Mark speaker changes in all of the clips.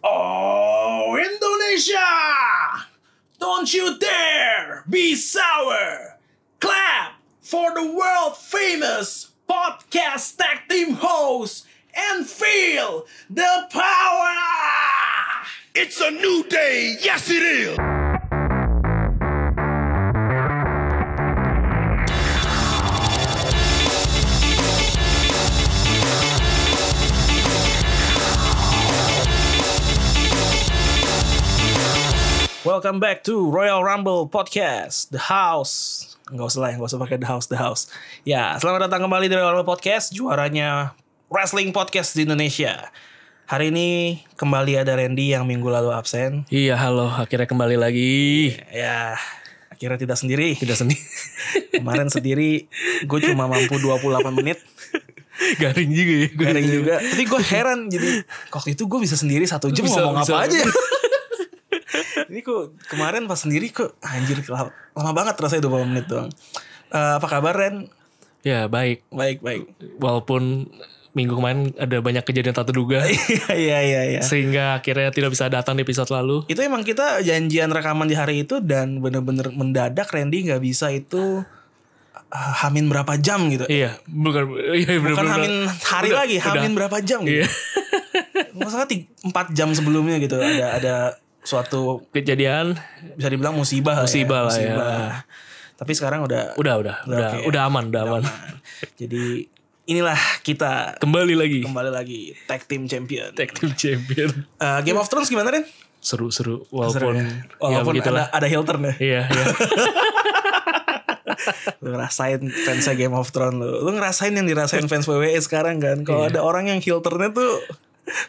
Speaker 1: Malaysia! Oh, Don't you dare be sour! Clap for the world famous podcast tag team host and feel the power!
Speaker 2: It's a new day. Yes, it is.
Speaker 1: Welcome back to Royal Rumble Podcast, The House. Enggak usah lah, enggak usah pakai The House, The House. Ya, selamat datang kembali di Royal Rumble Podcast, juaranya wrestling podcast di Indonesia. Hari ini kembali ada Randy yang minggu lalu absen.
Speaker 3: Iya, halo. Akhirnya kembali lagi.
Speaker 1: Ya, akhirnya tidak sendiri.
Speaker 3: Tidak sendiri.
Speaker 1: Kemarin sendiri gue cuma mampu 28 menit.
Speaker 3: Garing juga ya. gua.
Speaker 1: Iya. Garing juga. Tapi gue heran jadi waktu itu gue bisa sendiri satu jam
Speaker 3: Bisa-
Speaker 1: ngomong
Speaker 3: bisa.
Speaker 1: apa aja. Ini kok kemarin pas sendiri kok anjir lama, lama banget rasanya 20 menit doang. Eh, apa kabar Ren?
Speaker 3: Ya, baik.
Speaker 1: Baik baik.
Speaker 3: Walaupun minggu kemarin ada banyak kejadian tak terduga.
Speaker 1: Iya iya iya. iya.
Speaker 3: sehingga akhirnya tidak bisa datang di episode lalu.
Speaker 1: Itu emang kita janjian rekaman di hari itu dan bener-bener mendadak Randy nggak bisa itu eh, hamin berapa jam gitu.
Speaker 3: Iya, bukan. Iya,
Speaker 1: Bukan
Speaker 3: bener-bener.
Speaker 1: hamin hari
Speaker 3: Udah,
Speaker 1: lagi,
Speaker 3: udah.
Speaker 1: hamin berapa jam gitu.
Speaker 3: Iya.
Speaker 1: Maksudnya 4 jam sebelumnya gitu ada ada suatu
Speaker 3: Kejadian
Speaker 1: bisa dibilang musibah lah ya,
Speaker 3: Musibah lah ya.
Speaker 1: Tapi sekarang udah
Speaker 3: udah, udah,
Speaker 1: Udah,
Speaker 3: udah, udah,
Speaker 1: oke.
Speaker 3: aman, udah aman.
Speaker 1: jadi inilah kita
Speaker 3: Kembali lagi.
Speaker 1: kembali lagi tag team champion.
Speaker 3: Tag Team Champion.
Speaker 1: Eh, Game of Thrones gimana Ren?
Speaker 3: Seru-seru,
Speaker 1: Seru
Speaker 3: walaupun,
Speaker 1: ya? walaupun
Speaker 3: ya
Speaker 1: ada
Speaker 3: begitulah.
Speaker 1: ada heel turn ya.
Speaker 3: Iya, iya.
Speaker 1: Lu ngerasain fansnya Game of Thrones lu. Lu ngerasain yang dirasain fans WWE sekarang kan. Kalau
Speaker 3: Iya.
Speaker 1: ada orang yang heel turn-nya tuh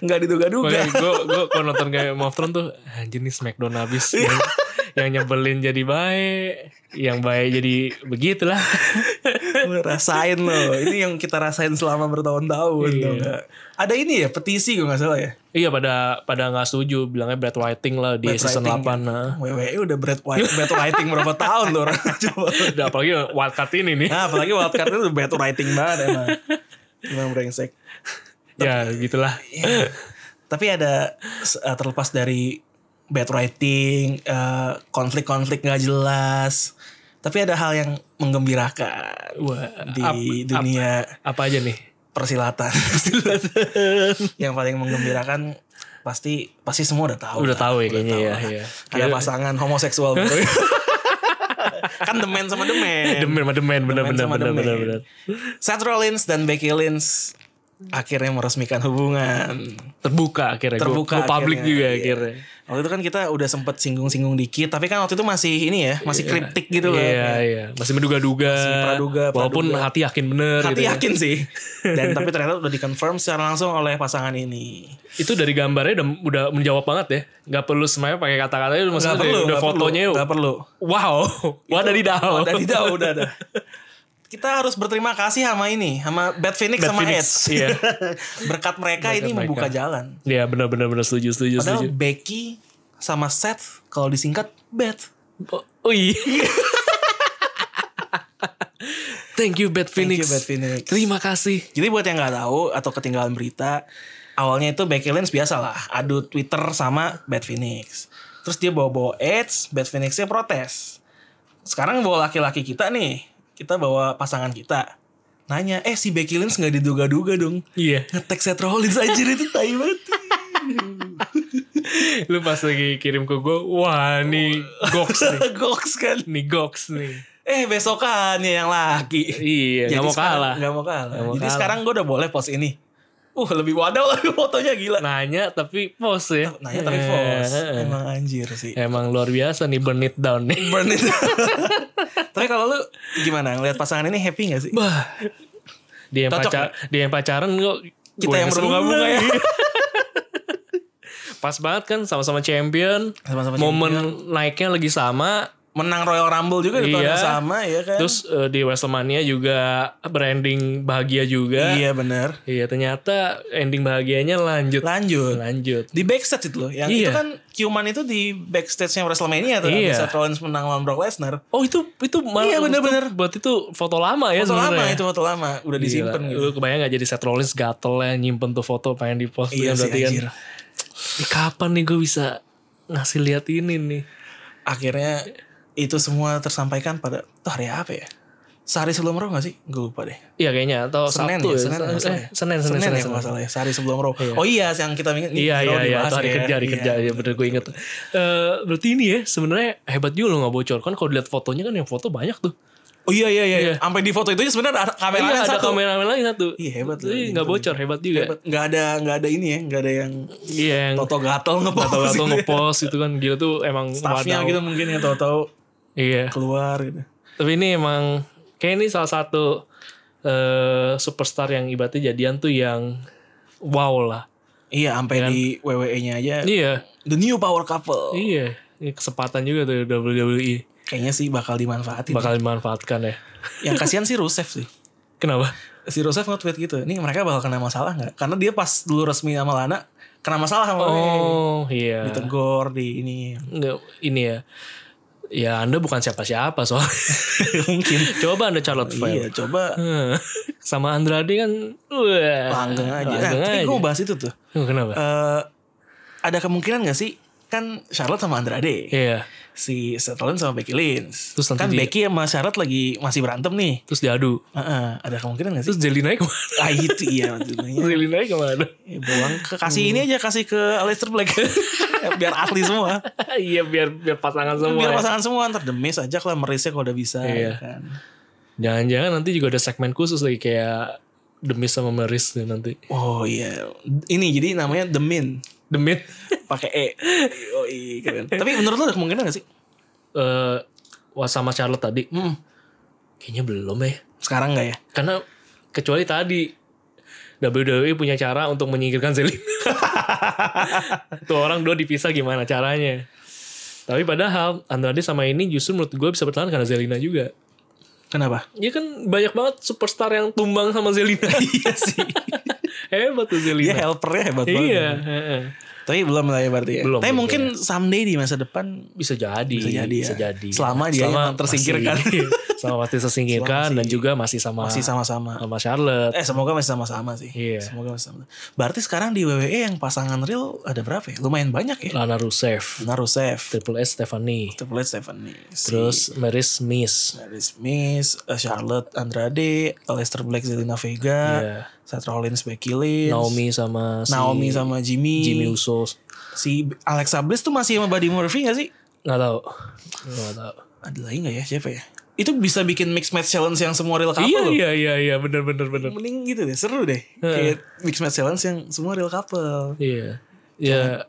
Speaker 1: nggak diduga-duga.
Speaker 3: Gue gue kalau nonton kayak Game of Thrones tuh anjir nih Smackdown habis
Speaker 1: Iya.
Speaker 3: yang, yang nyebelin jadi baik, yang baik jadi begitulah. iya.
Speaker 1: Lu ngerasain lo. Ini yang kita rasain selama bertahun-tahun. tau nggak? Ada ini ya petisi gue nggak salah ya.
Speaker 3: iya pada pada nggak setuju bilangnya Brad Whiting lah di season
Speaker 1: Writing,
Speaker 3: 8
Speaker 1: kan?
Speaker 3: nah.
Speaker 1: WWE udah Brad White, Brad Whiting berapa tahun tuh orang coba.
Speaker 3: Udah apalagi wildcard ini nih.
Speaker 1: Nah, apalagi wildcard itu Brad Whiting banget emang. Emang brengsek.
Speaker 3: ya gitulah.
Speaker 1: Iya. Tapi ada s- eh, terlepas dari bad writing, eh, konflik-konflik nggak jelas. Tapi ada hal yang menggembirakan
Speaker 3: Wah,
Speaker 1: di
Speaker 3: ap-
Speaker 1: dunia
Speaker 3: Apa aja nih?
Speaker 1: persilatan. yang paling menggembirakan pasti pasti semua udah tahu. lah,
Speaker 3: Udah tahu ya kayaknya
Speaker 1: tahu
Speaker 3: ya,
Speaker 1: lah.
Speaker 3: iya.
Speaker 1: Ada pasangan homoseksual. bro. kan demen sama demen.
Speaker 3: Demen sama demen bener
Speaker 1: Demen
Speaker 3: bener
Speaker 1: sama
Speaker 3: bener
Speaker 1: demen.
Speaker 3: bener bener.
Speaker 1: Seth Rollins dan Becky Lynch akhirnya meresmikan hubungan.
Speaker 3: Terbuka akhirnya. Gua-
Speaker 1: Terbuka
Speaker 3: gua publik
Speaker 1: akhirnya,
Speaker 3: juga
Speaker 1: iya.
Speaker 3: akhirnya.
Speaker 1: Waktu itu kan kita udah sempet singgung-singgung dikit, tapi kan waktu itu masih ini ya, masih kriptik gitu loh.
Speaker 3: Iya iya, masih menduga-duga.
Speaker 1: Masih praduga,
Speaker 3: walaupun
Speaker 1: praduga.
Speaker 3: hati yakin bener
Speaker 1: Hati
Speaker 3: gitu ya.
Speaker 1: yakin sih. Dan tapi ternyata udah dikonfirm secara langsung oleh pasangan ini.
Speaker 3: itu dari gambarnya udah, udah menjawab banget ya nggak perlu semuanya pakai kata-kata itu maksudnya
Speaker 1: Gak perlu,
Speaker 3: udah
Speaker 1: gak
Speaker 3: fotonya
Speaker 1: perlu,
Speaker 3: yuk.
Speaker 1: gak perlu.
Speaker 3: wow wadah di daun
Speaker 1: Udah di daun, udah ada. Kita harus berterima kasih sama ini, sama Bad Phoenix
Speaker 3: Bad
Speaker 1: sama
Speaker 3: Phoenix,
Speaker 1: Edge.
Speaker 3: iya.
Speaker 1: Berkat mereka ini
Speaker 3: mereka.
Speaker 1: membuka jalan.
Speaker 3: ya benar benar benar setuju setuju
Speaker 1: Padahal
Speaker 3: setuju
Speaker 1: Becky sama Seth kalau disingkat Bad.
Speaker 3: oh, oh iya thank you Bad Phoenix
Speaker 1: you, Bad Phoenix.
Speaker 3: terima kasih
Speaker 1: Jadi buat yang nggak tahu atau ketinggalan berita, awalnya itu Becky Lynch biasa lah, adu Twitter sama Bad Phoenix. Terus dia bawa-bawa AIDS, Bad Phoenixnya protes. Sekarang bawa laki-laki kita nih, kita bawa pasangan kita. Nanya, eh si Becky Lynch nggak diduga-duga dong.
Speaker 3: iya
Speaker 1: Ngetek Seth Rollins anjir itu tai banget.
Speaker 3: lu pas lagi kirim ke gue wah nih goks nih
Speaker 1: Goks kan.
Speaker 3: nih goks nih
Speaker 1: Eh besokannya yang laki.
Speaker 3: iya nggak mau
Speaker 1: sekarang-
Speaker 3: kalah
Speaker 1: nggak mau kalah.
Speaker 3: Nggak mau
Speaker 1: Jadi
Speaker 3: kalah.
Speaker 1: sekarang gue udah boleh post ini. Uh lebih wadah lagi fotonya gila.
Speaker 3: nanya tapi pos ya
Speaker 1: Nanya tapi post.
Speaker 3: Eh, eh, eh.
Speaker 1: Emang anjir sih.
Speaker 3: emang luar biasa nih burn it down nih
Speaker 1: burn it. Tapi kalau lu gimana ngelihat pasangan ini happy gak sih?
Speaker 3: Bah. Dia yang
Speaker 1: Cocok
Speaker 3: pacar, dia yang pacaran kok
Speaker 1: Kita
Speaker 3: gua
Speaker 1: yang berbunga-bunga ya.
Speaker 3: seneng. Pas banget kan sama-sama champion.
Speaker 1: Sama-sama
Speaker 3: momen naiknya lagi sama.
Speaker 1: Menang Royal Rumble juga itu ada
Speaker 3: Iya.
Speaker 1: sama ya kan?
Speaker 3: Terus eh, di WrestleMania juga branding bahagia juga.
Speaker 1: iya bener.
Speaker 3: Iya, ternyata ending bahagianya lanjut.
Speaker 1: Lanjut.
Speaker 3: Lanjut.
Speaker 1: Di backstage itu loh. Yang itu
Speaker 3: Iya.
Speaker 1: kan ciuman itu di backstage-nya WrestleMania tuh.
Speaker 3: Iya.
Speaker 1: Iya. Seth Rollins menang lawan Brock Lesnar.
Speaker 3: Oh itu itu malah
Speaker 1: Iya, bener-bener.
Speaker 3: itu- Buat itu foto lama ya
Speaker 1: Foto lama
Speaker 3: sebenarnya.
Speaker 1: itu foto lama. Udah
Speaker 3: Gila,
Speaker 1: disimpan gitu.
Speaker 3: Lu kebayang gak jadi Seth Rollins gatel ya nyimpen tuh foto pengen di post
Speaker 1: Iya sih,
Speaker 3: berarti kan.
Speaker 1: anjir.
Speaker 3: "Ih, kapan nih gue bisa ngasih lihat ini nih.
Speaker 1: akhirnya itu semua tersampaikan pada tuh hari apa ya sehari sebelum roh gak sih gue lupa deh
Speaker 3: Iya kayaknya atau
Speaker 1: Senin
Speaker 3: Sabtu
Speaker 1: ya,
Speaker 3: ya.
Speaker 1: Senin ya,
Speaker 3: Eh,
Speaker 1: masalah ya.
Speaker 3: Senin Senin Senin.
Speaker 1: ya
Speaker 3: Senin.
Speaker 1: masalah ya sehari sebelum roh oh iya yang kita ingat Roh
Speaker 3: Iya iya iya
Speaker 1: dibahas
Speaker 3: atau hari
Speaker 1: ya.
Speaker 3: kerja hari
Speaker 1: Iya.
Speaker 3: kerja ya bener gue inget. Eh, berarti ini ya sebenarnya hebat juga lo nggak bocor kan kalau dilihat fotonya kan yang foto banyak tuh.
Speaker 1: oh iya iya iya
Speaker 3: Iya.
Speaker 1: sampai di foto itu sebenarnya ada kamera
Speaker 3: Iya,
Speaker 1: yang
Speaker 3: ada
Speaker 1: satu
Speaker 3: kameramen lagi satu.
Speaker 1: Iya, hebat loh.
Speaker 3: Iya nggak bocor hebat juga.
Speaker 1: nggak ada nggak ada ini ya nggak ada yang
Speaker 3: Iya yang
Speaker 1: Toto gatel ngepost
Speaker 3: atau atau
Speaker 1: gitu.
Speaker 3: ngepost gitu kan gila tuh emang
Speaker 1: staffnya
Speaker 3: wadaw.
Speaker 1: gitu mungkin ya tahu-tahu
Speaker 3: Iya.
Speaker 1: keluar gitu
Speaker 3: Tapi ini emang kayak ini salah satu eh superstar yang ibaratnya jadian tuh yang wow lah.
Speaker 1: iya sampai di WWE-nya aja
Speaker 3: kan? Iya,
Speaker 1: the new power couple
Speaker 3: iya. Ini kesempatan juga tuh WWE
Speaker 1: kayaknya sih bakal dimanfaatin
Speaker 3: bakal dimanfaatkan ya.
Speaker 1: yang kasihan sih Rusev sih
Speaker 3: Kenapa?
Speaker 1: si Rusev nge-tweet gitu ini mereka bakal kena masalah nggak karena dia pas dulu resmi sama Lana kena masalah sama WWE.
Speaker 3: Oh, iya.
Speaker 1: ditegur di ini
Speaker 3: Nggak, ini ya. Ya Anda bukan siapa-siapa soalnya.
Speaker 1: mungkin
Speaker 3: Coba Anda Charlotte Flair.
Speaker 1: iya coba
Speaker 3: Hmm. Sama Andrade kan wah,
Speaker 1: langgeng aja nah,
Speaker 3: langgeng
Speaker 1: tapi
Speaker 3: aja.
Speaker 1: gue mau bahas itu tuh
Speaker 3: Oh, Kenapa?
Speaker 1: Eh, ada kemungkinan nggak sih kan Charlotte sama Andrade
Speaker 3: Iya.
Speaker 1: si Seth Rollins sama Becky Lynch
Speaker 3: Terus nanti
Speaker 1: kan
Speaker 3: dia-
Speaker 1: Becky sama Charlotte lagi masih berantem nih
Speaker 3: Terus diadu.
Speaker 1: Heeh, ada kemungkinan gak sih?
Speaker 3: Terus Jelina kemana?
Speaker 1: ah itu iya maksudnya.
Speaker 3: Jelina kemana?
Speaker 1: Ya, buang ke kasih ini aja kasih ke Aleister Black biar asli semua
Speaker 3: Iya biar biar pasangan semua.
Speaker 1: biar
Speaker 3: ya.
Speaker 1: pasangan semua ntar demis aja lah merisnya kalau udah bisa ya
Speaker 3: Iya.
Speaker 1: kan
Speaker 3: Jangan-jangan nanti juga ada segmen khusus lagi kayak Demis sama Meris nih nanti.
Speaker 1: oh iya ini jadi namanya demin
Speaker 3: Demit.
Speaker 1: pakai e oh iya keren tapi menurut lo ada kemungkinan gak sih
Speaker 3: Eh wah sama Charlotte tadi.
Speaker 1: hmm,
Speaker 3: Kayaknya belum ya.
Speaker 1: sekarang nggak ya
Speaker 3: Karena kecuali tadi WWE punya cara untuk menyingkirkan Zelina. Tuh orang dua dipisah gimana caranya. Tapi padahal Andrade sama ini justru menurut gue bisa bertahan karena Zelina juga.
Speaker 1: kenapa
Speaker 3: Ya kan banyak banget superstar yang tumbang sama Zelina. iya sih. Hebat tuh
Speaker 1: dia
Speaker 3: Zelina.
Speaker 1: helpernya hebat banget
Speaker 3: iya. heeh.
Speaker 1: tapi belum lah ya berarti ya
Speaker 3: Belum,
Speaker 1: tapi
Speaker 3: belum,
Speaker 1: mungkin someday di masa depan
Speaker 3: bisa jadi
Speaker 1: Bisa jadi ya.
Speaker 3: bisa jadi.
Speaker 1: Selama dia memang tersingkirkan.
Speaker 3: masih- selama pasti tersingkirkan
Speaker 1: Selama
Speaker 3: dan juga masih sama
Speaker 1: masih sama-sama
Speaker 3: sama Charlotte
Speaker 1: Eh semoga masih sama-sama sih.
Speaker 3: Iya.
Speaker 1: Semoga masih sama. Berarti sekarang di WWE yang pasangan real ada berapa ya? Lumayan banyak ya.
Speaker 3: Lana Rusev
Speaker 1: Benar Rusev,
Speaker 3: Triple S Stephanie
Speaker 1: Triple H, Stephanie, si
Speaker 3: terus Mary Smith
Speaker 1: Mary Smith, eh, Charlotte Andrade, Aleister Black, Zelina Vega,
Speaker 3: Iya.
Speaker 1: Seth Rollins, Becky Lynch,
Speaker 3: Naomi sama si
Speaker 1: Naomi sama Jimmy,
Speaker 3: Jimmy Uso
Speaker 1: si Alexa Bliss tuh masih sama Buddy Murphy gak sih?
Speaker 3: nggak tahu nggak tahu
Speaker 1: Ada lagi gak ya? Siapa ya? Itu bisa bikin mix match challenge yang semua real couple
Speaker 3: iya
Speaker 1: loh.
Speaker 3: iya iya iya benar benar benar
Speaker 1: Mending gitu deh, seru deh. Kayak mix match challenge yang semua real couple.
Speaker 3: iya ya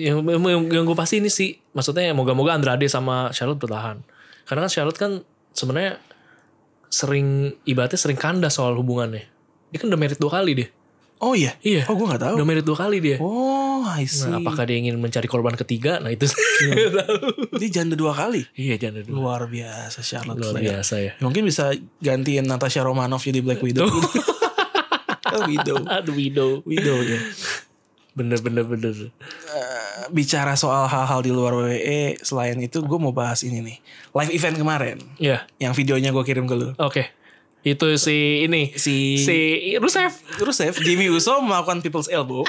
Speaker 3: yang yang, yang gue pasti ini sih maksudnya ya moga-moga Andrade sama Charlotte bertahan karena kan Charlotte kan sebenarnya sering ibaratnya sering kandas soal hubungannya dia kan udah married dua kali dia
Speaker 1: Oh iya?
Speaker 3: Iya.
Speaker 1: Oh gue gak tahu.
Speaker 3: udah married dua kali dia
Speaker 1: Oh, I see.
Speaker 3: nah, apakah dia ingin mencari korban ketiga nah itu
Speaker 1: Iya.
Speaker 3: nggak tahu.
Speaker 1: Dia janda dua kali.
Speaker 3: iya jangan dulu
Speaker 1: Luar biasa Charlotte
Speaker 3: luar
Speaker 1: Flair.
Speaker 3: biasa ya
Speaker 1: Ya, mungkin bisa gantiin Natasha Romanoff jadi Black Widow. oh, Widow.
Speaker 3: aduh widow
Speaker 1: Widow ya.
Speaker 3: bener bener bener
Speaker 1: Eh, bicara soal hal-hal di luar WWE, selain itu gue mau bahas ini nih. Live event kemarin.
Speaker 3: ya
Speaker 1: Yang videonya gue kirim ke lu.
Speaker 3: oke itu si ini
Speaker 1: Si-
Speaker 3: si Rusev
Speaker 1: Rusev, Jimmy Uso melakukan People's Elbow.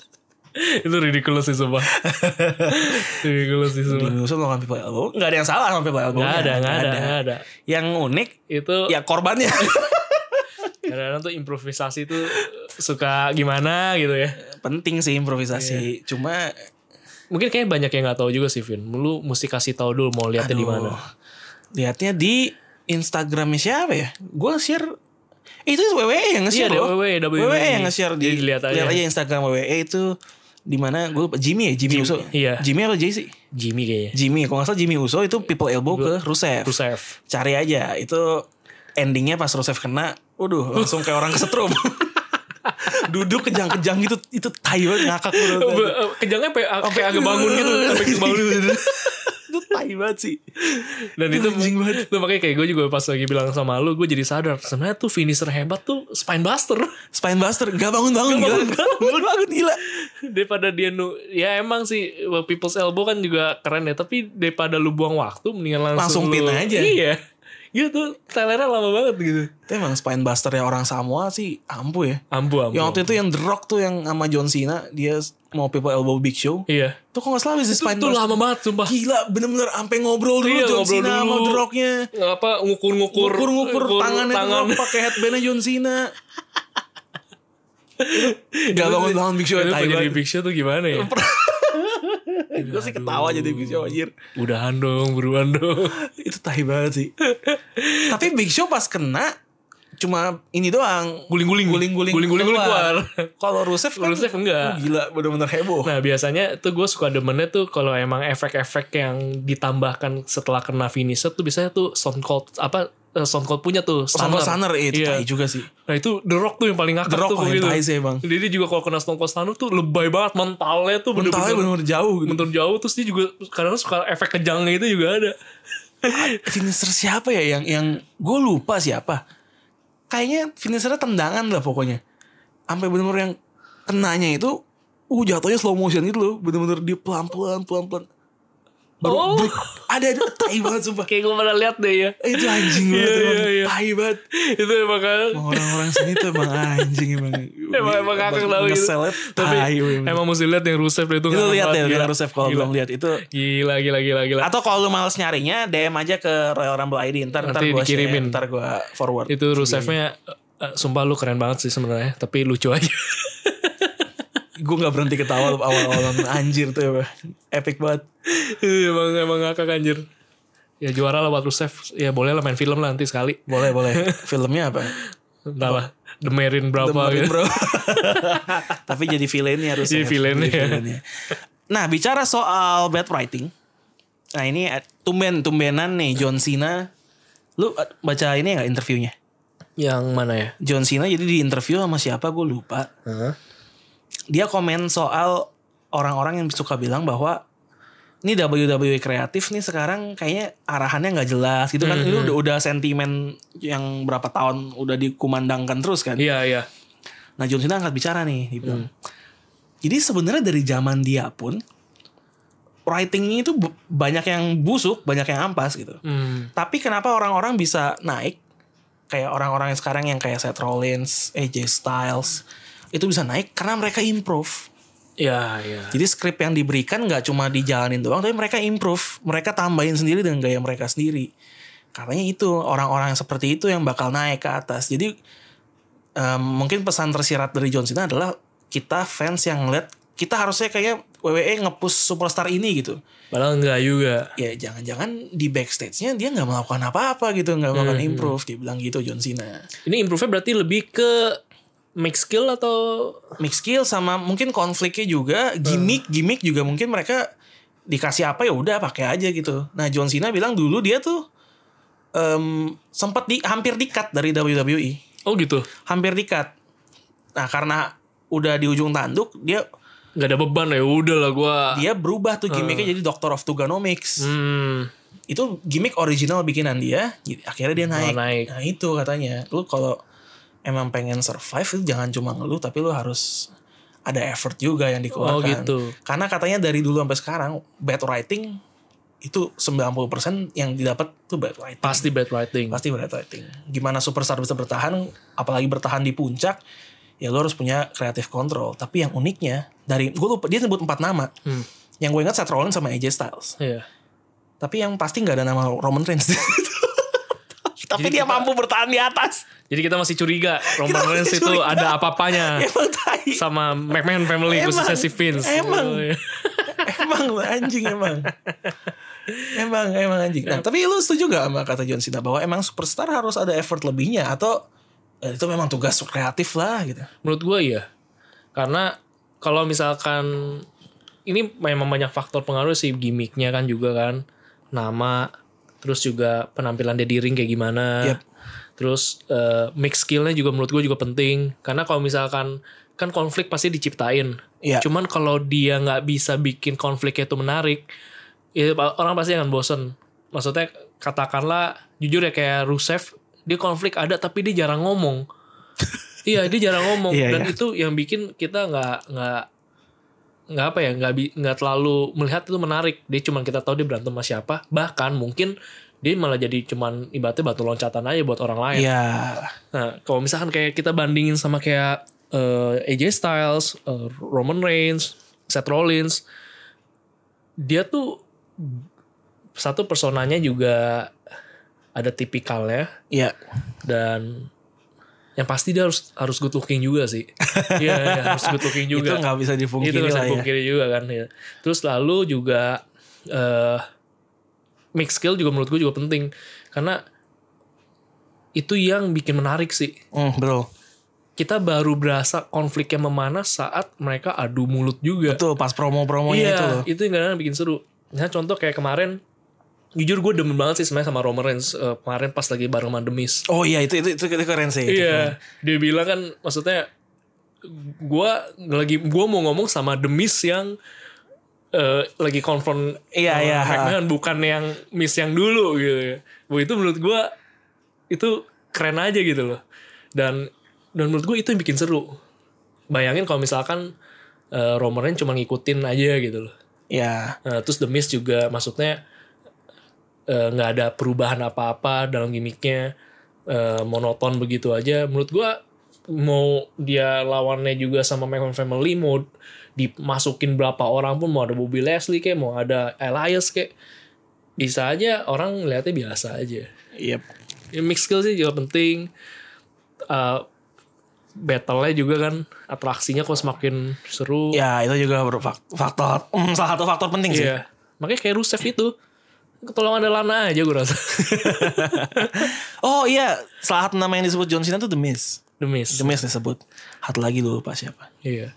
Speaker 3: itu ridiculous sih sumpah ridiculous sih sumpah
Speaker 1: Jimmy Uso melakukan People's Elbow. Gak ada yang salah sama People's Elbow.
Speaker 3: nggak ada nggak ada nggak ada
Speaker 1: Yang unik,
Speaker 3: itu
Speaker 1: ya korbannya.
Speaker 3: kadang-kadang tuh improvisasi tuh suka gimana gitu ya
Speaker 1: Penting sih
Speaker 3: Iya.
Speaker 1: improvisasi. Cuma
Speaker 3: mungkin kayak banyak yang nggak tahu juga sih Vin lu mesti kasih tahu dulu mau lihatnya di mana
Speaker 1: Aduh. Lihatnya di Instagramnya siapa ya? Gue share Eh, itu WWE yang nge-share
Speaker 3: Iya,
Speaker 1: loh. E
Speaker 3: WWE, WWE.
Speaker 1: yang nge-share di
Speaker 3: Jadi dilihat aja.
Speaker 1: Instagram WWE itu di mana gue lupa Jimmy ya Jimmy, Uso.
Speaker 3: iya.
Speaker 1: Jimmy atau JC?
Speaker 3: Jimmy kayaknya
Speaker 1: Jimmy, kalau nggak salah Jimmy Uso itu people elbow ke Rusev.
Speaker 3: Rusev
Speaker 1: Cari aja itu endingnya pas Rusev kena, waduh langsung kayak orang kesetrum. Duduk kejang-kejang gitu, itu tai banget ngakak banget.
Speaker 3: eh, kejangnya sampai kayak agak bangun gitu sampai bangun gitu.
Speaker 1: itu tai banget sih.
Speaker 3: dan itu lu makanya kayak gue juga pas lagi bilang sama lu gue jadi sadar sebenarnya tuh finisher hebat tuh spine buster
Speaker 1: Spinebuster, gak bangun-bangun gila. bangun-bangun gila.
Speaker 3: daripada dia nu ya emang sih people's elbow kan juga keren ya tapi daripada lu buang waktu mendingan langsung
Speaker 1: Langsung
Speaker 3: lu-
Speaker 1: pin aja.
Speaker 3: iya Iya tuh trailernya lama banget gitu.
Speaker 1: Itu emang spine buster ya orang Samoa sih ampuh ya.
Speaker 3: Ambu ambu.
Speaker 1: Yang waktu itu yang The Rock tuh yang sama John Cena dia mau people elbow Big Show.
Speaker 3: Iya.
Speaker 1: Tuh kok gak salah bisa
Speaker 3: Itu
Speaker 1: spine
Speaker 3: tuh
Speaker 1: buster.
Speaker 3: lama banget sumpah.
Speaker 1: Gila bener-bener sampai ngobrol dulu
Speaker 3: Iya,
Speaker 1: John
Speaker 3: ngobrol
Speaker 1: Cena sama
Speaker 3: dulu.
Speaker 1: The Rocknya.
Speaker 3: Apa ngukur-ngukur
Speaker 1: Ngukur-ngukur tangannya The
Speaker 3: tangan.
Speaker 1: Rock pakai headbandnya John Cena. Gak bangun-bangun Big Show ya
Speaker 3: Itu
Speaker 1: tai
Speaker 3: pengen jadi
Speaker 1: banget.
Speaker 3: Big Show tuh gimana ya?
Speaker 1: Gue sih ketawa jadi Big Show anjir.
Speaker 3: Udahan dong, buruan dong.
Speaker 1: Itu tai banget sih. Tapi Big Show pas kena cuma ini doang
Speaker 3: Guling-guling.
Speaker 1: guling-guling
Speaker 3: Guling-guling keluar.
Speaker 1: Kalau Rusev kan
Speaker 3: Rusev enggak.
Speaker 1: gila bener-bener heboh.
Speaker 3: Nah biasanya tuh gue suka demennya tuh kalau emang efek-efek yang ditambahkan setelah kena finisher tuh biasanya tuh Stone Cold apa eh, Stone Cold punya tuh
Speaker 1: Sama Saner
Speaker 3: stunner.
Speaker 1: itu tai
Speaker 3: Iya.
Speaker 1: juga sih.
Speaker 3: Nah itu The Rock tuh yang paling ngakak
Speaker 1: The Rock
Speaker 3: tuh
Speaker 1: paling
Speaker 3: gitu.
Speaker 1: tai sih, Bang.
Speaker 3: Jadi dia juga kalau kena Stone Cold Stunner tuh lebay banget mentalnya tuh
Speaker 1: Mentalnya
Speaker 3: bener-bener
Speaker 1: bener-bener jauh gitu.
Speaker 3: mental jauh terus dia juga kadang suka efek kejangnya itu juga ada.
Speaker 1: Eh, Finisher siapa ya yang yang gue lupa siapa. Kayaknya finishernya tendangan lah pokoknya. Sampai bener-bener yang kenanya itu uh jatuhnya slow motion gitu loh. Bener-bener dia pelan-pelan pelan-pelan. Baru
Speaker 3: Oh.
Speaker 1: break. ada ada tai banget sumpah.
Speaker 3: Kayak gue pernah lihat deh ya.
Speaker 1: Eh, Itu anjing banget
Speaker 3: Iya,
Speaker 1: emang.
Speaker 3: iya, iya.
Speaker 1: Tai banget.
Speaker 3: itu emang kadang-
Speaker 1: Emang orang-orang sini tuh emang anjing emang.
Speaker 3: emang
Speaker 1: iya,
Speaker 3: emang ngakak tau gitu.
Speaker 1: Ngeselnya
Speaker 3: Tapi
Speaker 1: tai, bener-bener.
Speaker 3: emang mesti lihat yang Rusev itu.
Speaker 1: itu
Speaker 3: ngakak
Speaker 1: lihat
Speaker 3: banget,
Speaker 1: ya
Speaker 3: gila.
Speaker 1: Bella Rusev kalau
Speaker 3: Gila.
Speaker 1: belum lihat itu
Speaker 3: Gila gila gila gila.
Speaker 1: atau kalau lu males nyarinya DM aja ke Royal Rumble ID ntar ntar
Speaker 3: Nanti
Speaker 1: gua share,
Speaker 3: dikirimin.
Speaker 1: ntar gua forward
Speaker 3: itu Rusevnya eh, eh, sumpah lu keren banget sih sebenarnya tapi lucu aja
Speaker 1: gue nggak berhenti ketawa awal awal anjir tuh ya, epic banget
Speaker 3: Iya, emang emang ngakak anjir ya juara lah buat Rusev ya boleh lah main film lah nanti sekali
Speaker 1: boleh boleh filmnya apa
Speaker 3: entah lah demerin berapa
Speaker 1: Dengerin,
Speaker 3: gitu
Speaker 1: bro tapi jadi villainnya harus ya.
Speaker 3: Jadi villainnya.
Speaker 1: nah bicara soal bad writing nah ini eh, tumben tumbenan nih John Cena lu eh, baca ini nggak interviewnya
Speaker 3: yang mana ya
Speaker 1: John Cena jadi di interview sama siapa gue lupa dia komen soal orang-orang yang suka bilang bahwa ini WWE E kreatif nih sekarang kayaknya arahannya nggak jelas gitu kan ini udah udah sentimen yang berapa tahun udah dikumandangkan terus kan
Speaker 3: iya iya
Speaker 1: nah John Cena angkat bicara nih dia bilang. jadi sebenarnya dari zaman dia pun writingnya itu b- banyak yang busuk banyak yang ampas gitu
Speaker 3: hmm.
Speaker 1: tapi kenapa orang-orang bisa naik kayak orang-orang yang sekarang yang kayak Seth Rollins AJ Styles itu bisa naik karena mereka improve
Speaker 3: ya ya
Speaker 1: jadi skrip yang diberikan nggak cuma dijalanin doang, tapi mereka improve, mereka tambahin sendiri dengan gaya mereka sendiri. Katanya itu orang-orang yang seperti itu yang bakal naik ke atas. Jadi em, mungkin pesan tersirat dari John Cena adalah kita fans yang ngeliat kita harusnya kayaknya WWE nge-push superstar ini gitu.
Speaker 3: padahal enggak juga
Speaker 1: Ya jangan-jangan di backstage-nya dia nggak melakukan apa-apa gitu, nggak melakukan improve, dia bilang gitu John Cena.
Speaker 3: ini improve berarti lebih ke mix skill atau
Speaker 1: mix skill sama mungkin konfliknya juga gimmick gimmick juga mungkin mereka dikasih apa ya udah pakai aja gitu nah John Cena bilang dulu dia tuh em sempat di hampir dikat dari WWE
Speaker 3: oh gitu
Speaker 1: hampir dikat nah karena udah di ujung tanduk dia
Speaker 3: nggak ada beban ya udah lah gua
Speaker 1: dia berubah tuh gimmicknya jadi Doctor of Tuganomics
Speaker 3: hmm.
Speaker 1: itu gimmick original bikinan dia jadi akhirnya dia naik,
Speaker 3: Oh, naik.
Speaker 1: nah itu katanya lu kalau emang pengen survive itu jangan cuma ngeluh tapi lu harus ada effort juga yang dikeluarkan
Speaker 3: Oh, gitu.
Speaker 1: karena katanya dari dulu sampai sekarang bad writing itu 90% yang didapat tuh bad writing
Speaker 3: pasti bad writing
Speaker 1: pasti bad writing gimana superstar bisa bertahan apalagi bertahan di puncak ya lu harus punya creative control tapi yang uniknya dari gue lupa dia sebut empat nama
Speaker 3: Hmm.
Speaker 1: yang gue ingat Seth Rollins sama AJ Styles
Speaker 3: Iya.
Speaker 1: tapi yang pasti nggak ada nama Roman Reigns. tapi
Speaker 3: Jadi
Speaker 1: dia
Speaker 3: kita-
Speaker 1: mampu bertahan di atas.
Speaker 3: jadi kita masih curiga Roman
Speaker 1: masih
Speaker 3: Reigns itu
Speaker 1: curiga.
Speaker 3: ada apa-apanya
Speaker 1: Emang tai.
Speaker 3: sama McMahon family
Speaker 1: Emang,
Speaker 3: khususnya si Vince.
Speaker 1: emang.
Speaker 3: Oh, iya.
Speaker 1: emang lu anjing emang. emang emang anjing. Nah, tapi lu setuju gak sama kata John Cena bahwa emang superstar harus ada effort lebihnya atau eh, itu memang tugas kreatif lah gitu.
Speaker 3: Menurut gue iya. Karena kalau misalkan ini memang banyak faktor pengaruh sih gimmicknya kan juga kan nama terus juga penampilan dia di ring kayak gimana
Speaker 1: Yep.
Speaker 3: terus eh, mix skillnya juga menurut gue juga penting karena kalau misalkan kan konflik pasti diciptain
Speaker 1: Iya.
Speaker 3: cuman kalau dia nggak bisa bikin konfliknya itu menarik ya pa- orang pasti akan bosen maksudnya katakanlah jujur ya kayak Rusev dia konflik ada tapi dia jarang ngomong iya dia jarang ngomong
Speaker 1: Iya,
Speaker 3: dan
Speaker 1: iya.
Speaker 3: itu yang bikin kita nggak nggak nggak apa ya nggak bi- nggak terlalu melihat itu menarik dia cuman kita tahu dia berantem sama siapa bahkan mungkin dia malah jadi cuman ibaratnya batu loncatan aja buat orang lain.
Speaker 1: Iya.
Speaker 3: Nah, kalau misalkan kayak kita bandingin sama kayak eh, AJ Styles, eh, Roman Reigns, Seth Rollins, dia tuh satu personanya juga ada tipikalnya
Speaker 1: Iya.
Speaker 3: dan yang pasti dia harus harus good looking juga sih. Iya, iya, harus good looking
Speaker 1: Itu
Speaker 3: juga.
Speaker 1: nggak bisa
Speaker 3: Itu
Speaker 1: dipungkiri
Speaker 3: nggak
Speaker 1: lah
Speaker 3: bisa
Speaker 1: ya.
Speaker 3: dipungkiri juga kan. ya. Terus lalu juga eh mix skill juga menurut gue juga penting karena itu yang bikin menarik sih.
Speaker 1: Hmm, betul.
Speaker 3: Kita baru berasa konfliknya memanas saat mereka adu mulut juga.
Speaker 1: Tuh pas
Speaker 3: Iya.
Speaker 1: promo-promonya itu loh.
Speaker 3: itu yang kadang bikin seru. Nah, contoh kayak kemarin jujur gue demen banget sih sebenarnya sama Roman Reigns eh, kemarin pas lagi bareng sama Demis.
Speaker 1: Oh iya itu itu itu, itu keren sih. itu
Speaker 3: Iya,
Speaker 1: keren.
Speaker 3: dia bilang kan maksudnya gua lagi gua mau ngomong sama Demis yang eh, lagi konfront
Speaker 1: Iya,
Speaker 3: sama
Speaker 1: iya.
Speaker 3: Hackman, bukan yang Miss yang dulu gitu. ya. Wah, itu menurut gua itu keren aja gitu loh. Dan dan menurut gua itu yang bikin seru. Bayangin kalau misalkan eh, Roman Reigns cuma ngikutin aja gitu loh.
Speaker 1: Iya.
Speaker 3: Nah, terus The Miz juga maksudnya eh, nggak ada perubahan apa-apa dalam gimmicknya eh, monoton begitu aja. Menurut gua mau dia lawannya juga sama McMahon Family mau dimasukin berapa orang pun mau ada Bobby Leslie kayak mau ada Elias kayak bisa aja orang lihatnya biasa aja.
Speaker 1: Iya.
Speaker 3: Ya, mix skill sih juga penting. Eh battle-nya juga kan atraksinya kok semakin seru.
Speaker 1: Ya itu juga ber- fak- faktor hmm, salah satu faktor penting sih.
Speaker 3: Iya. Makanya kayak Rusev itu tolong ada Lana aja gue rasa.
Speaker 1: Oh iya, salah satu nama yang disebut John Cena tuh The Miz.
Speaker 3: The Miz.
Speaker 1: The Miz disebut. Satu lagi dulu pak siapa?
Speaker 3: Iya.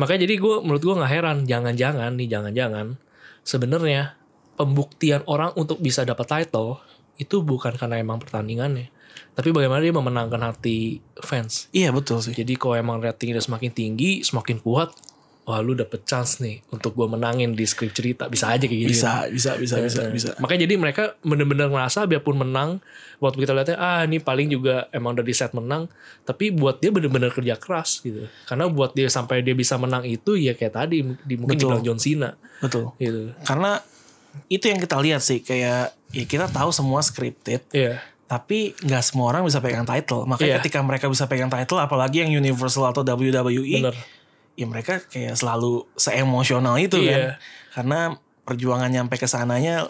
Speaker 3: Makanya jadi gue menurut gue nggak heran. Jangan-jangan nih jangan-jangan sebenarnya pembuktian orang untuk bisa dapat title itu bukan karena emang pertandingannya, tapi bagaimana dia memenangkan hati fans.
Speaker 1: Iya betul sih.
Speaker 3: Jadi kalau emang ratingnya udah semakin tinggi, semakin kuat, wah lu dapet chance nih untuk gue menangin di skrip cerita bisa aja kayak gitu.
Speaker 1: Bisa, bisa, bisa, bisa,
Speaker 3: iya.
Speaker 1: bisa.
Speaker 3: Makanya jadi mereka bener-bener ngerasa biarpun menang, waktu kita lihatnya ah ini paling juga emang udah di set menang, tapi buat dia bener-bener kerja keras gitu. Karena buat dia sampai dia bisa menang itu ya kayak tadi di, mungkin
Speaker 1: Betul.
Speaker 3: dibilang John Cena
Speaker 1: Betul.
Speaker 3: gitu.
Speaker 1: Karena itu yang kita lihat sih kayak ya kita tahu semua scripted
Speaker 3: Iya.
Speaker 1: tapi nggak semua orang bisa pegang title makanya
Speaker 3: Iya.
Speaker 1: ketika mereka bisa pegang title apalagi yang universal atau WWE
Speaker 3: Bener.
Speaker 1: ya mereka kayak selalu seemosional itu
Speaker 3: Iya.
Speaker 1: kan karena perjuangan nyampe ke sananya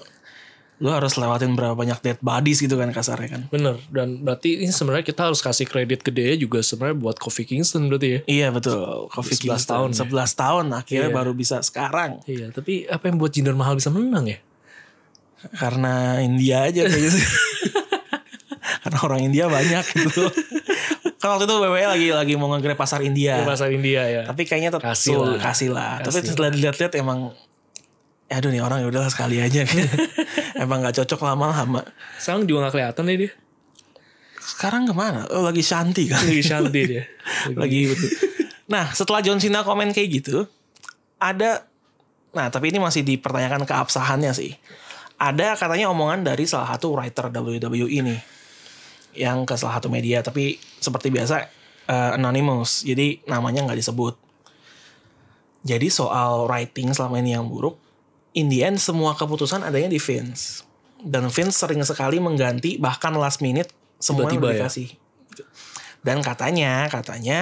Speaker 1: lu harus lewatin berapa banyak dead bodies gitu kan kasarnya kan
Speaker 3: Bener. Dan berarti ini sebenarnya kita harus kasih kredit gede juga sebenarnya buat Kofi Kingston berarti ya.
Speaker 1: iya betul Kofi
Speaker 3: 11
Speaker 1: Kingston,
Speaker 3: tahun ya.
Speaker 1: 11 tahun akhirnya
Speaker 3: Iya.
Speaker 1: baru bisa sekarang
Speaker 3: Iya, tapi apa yang buat Jinder Mahal bisa menang ya?
Speaker 1: karena India aja kayaknya sih. karena orang India banyak gitu kan waktu itu WWE lagi lagi mau nge pasar India
Speaker 3: Di pasar India ya.
Speaker 1: tapi kayaknya tetap
Speaker 3: Kasih
Speaker 1: sul-
Speaker 3: lah.
Speaker 1: kasih lah. tapi
Speaker 3: Kasih
Speaker 1: setelah dilihat-lihat emang ya aduh nih orang ya udahlah sekali aja emang nggak cocok lama-lama
Speaker 3: Sekarang juga gak kelihatan nih dia.
Speaker 1: sekarang kemana oh lagi Shanti kan
Speaker 3: Lagi shanty dia.
Speaker 1: lagi betul. nah setelah John Cena komen kayak gitu ada nah tapi ini masih dipertanyakan keabsahannya sih ada katanya omongan dari salah satu writer WWE ini yang ke salah satu media tapi seperti biasa eh, anonymous jadi namanya nggak disebut jadi soal writing selama ini yang buruk in the end semua keputusan adanya di Vince dan Vince sering sekali mengganti bahkan last minute semua yang
Speaker 3: Tiba-tiba
Speaker 1: udah
Speaker 3: ya?
Speaker 1: dikasih dan katanya katanya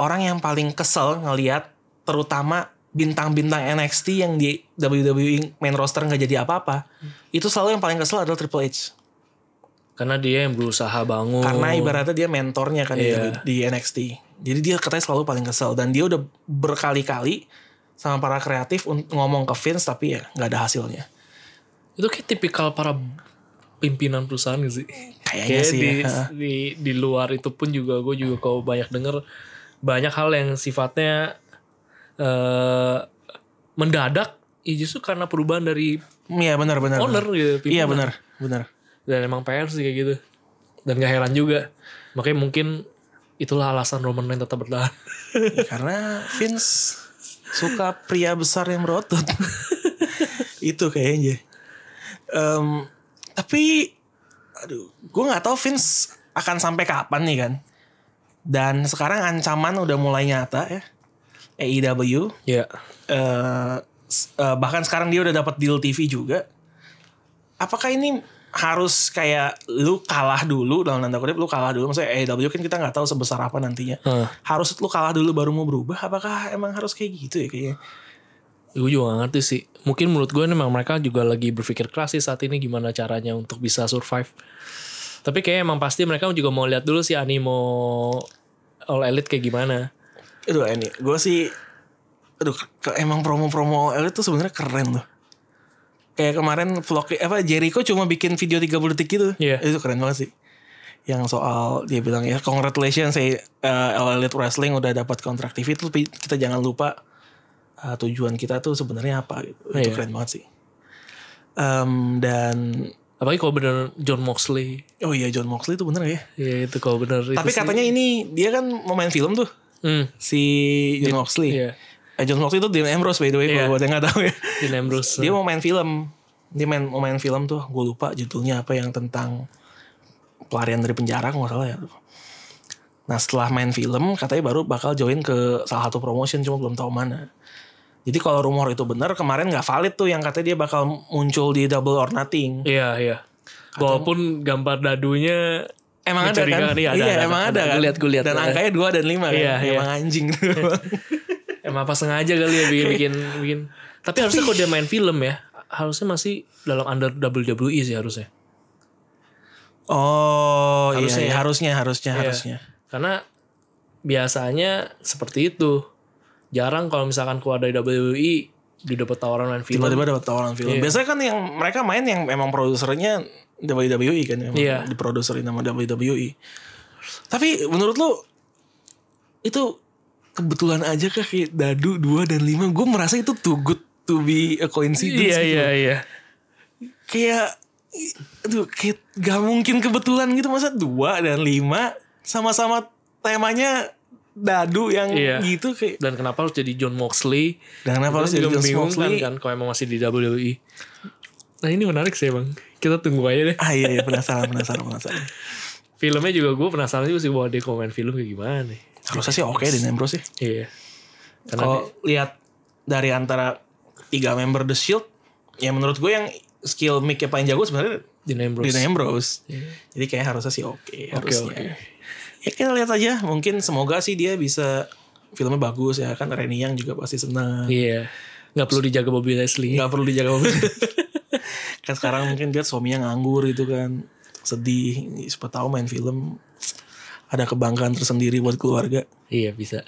Speaker 1: orang yang paling kesel ngelihat terutama bintang-bintang NXT yang di WWE main roster nggak jadi apa-apa
Speaker 3: Hmm.
Speaker 1: itu selalu yang paling kesel adalah Triple H
Speaker 3: Karena dia yang berusaha bangun.
Speaker 1: karena ibaratnya dia mentornya kan di-
Speaker 3: Oh. Iya.
Speaker 1: di, NXT jadi dia katanya selalu paling kesel dan dia udah berkali-kali sama para kreatif un- ngomong ke Vince tapi ya nggak ada hasilnya
Speaker 3: itu kayak tipikal para pimpinan perusahaan gak sih
Speaker 1: kayaknya
Speaker 3: kayak
Speaker 1: sih
Speaker 3: di,
Speaker 1: ya.
Speaker 3: di di luar itu pun juga gue juga kalau banyak denger banyak hal yang sifatnya eh mendadak ya justru karena perubahan dari
Speaker 1: iya benar benar
Speaker 3: owner
Speaker 1: benar.
Speaker 3: gitu
Speaker 1: iya
Speaker 3: pimpinan.
Speaker 1: benar benar
Speaker 3: dan emang PR sih kayak gitu dan gak heran juga makanya mungkin itulah alasan Roman Reigns tetap bertahan
Speaker 1: Ya, karena Vince suka pria besar yang berotot itu kayaknya Em, tapi aduh gue nggak tahu Vince akan sampai kapan nih kan dan sekarang ancaman udah mulai nyata ya AEW
Speaker 3: ya
Speaker 1: eh, s- eh, bahkan sekarang dia udah dapat deal TV juga apakah ini harus kayak lu kalah dulu dalam tanda kutip lu kalah dulu maksudnya AEW kan kita nggak tahu sebesar apa nantinya
Speaker 3: Heeh.
Speaker 1: harus lu kalah dulu baru mau berubah apakah emang harus kayak gitu ya kayaknya
Speaker 3: Gue juga gak ngerti sih. Mungkin menurut gue memang mereka juga lagi berpikir keras sih saat ini gimana caranya untuk bisa survive. Tapi kayak emang pasti mereka juga mau lihat dulu sih animo All Elite kayak gimana.
Speaker 1: aduh ini gue sih aduh ke- emang promo-promo OL itu sebenarnya keren loh kayak kemarin vlog apa Jericho cuma bikin video 30 detik gitu
Speaker 3: Iya.
Speaker 1: itu keren banget sih yang soal dia bilang ya congratulations saya uh, Elite Wrestling udah dapat kontrak TV itu kita jangan lupa uh, tujuan kita tuh sebenarnya apa gitu. itu
Speaker 3: Iya.
Speaker 1: keren banget sih Em, dan
Speaker 3: Apalagi kalau bener John Moxley.
Speaker 1: oh iya John Moxley itu bener ya
Speaker 3: Ya itu kalau bener itu
Speaker 1: tapi
Speaker 3: sih.
Speaker 1: katanya ini dia kan mau main film tuh
Speaker 3: Hmm,
Speaker 1: si John Moxley
Speaker 3: Iya.
Speaker 1: Eh, John Moxley itu Dean Ambrose by the way
Speaker 3: Iya.
Speaker 1: kalau buat yang nggak tahu ya.
Speaker 3: Dean Ambrose.
Speaker 1: Dia mau main film. Dia main mau main film tuh, gue lupa judulnya apa yang tentang pelarian dari penjara kalau nggak salah ya. Nah setelah main film katanya baru bakal join ke salah satu promotion cuma belum tahu mana. Jadi kalau rumor itu benar kemarin nggak valid tuh yang katanya dia bakal muncul di Double or Nothing.
Speaker 3: Iya, iya. Walaupun gambar dadunya
Speaker 1: Emang ada kan?
Speaker 3: mencurigakan. Iya, ada,
Speaker 1: iya
Speaker 3: ada,
Speaker 1: emang ada,
Speaker 3: ada.
Speaker 1: kan?
Speaker 3: Gue lihat, gue lihat.
Speaker 1: Dan angkanya 2 dan 5 kan?
Speaker 3: Iya,
Speaker 1: emang anjing.
Speaker 3: Emang apa sengaja kali ya bikin bikin bikin. Tapi harusnya kalau dia main film ya, harusnya masih dalam under WWE sih harusnya.
Speaker 1: oh
Speaker 3: Harusnya
Speaker 1: iya, iya,
Speaker 3: ya.
Speaker 1: harusnya, harusnya,
Speaker 3: Iya.
Speaker 1: harusnya.
Speaker 3: Karena biasanya seperti itu. Jarang kalau misalkan keluar dari WWE dia dapat tawaran main film.
Speaker 1: tiba-tiba dapat tawaran film.
Speaker 3: Iya.
Speaker 1: Biasanya kan yang mereka main yang emang produsernya WWE kan, emang
Speaker 3: Iya.
Speaker 1: diproduserin sama WWE. Tapi menurut lu itu kebetulan aja kah kayak Dadu 2 dan 5 gue merasa itu too good to be a coincidence
Speaker 3: Iya
Speaker 1: gitu.
Speaker 3: iya iya.
Speaker 1: Kayak i- aduh kayak gak mungkin kebetulan gitu masa 2 dan 5 sama-sama temanya Dadu yang
Speaker 3: Iya.
Speaker 1: gitu kayak
Speaker 3: Dan kenapa harus jadi John Moxley?
Speaker 1: dan kenapa harus jadi
Speaker 3: Itu juga
Speaker 1: John
Speaker 3: membingungkan
Speaker 1: Moxley?
Speaker 3: kan kalau emang masih di E. WWE. Nah ini menarik sih bang. Kita tunggu aja deh.
Speaker 1: Ah iya, iya penasaran penasaran penasaran.
Speaker 3: Filmnya juga gue penasaran juga sih bahwa dia komen film kayak gimana nih.
Speaker 1: Harusnya sih oke di Nembro sih.
Speaker 3: Iya. Karena
Speaker 1: Kalau lihat dari antara tiga member The Shield, ya menurut gue yang skill mic yang paling jago sebenarnya
Speaker 3: Dean Ambrose.
Speaker 1: Dean Ambrose. Jadi kayak harusnya sih oke harusnya.
Speaker 3: Iya. oke.
Speaker 1: Ya kita lihat aja, mungkin semoga sih dia bisa filmnya bagus ya kan Reni yang juga pasti senang.
Speaker 3: Iya. Nggak perlu dijaga Bobby Leslie.
Speaker 1: Nggak perlu dijaga kan sekarang mungkin dia suaminya nganggur gitu kan sedih siapa tahu main film ada kebanggaan tersendiri buat keluarga
Speaker 3: Iya bisa.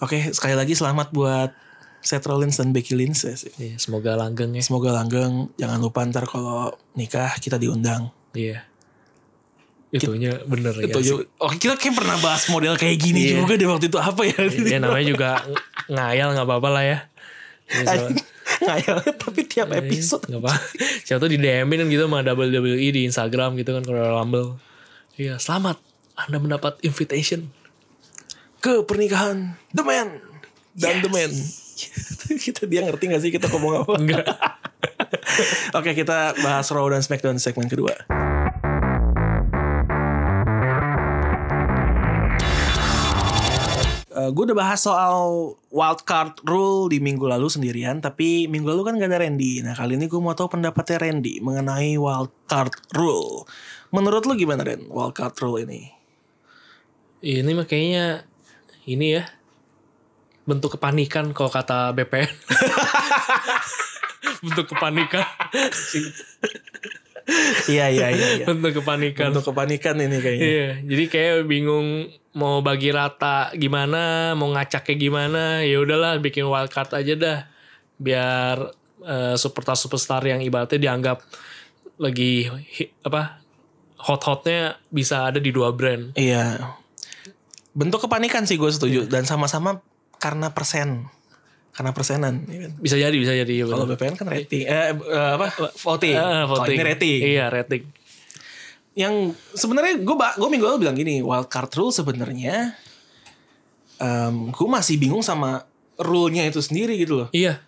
Speaker 1: oke sekali lagi selamat buat Seth Rollins dan Becky Lynch ya sih.
Speaker 3: Iya, semoga langgeng ya.
Speaker 1: Semoga langgeng. Jangan lupa ntar kalau nikah kita diundang.
Speaker 3: Iya. Itunya bener ya.
Speaker 1: Itu
Speaker 3: sih.
Speaker 1: juga- Oh kita kayak pernah bahas model kayak gini
Speaker 3: Iya.
Speaker 1: juga deh waktu itu apa ya?
Speaker 3: Iya namanya juga ng- ngayal nggak apa-apa lah ya.
Speaker 1: Ngayal tapi tiap episode.
Speaker 3: Gak apa. Siapa tuh di DM-in kan gitu sama WWE di Instagram gitu kan kalau Rumble. Iya, selamat. Anda mendapat invitation.
Speaker 1: Ke pernikahan The Man. Dan The Man. kita dia ngerti gak sih kita ngomong apa?
Speaker 3: Enggak.
Speaker 1: Oke kita bahas Raw dan Smackdown segmen kedua. gue Eh, udah bahas soal wildcard rule di minggu lalu sendirian, tapi minggu lalu kan gak ada Randy. Nah kali ini gue mau tahu pendapatnya Randy mengenai wildcard rule. Menurut lu gimana Ren, wildcard rule ini?
Speaker 3: Ini mah kayaknya ini ya bentuk kepanikan kalau kata BPN. bentuk kepanikan,
Speaker 1: Iya iya iya. iya.
Speaker 3: bentuk kepanikan.
Speaker 1: Untuk kepanikan ini kayaknya.
Speaker 3: Iya, jadi kayak bingung mau bagi rata gimana, mau ngacaknya gimana. Ya udahlah bikin wildcard aja dah. Biar eh, superstar-superstar yang ibaratnya dianggap lagi hi- apa? hot-hotnya bisa ada di dua brand.
Speaker 1: Iya. Bentuk kepanikan sih gue setuju dan sama-sama karena persen. Karena persenan, ya kan?
Speaker 3: Bisa jadi, bisa jadi. ya
Speaker 1: Kalau
Speaker 3: bener.
Speaker 1: BPN kan rating eh eh, apa voting.
Speaker 3: Eh,
Speaker 1: Kalau
Speaker 3: voting.
Speaker 1: ini rating.
Speaker 3: Iya, rating.
Speaker 1: Yang sebenarnya gue gue minggu lalu bilang gini, wildcard rule sebenarnya em gue masih bingung sama rule-nya itu sendiri gitu loh.
Speaker 3: Iya,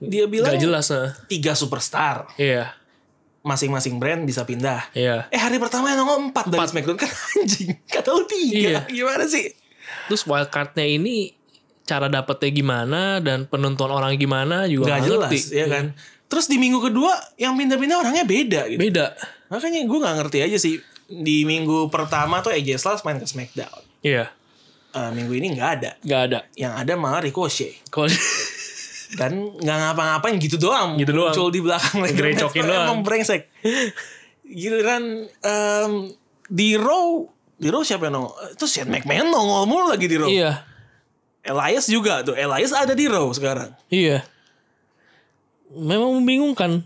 Speaker 1: Dia bilang
Speaker 3: nggak jelas. eh.
Speaker 1: tiga superstar
Speaker 3: Iya,
Speaker 1: masing-masing brand bisa pindah.
Speaker 3: iya.
Speaker 1: Eh hari pertama yang nongol empat, dari Smackdown kan anjing. Kata lu tiga,
Speaker 3: Iya.
Speaker 1: gimana sih?
Speaker 3: Terus wildcardnya ini cara dapetnya gimana dan penentuan orang gimana juga
Speaker 1: nggak
Speaker 3: nggak
Speaker 1: jelas
Speaker 3: ngerti.
Speaker 1: ya kan Terus di minggu kedua yang pindah-pindah orangnya beda gitu.
Speaker 3: Beda.
Speaker 1: Makanya gue nggak ngerti aja sih di minggu pertama tuh AJ Styles main ke SmackDown.
Speaker 3: Iya.
Speaker 1: Eh, minggu ini nggak ada.
Speaker 3: Gak ada.
Speaker 1: Yang ada malah Ricochet
Speaker 3: Kalau
Speaker 1: dan nggak ngapa-ngapain gitu doang.
Speaker 3: Gitu doang.
Speaker 1: Muncul di belakang lagi.
Speaker 3: Gerecokin doang.
Speaker 1: Emang brengsek. Giliran em, di Raw di Raw siapa yang nongol? Itu Shane McMahon nongol mulu lagi di Raw.
Speaker 3: iya.
Speaker 1: Elias juga tuh. Elias ada di Raw sekarang.
Speaker 3: Iya. Memang membingungkan.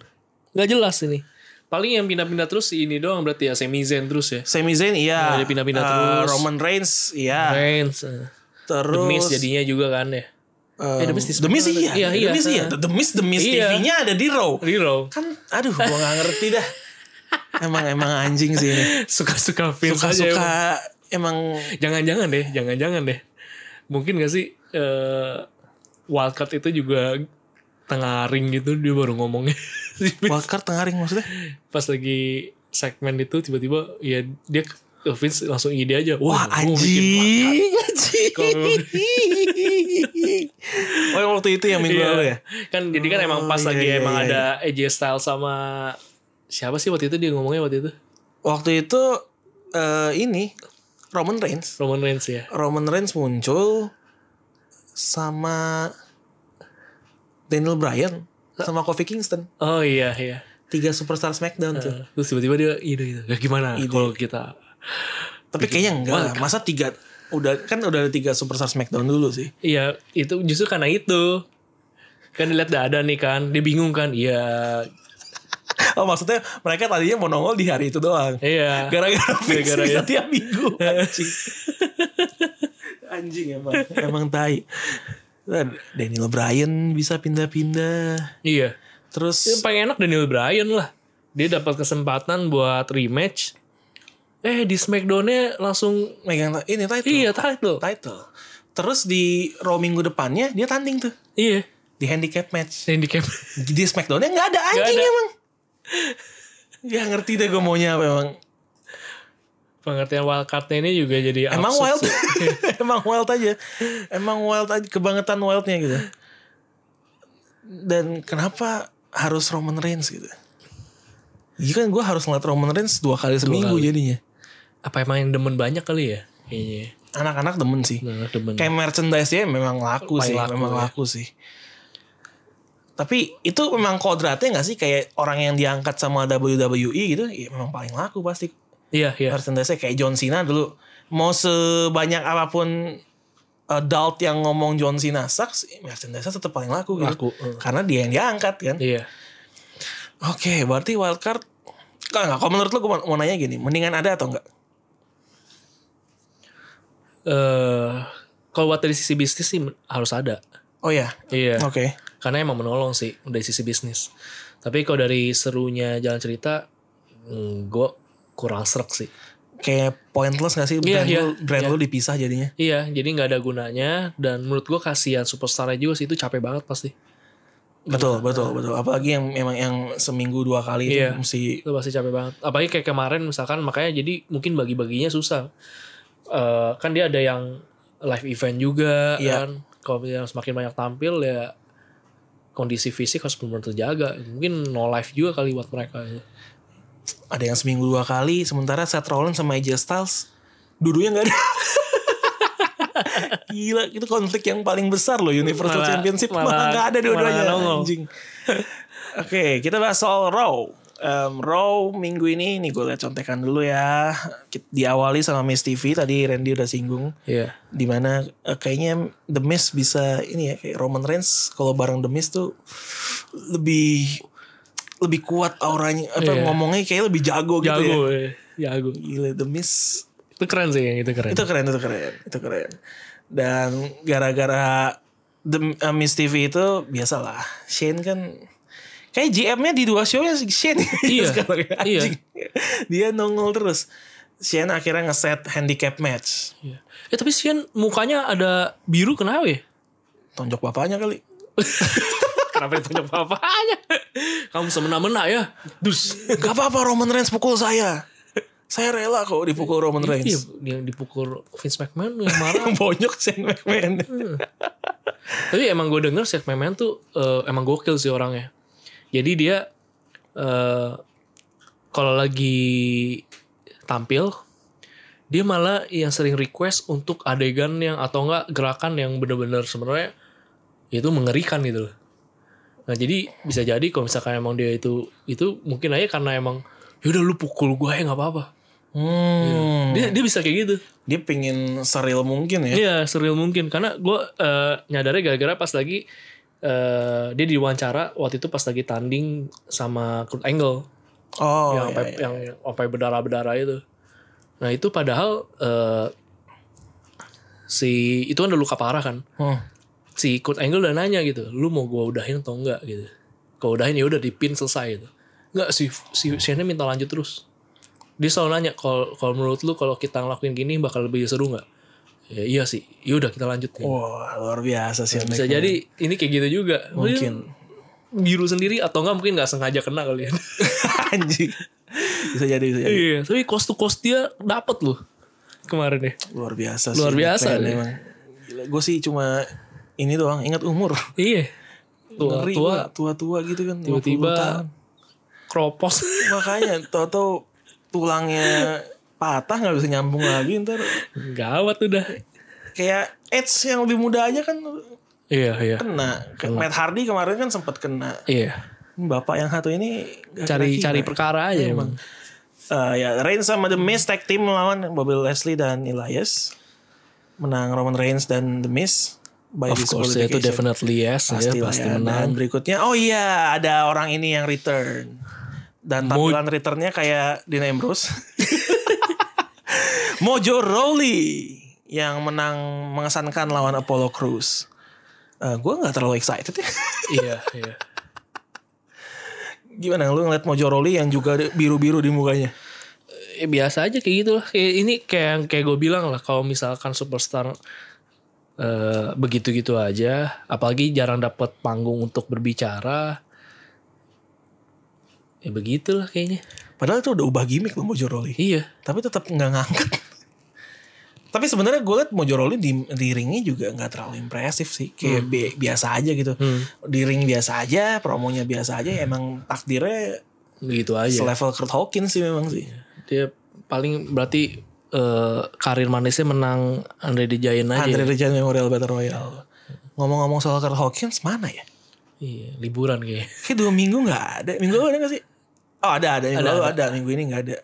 Speaker 3: Gak jelas ini. Paling yang pindah-pindah terus si ini doang berarti ya Sami Zayn terus ya.
Speaker 1: Sami Zayn iya.
Speaker 3: Nah, dia pindah-pindah
Speaker 1: Eh,
Speaker 3: terus.
Speaker 1: Roman Reigns iya.
Speaker 3: Reigns. eh. The
Speaker 1: Terus
Speaker 3: Miz jadinya juga kan ya.
Speaker 1: em,
Speaker 3: The Miz di
Speaker 1: The Miz
Speaker 3: Smackdown.
Speaker 1: iya.
Speaker 3: Iya, iya.
Speaker 1: The Miz iya. The Miz The Miz
Speaker 3: Iya.
Speaker 1: TV-nya ada di Raw.
Speaker 3: Riro.
Speaker 1: Kan aduh gua nggak ngerti dah. Emang emang anjing sih ini.
Speaker 3: Suka-suka Vince aja emang.
Speaker 1: Suka-suka emang
Speaker 3: Jangan-jangan deh, jangan-jangan deh. Mungkin gak sih eh wildcard itu juga tengah ring gitu dia baru ngomongnya.
Speaker 1: wildcard tengah ring maksudnya.
Speaker 3: Pas lagi segmen itu tiba-tiba ya dia ke Vince langsung ide aja.
Speaker 1: Wah
Speaker 3: gua mau bikin
Speaker 1: anjing, anjing. Oh yang waktu itu yang minggu
Speaker 3: Iya.
Speaker 1: lalu ya.
Speaker 3: Kan jadi kan emang pas
Speaker 1: Oh,
Speaker 3: lagi
Speaker 1: iya, iya,
Speaker 3: emang
Speaker 1: iya,
Speaker 3: ada AJ Styles sama siapa sih waktu itu dia ngomongnya waktu itu?
Speaker 1: Waktu itu eh, ini Roman Reigns.
Speaker 3: Roman Reigns ya.
Speaker 1: Roman Reigns muncul sama Daniel Bryan sama Kofi Kingston.
Speaker 3: Oh iya iya.
Speaker 1: Tiga superstar SmackDown tuh.
Speaker 3: Terus tiba-tiba dia ide gitu. Ya, gimana
Speaker 1: Iya. Ide.
Speaker 3: kalau kita
Speaker 1: Tapi kayaknya enggak lah. Masa tiga udah kan udah ada tiga superstar SmackDown dulu sih.
Speaker 3: Iya, itu justru karena itu. Kan dilihat dada nih kan, dia bingung kan. Iya,
Speaker 1: Oh maksudnya mereka tadinya mau nongol di hari itu doang.
Speaker 3: iya.
Speaker 1: Gara-gara fix
Speaker 3: Gara-gara
Speaker 1: bisa
Speaker 3: ya.
Speaker 1: tiap minggu anjing. anjing emang. Emang tai. Dan Daniel Bryan bisa pindah-pindah.
Speaker 3: iya. Yang
Speaker 1: Terus
Speaker 3: paling enak Daniel Bryan lah. Dia dapat kesempatan buat rematch. Eh, di SmackDown-nya langsung
Speaker 1: megang ta- ini title.
Speaker 3: iya title.
Speaker 1: Title. Terus di Raw minggu depannya dia tanding tuh
Speaker 3: Iya,
Speaker 1: di handicap match.
Speaker 3: handicap.
Speaker 1: Di Smackdown-nya nggak ada anjing
Speaker 3: ada.
Speaker 1: emang. Ya ngerti deh gue maunya apa emang.
Speaker 3: Pengertian wildcard-nya ini juga jadi
Speaker 1: Emang
Speaker 3: absurd
Speaker 1: wild,
Speaker 3: sih.
Speaker 1: emang wild aja, emang wild aja, kebangetan wildnya gitu. Dan kenapa harus Roman Reigns gitu? Iya kan gue harus ngeliat Roman Reigns dua kali seminggu
Speaker 3: kali.
Speaker 1: jadinya.
Speaker 3: Apa emang yang demen banyak kali ya? Kayaknya.
Speaker 1: Anak-anak demen sih.
Speaker 3: Nah, demen.
Speaker 1: Kayak merchandise-nya ya memang laku
Speaker 3: Paling
Speaker 1: sih,
Speaker 3: laku
Speaker 1: memang
Speaker 3: ya.
Speaker 1: laku sih. Tapi itu memang kodratnya gak sih kayak orang yang diangkat sama WWE gitu, ya memang paling laku pasti
Speaker 3: Iya, iya.
Speaker 1: merchandise kayak John Cena dulu mau sebanyak apapun adult yang ngomong John Cena ya sucks merchandise tetap paling laku gitu
Speaker 3: Laku, eh. heeh.
Speaker 1: karena dia yang diangkat kan
Speaker 3: Iya.
Speaker 1: oke berarti wildcard kalau nggak kalau menurut lu gue mau nanya gini mendingan ada atau enggak
Speaker 3: Eh, kalau buat dari sisi bisnis sih harus ada.
Speaker 1: oh ya
Speaker 3: Iya.
Speaker 1: oke
Speaker 3: karena emang menolong sih dari sisi bisnis. Tapi kalau dari serunya jalan cerita, gue kurang serak sih.
Speaker 1: kayak pointless gak sih
Speaker 3: Iya,
Speaker 1: brand,
Speaker 3: iya,
Speaker 1: lu, brand
Speaker 3: iya.
Speaker 1: lu dipisah jadinya
Speaker 3: Iya, jadi nggak ada gunanya dan menurut gue kasihan superstarnya juga sih itu capek banget pasti.
Speaker 1: betul betul betul apalagi yang memang yang seminggu dua kali
Speaker 3: Iya.
Speaker 1: itu mesti
Speaker 3: Itu pasti capek banget. Apalagi kayak kemarin misalkan makanya jadi mungkin bagi-baginya susah. Eh, kan dia ada yang live event juga
Speaker 1: Iya.
Speaker 3: kan. Kalau misalnya semakin banyak tampil ya kondisi fisik harus benar-benar terjaga. Mungkin no live juga kali buat mereka. ya.
Speaker 1: ada yang seminggu dua kali sementara Seth Rollins sama AJ Styles dudunya nggak ada gila itu konflik yang paling besar loh Universal
Speaker 3: Malah-
Speaker 1: Championship malah
Speaker 3: malah-
Speaker 1: nggak ada dua-duanya
Speaker 3: malah nongol.
Speaker 1: anjing oke kita bahas soal Raw Em, Raw minggu ini nih gue liat contekan dulu ya Ki- diawali sama Miss TV tadi Randy udah singgung
Speaker 3: Iya.
Speaker 1: dimana eh, kayaknya The Miz bisa ini ya kayak Roman Reigns kalau bareng The Miz tuh lebih lebih kuat auranya apa
Speaker 3: Iya.
Speaker 1: ngomongnya kayak lebih jago, gitu ya.
Speaker 3: Jago, eh. jago.
Speaker 1: Gila The Miz
Speaker 3: Itu keren sih yang itu keren.
Speaker 1: itu keren itu keren itu keren dan gara-gara The eh, Miz TV itu biasalah Shane kan kayak GM-nya di dua show-nya Shane
Speaker 3: Iya,
Speaker 1: sekarang ya,
Speaker 3: iya.
Speaker 1: anjing. dia nongol terus Shane akhirnya ngeset handicap match
Speaker 3: Iya. Eh tapi Sian mukanya ada biru kenapa ya?
Speaker 1: tonjok bapaknya kali
Speaker 3: kenapa ditunjuk papanya? Kamu semena-mena ya? Dus.
Speaker 1: Gak apa-apa Roman Reigns pukul saya. Saya rela kok dipukul Roman
Speaker 3: Iya,
Speaker 1: Reigns.
Speaker 3: yang dipukul Vince McMahon yang marah.
Speaker 1: Yang bonyok Shane McMahon.
Speaker 3: Iya. Tapi emang gue denger Shane McMahon tuh eh, emang gokil sih orangnya. Jadi dia eh kalau lagi tampil dia malah yang sering request untuk adegan yang atau enggak gerakan yang bener-bener sebenarnya itu mengerikan gitu loh. Nah jadi bisa jadi kalau misalkan emang dia itu itu mungkin aja karena emang yaudah lu pukul gue ya nggak apa-apa.
Speaker 4: Hmm.
Speaker 3: Dia dia bisa kayak gitu.
Speaker 4: Dia pingin seril mungkin ya.
Speaker 3: Iya serial mungkin karena gue nyadarnya gara-gara pas lagi eh dia diwawancara waktu itu pas lagi tanding sama Kurt Angle
Speaker 1: Oh,
Speaker 3: yang sampai yang sampai berdarah-berdarah itu. Nah itu padahal eh si itu kan udah luka parah kan.
Speaker 4: Hmm.
Speaker 3: Si Kurt Angle udah nanya gitu, lu mau gue udahin atau enggak gitu. Kalau udahin ya udah dipin selesai gitu. Enggak si si Shane minta lanjut terus. Dia selalu nanya kalau kalau menurut lu kalau kita ngelakuin gini bakal lebih seru nggak? Ya, iya sih, ya udah kita lanjut. Gitu.
Speaker 1: Wah, luar biasa sih.
Speaker 3: Bisa
Speaker 1: Nick.
Speaker 3: jadi ini kayak gitu juga.
Speaker 1: Mungkin.
Speaker 3: biru sendiri atau enggak mungkin nggak sengaja kena kali ya.
Speaker 1: Anjing. Bisa jadi, bisa jadi.
Speaker 3: Iya, tapi cost to cost dia dapat loh kemarin ya.
Speaker 1: Luar biasa
Speaker 3: Luar
Speaker 1: sih.
Speaker 3: biasa iya.
Speaker 1: McMahon
Speaker 3: deh.
Speaker 1: emang. Gila, gue sih cuma ini doang ingat umur.
Speaker 3: Iya. Tua
Speaker 1: Ngeri
Speaker 3: tua
Speaker 1: gua, tua-tua gitu kan. 50
Speaker 3: tiba-tiba
Speaker 1: tahun.
Speaker 3: kropos.
Speaker 1: Makanya tau-tau tulangnya patah nggak bisa nyambung lagi ntar
Speaker 3: Gawat udah.
Speaker 1: kayak Edge yang lebih muda aja kan
Speaker 3: Iya, iya.
Speaker 1: kena Kayak Matt Hardy kemarin kan sempat kena Hmm,
Speaker 3: Iya.
Speaker 1: bapak yang satu ini nggak
Speaker 3: Cari
Speaker 1: kena-kena.
Speaker 3: cari perkara aja Iya, emang.
Speaker 1: Eh, ya Reigns sama The Miz tag team melawan Bobby Leslie dan Elias menang Roman Reigns dan The Miz by
Speaker 3: Of course ya, itu
Speaker 1: disqualification.
Speaker 3: definitely yes ya,
Speaker 1: Pastilah
Speaker 3: pasti
Speaker 1: ya. Dan
Speaker 3: menang.
Speaker 1: berikutnya oh iya ada orang ini yang return. Dan
Speaker 3: Mo-
Speaker 1: tampilan returnnya kayak Dean Ambrose. Mojo Rawley yang menang mengesankan lawan Apollo Crews. Eh gue nggak terlalu excited ya.
Speaker 3: iya, iya.
Speaker 1: Gimana lu ngeliat Mojo Rawley yang juga ada biru-biru di mukanya?
Speaker 3: Ya, biasa aja kayak gitu lah. Kayak ini kayak yang- kayak gue bilang lah kalau misalkan superstar eh begitu-gitu aja, apalagi jarang dapat panggung untuk berbicara. Ya begitulah kayaknya.
Speaker 1: Padahal itu udah ubah gimmick loh Mojo Rawley.
Speaker 3: Iya.
Speaker 1: Tapi tetap nggak ngangkat. Tapi sebenarnya gue liat Mojo Rawley di, di ringnya juga nggak terlalu impresif sih. Kayak bi- biasa aja gitu. Di ring biasa aja, promonya biasa aja. Emang takdirnya
Speaker 3: begitu aja.
Speaker 1: selevel Kurt Hawkins sih memang sih.
Speaker 3: dia paling berarti eh, karir manisnya menang Andre the Giant aja.
Speaker 1: Andre the Giant Memorial Battle Royale. Ngomong-ngomong soal Kurt Hawkins mana ya?
Speaker 3: Iya, liburan kayaknya.
Speaker 1: Kayak dua minggu nggak ada. Minggu lalu ada nggak sih? Oh ada ada minggu lalu ada. Minggu ini nggak ada.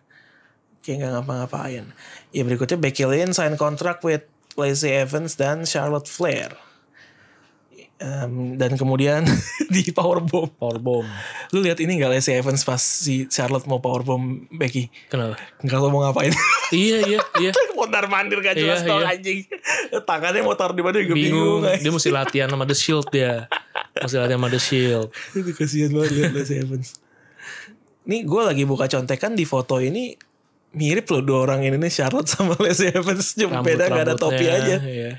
Speaker 1: Kayak nggak ngapa-ngapain. Ya berikutnya Becky Lynch sign contract with Lacey Evans dan Charlotte Flair. Em, dan kemudian di powerbomb.
Speaker 3: Powerbomb.
Speaker 1: Lu lihat ini nggak Lacey Evans pas si Charlotte mau powerbomb Becky?
Speaker 3: Kenapa?
Speaker 1: Nggak tahu mau ngapain.
Speaker 3: iya, iya, iya.
Speaker 1: Mondar mandir gak jelas
Speaker 3: Iya,
Speaker 1: tau
Speaker 3: iya.
Speaker 1: anjing. Tangannya mau taruh di mana juga bingung.
Speaker 3: Bingung. Dia mesti latihan sama The Shield dia. Mesti latihan sama The Shield.
Speaker 1: Itu kasihan banget lihat Lacey Evans. Nih gue lagi buka contekan di foto ini mirip loh dua orang ini nih Charlotte sama Lacey Evans cuma beda gak ada
Speaker 3: Rambut-rambutnya,
Speaker 1: topi aja
Speaker 3: Iya.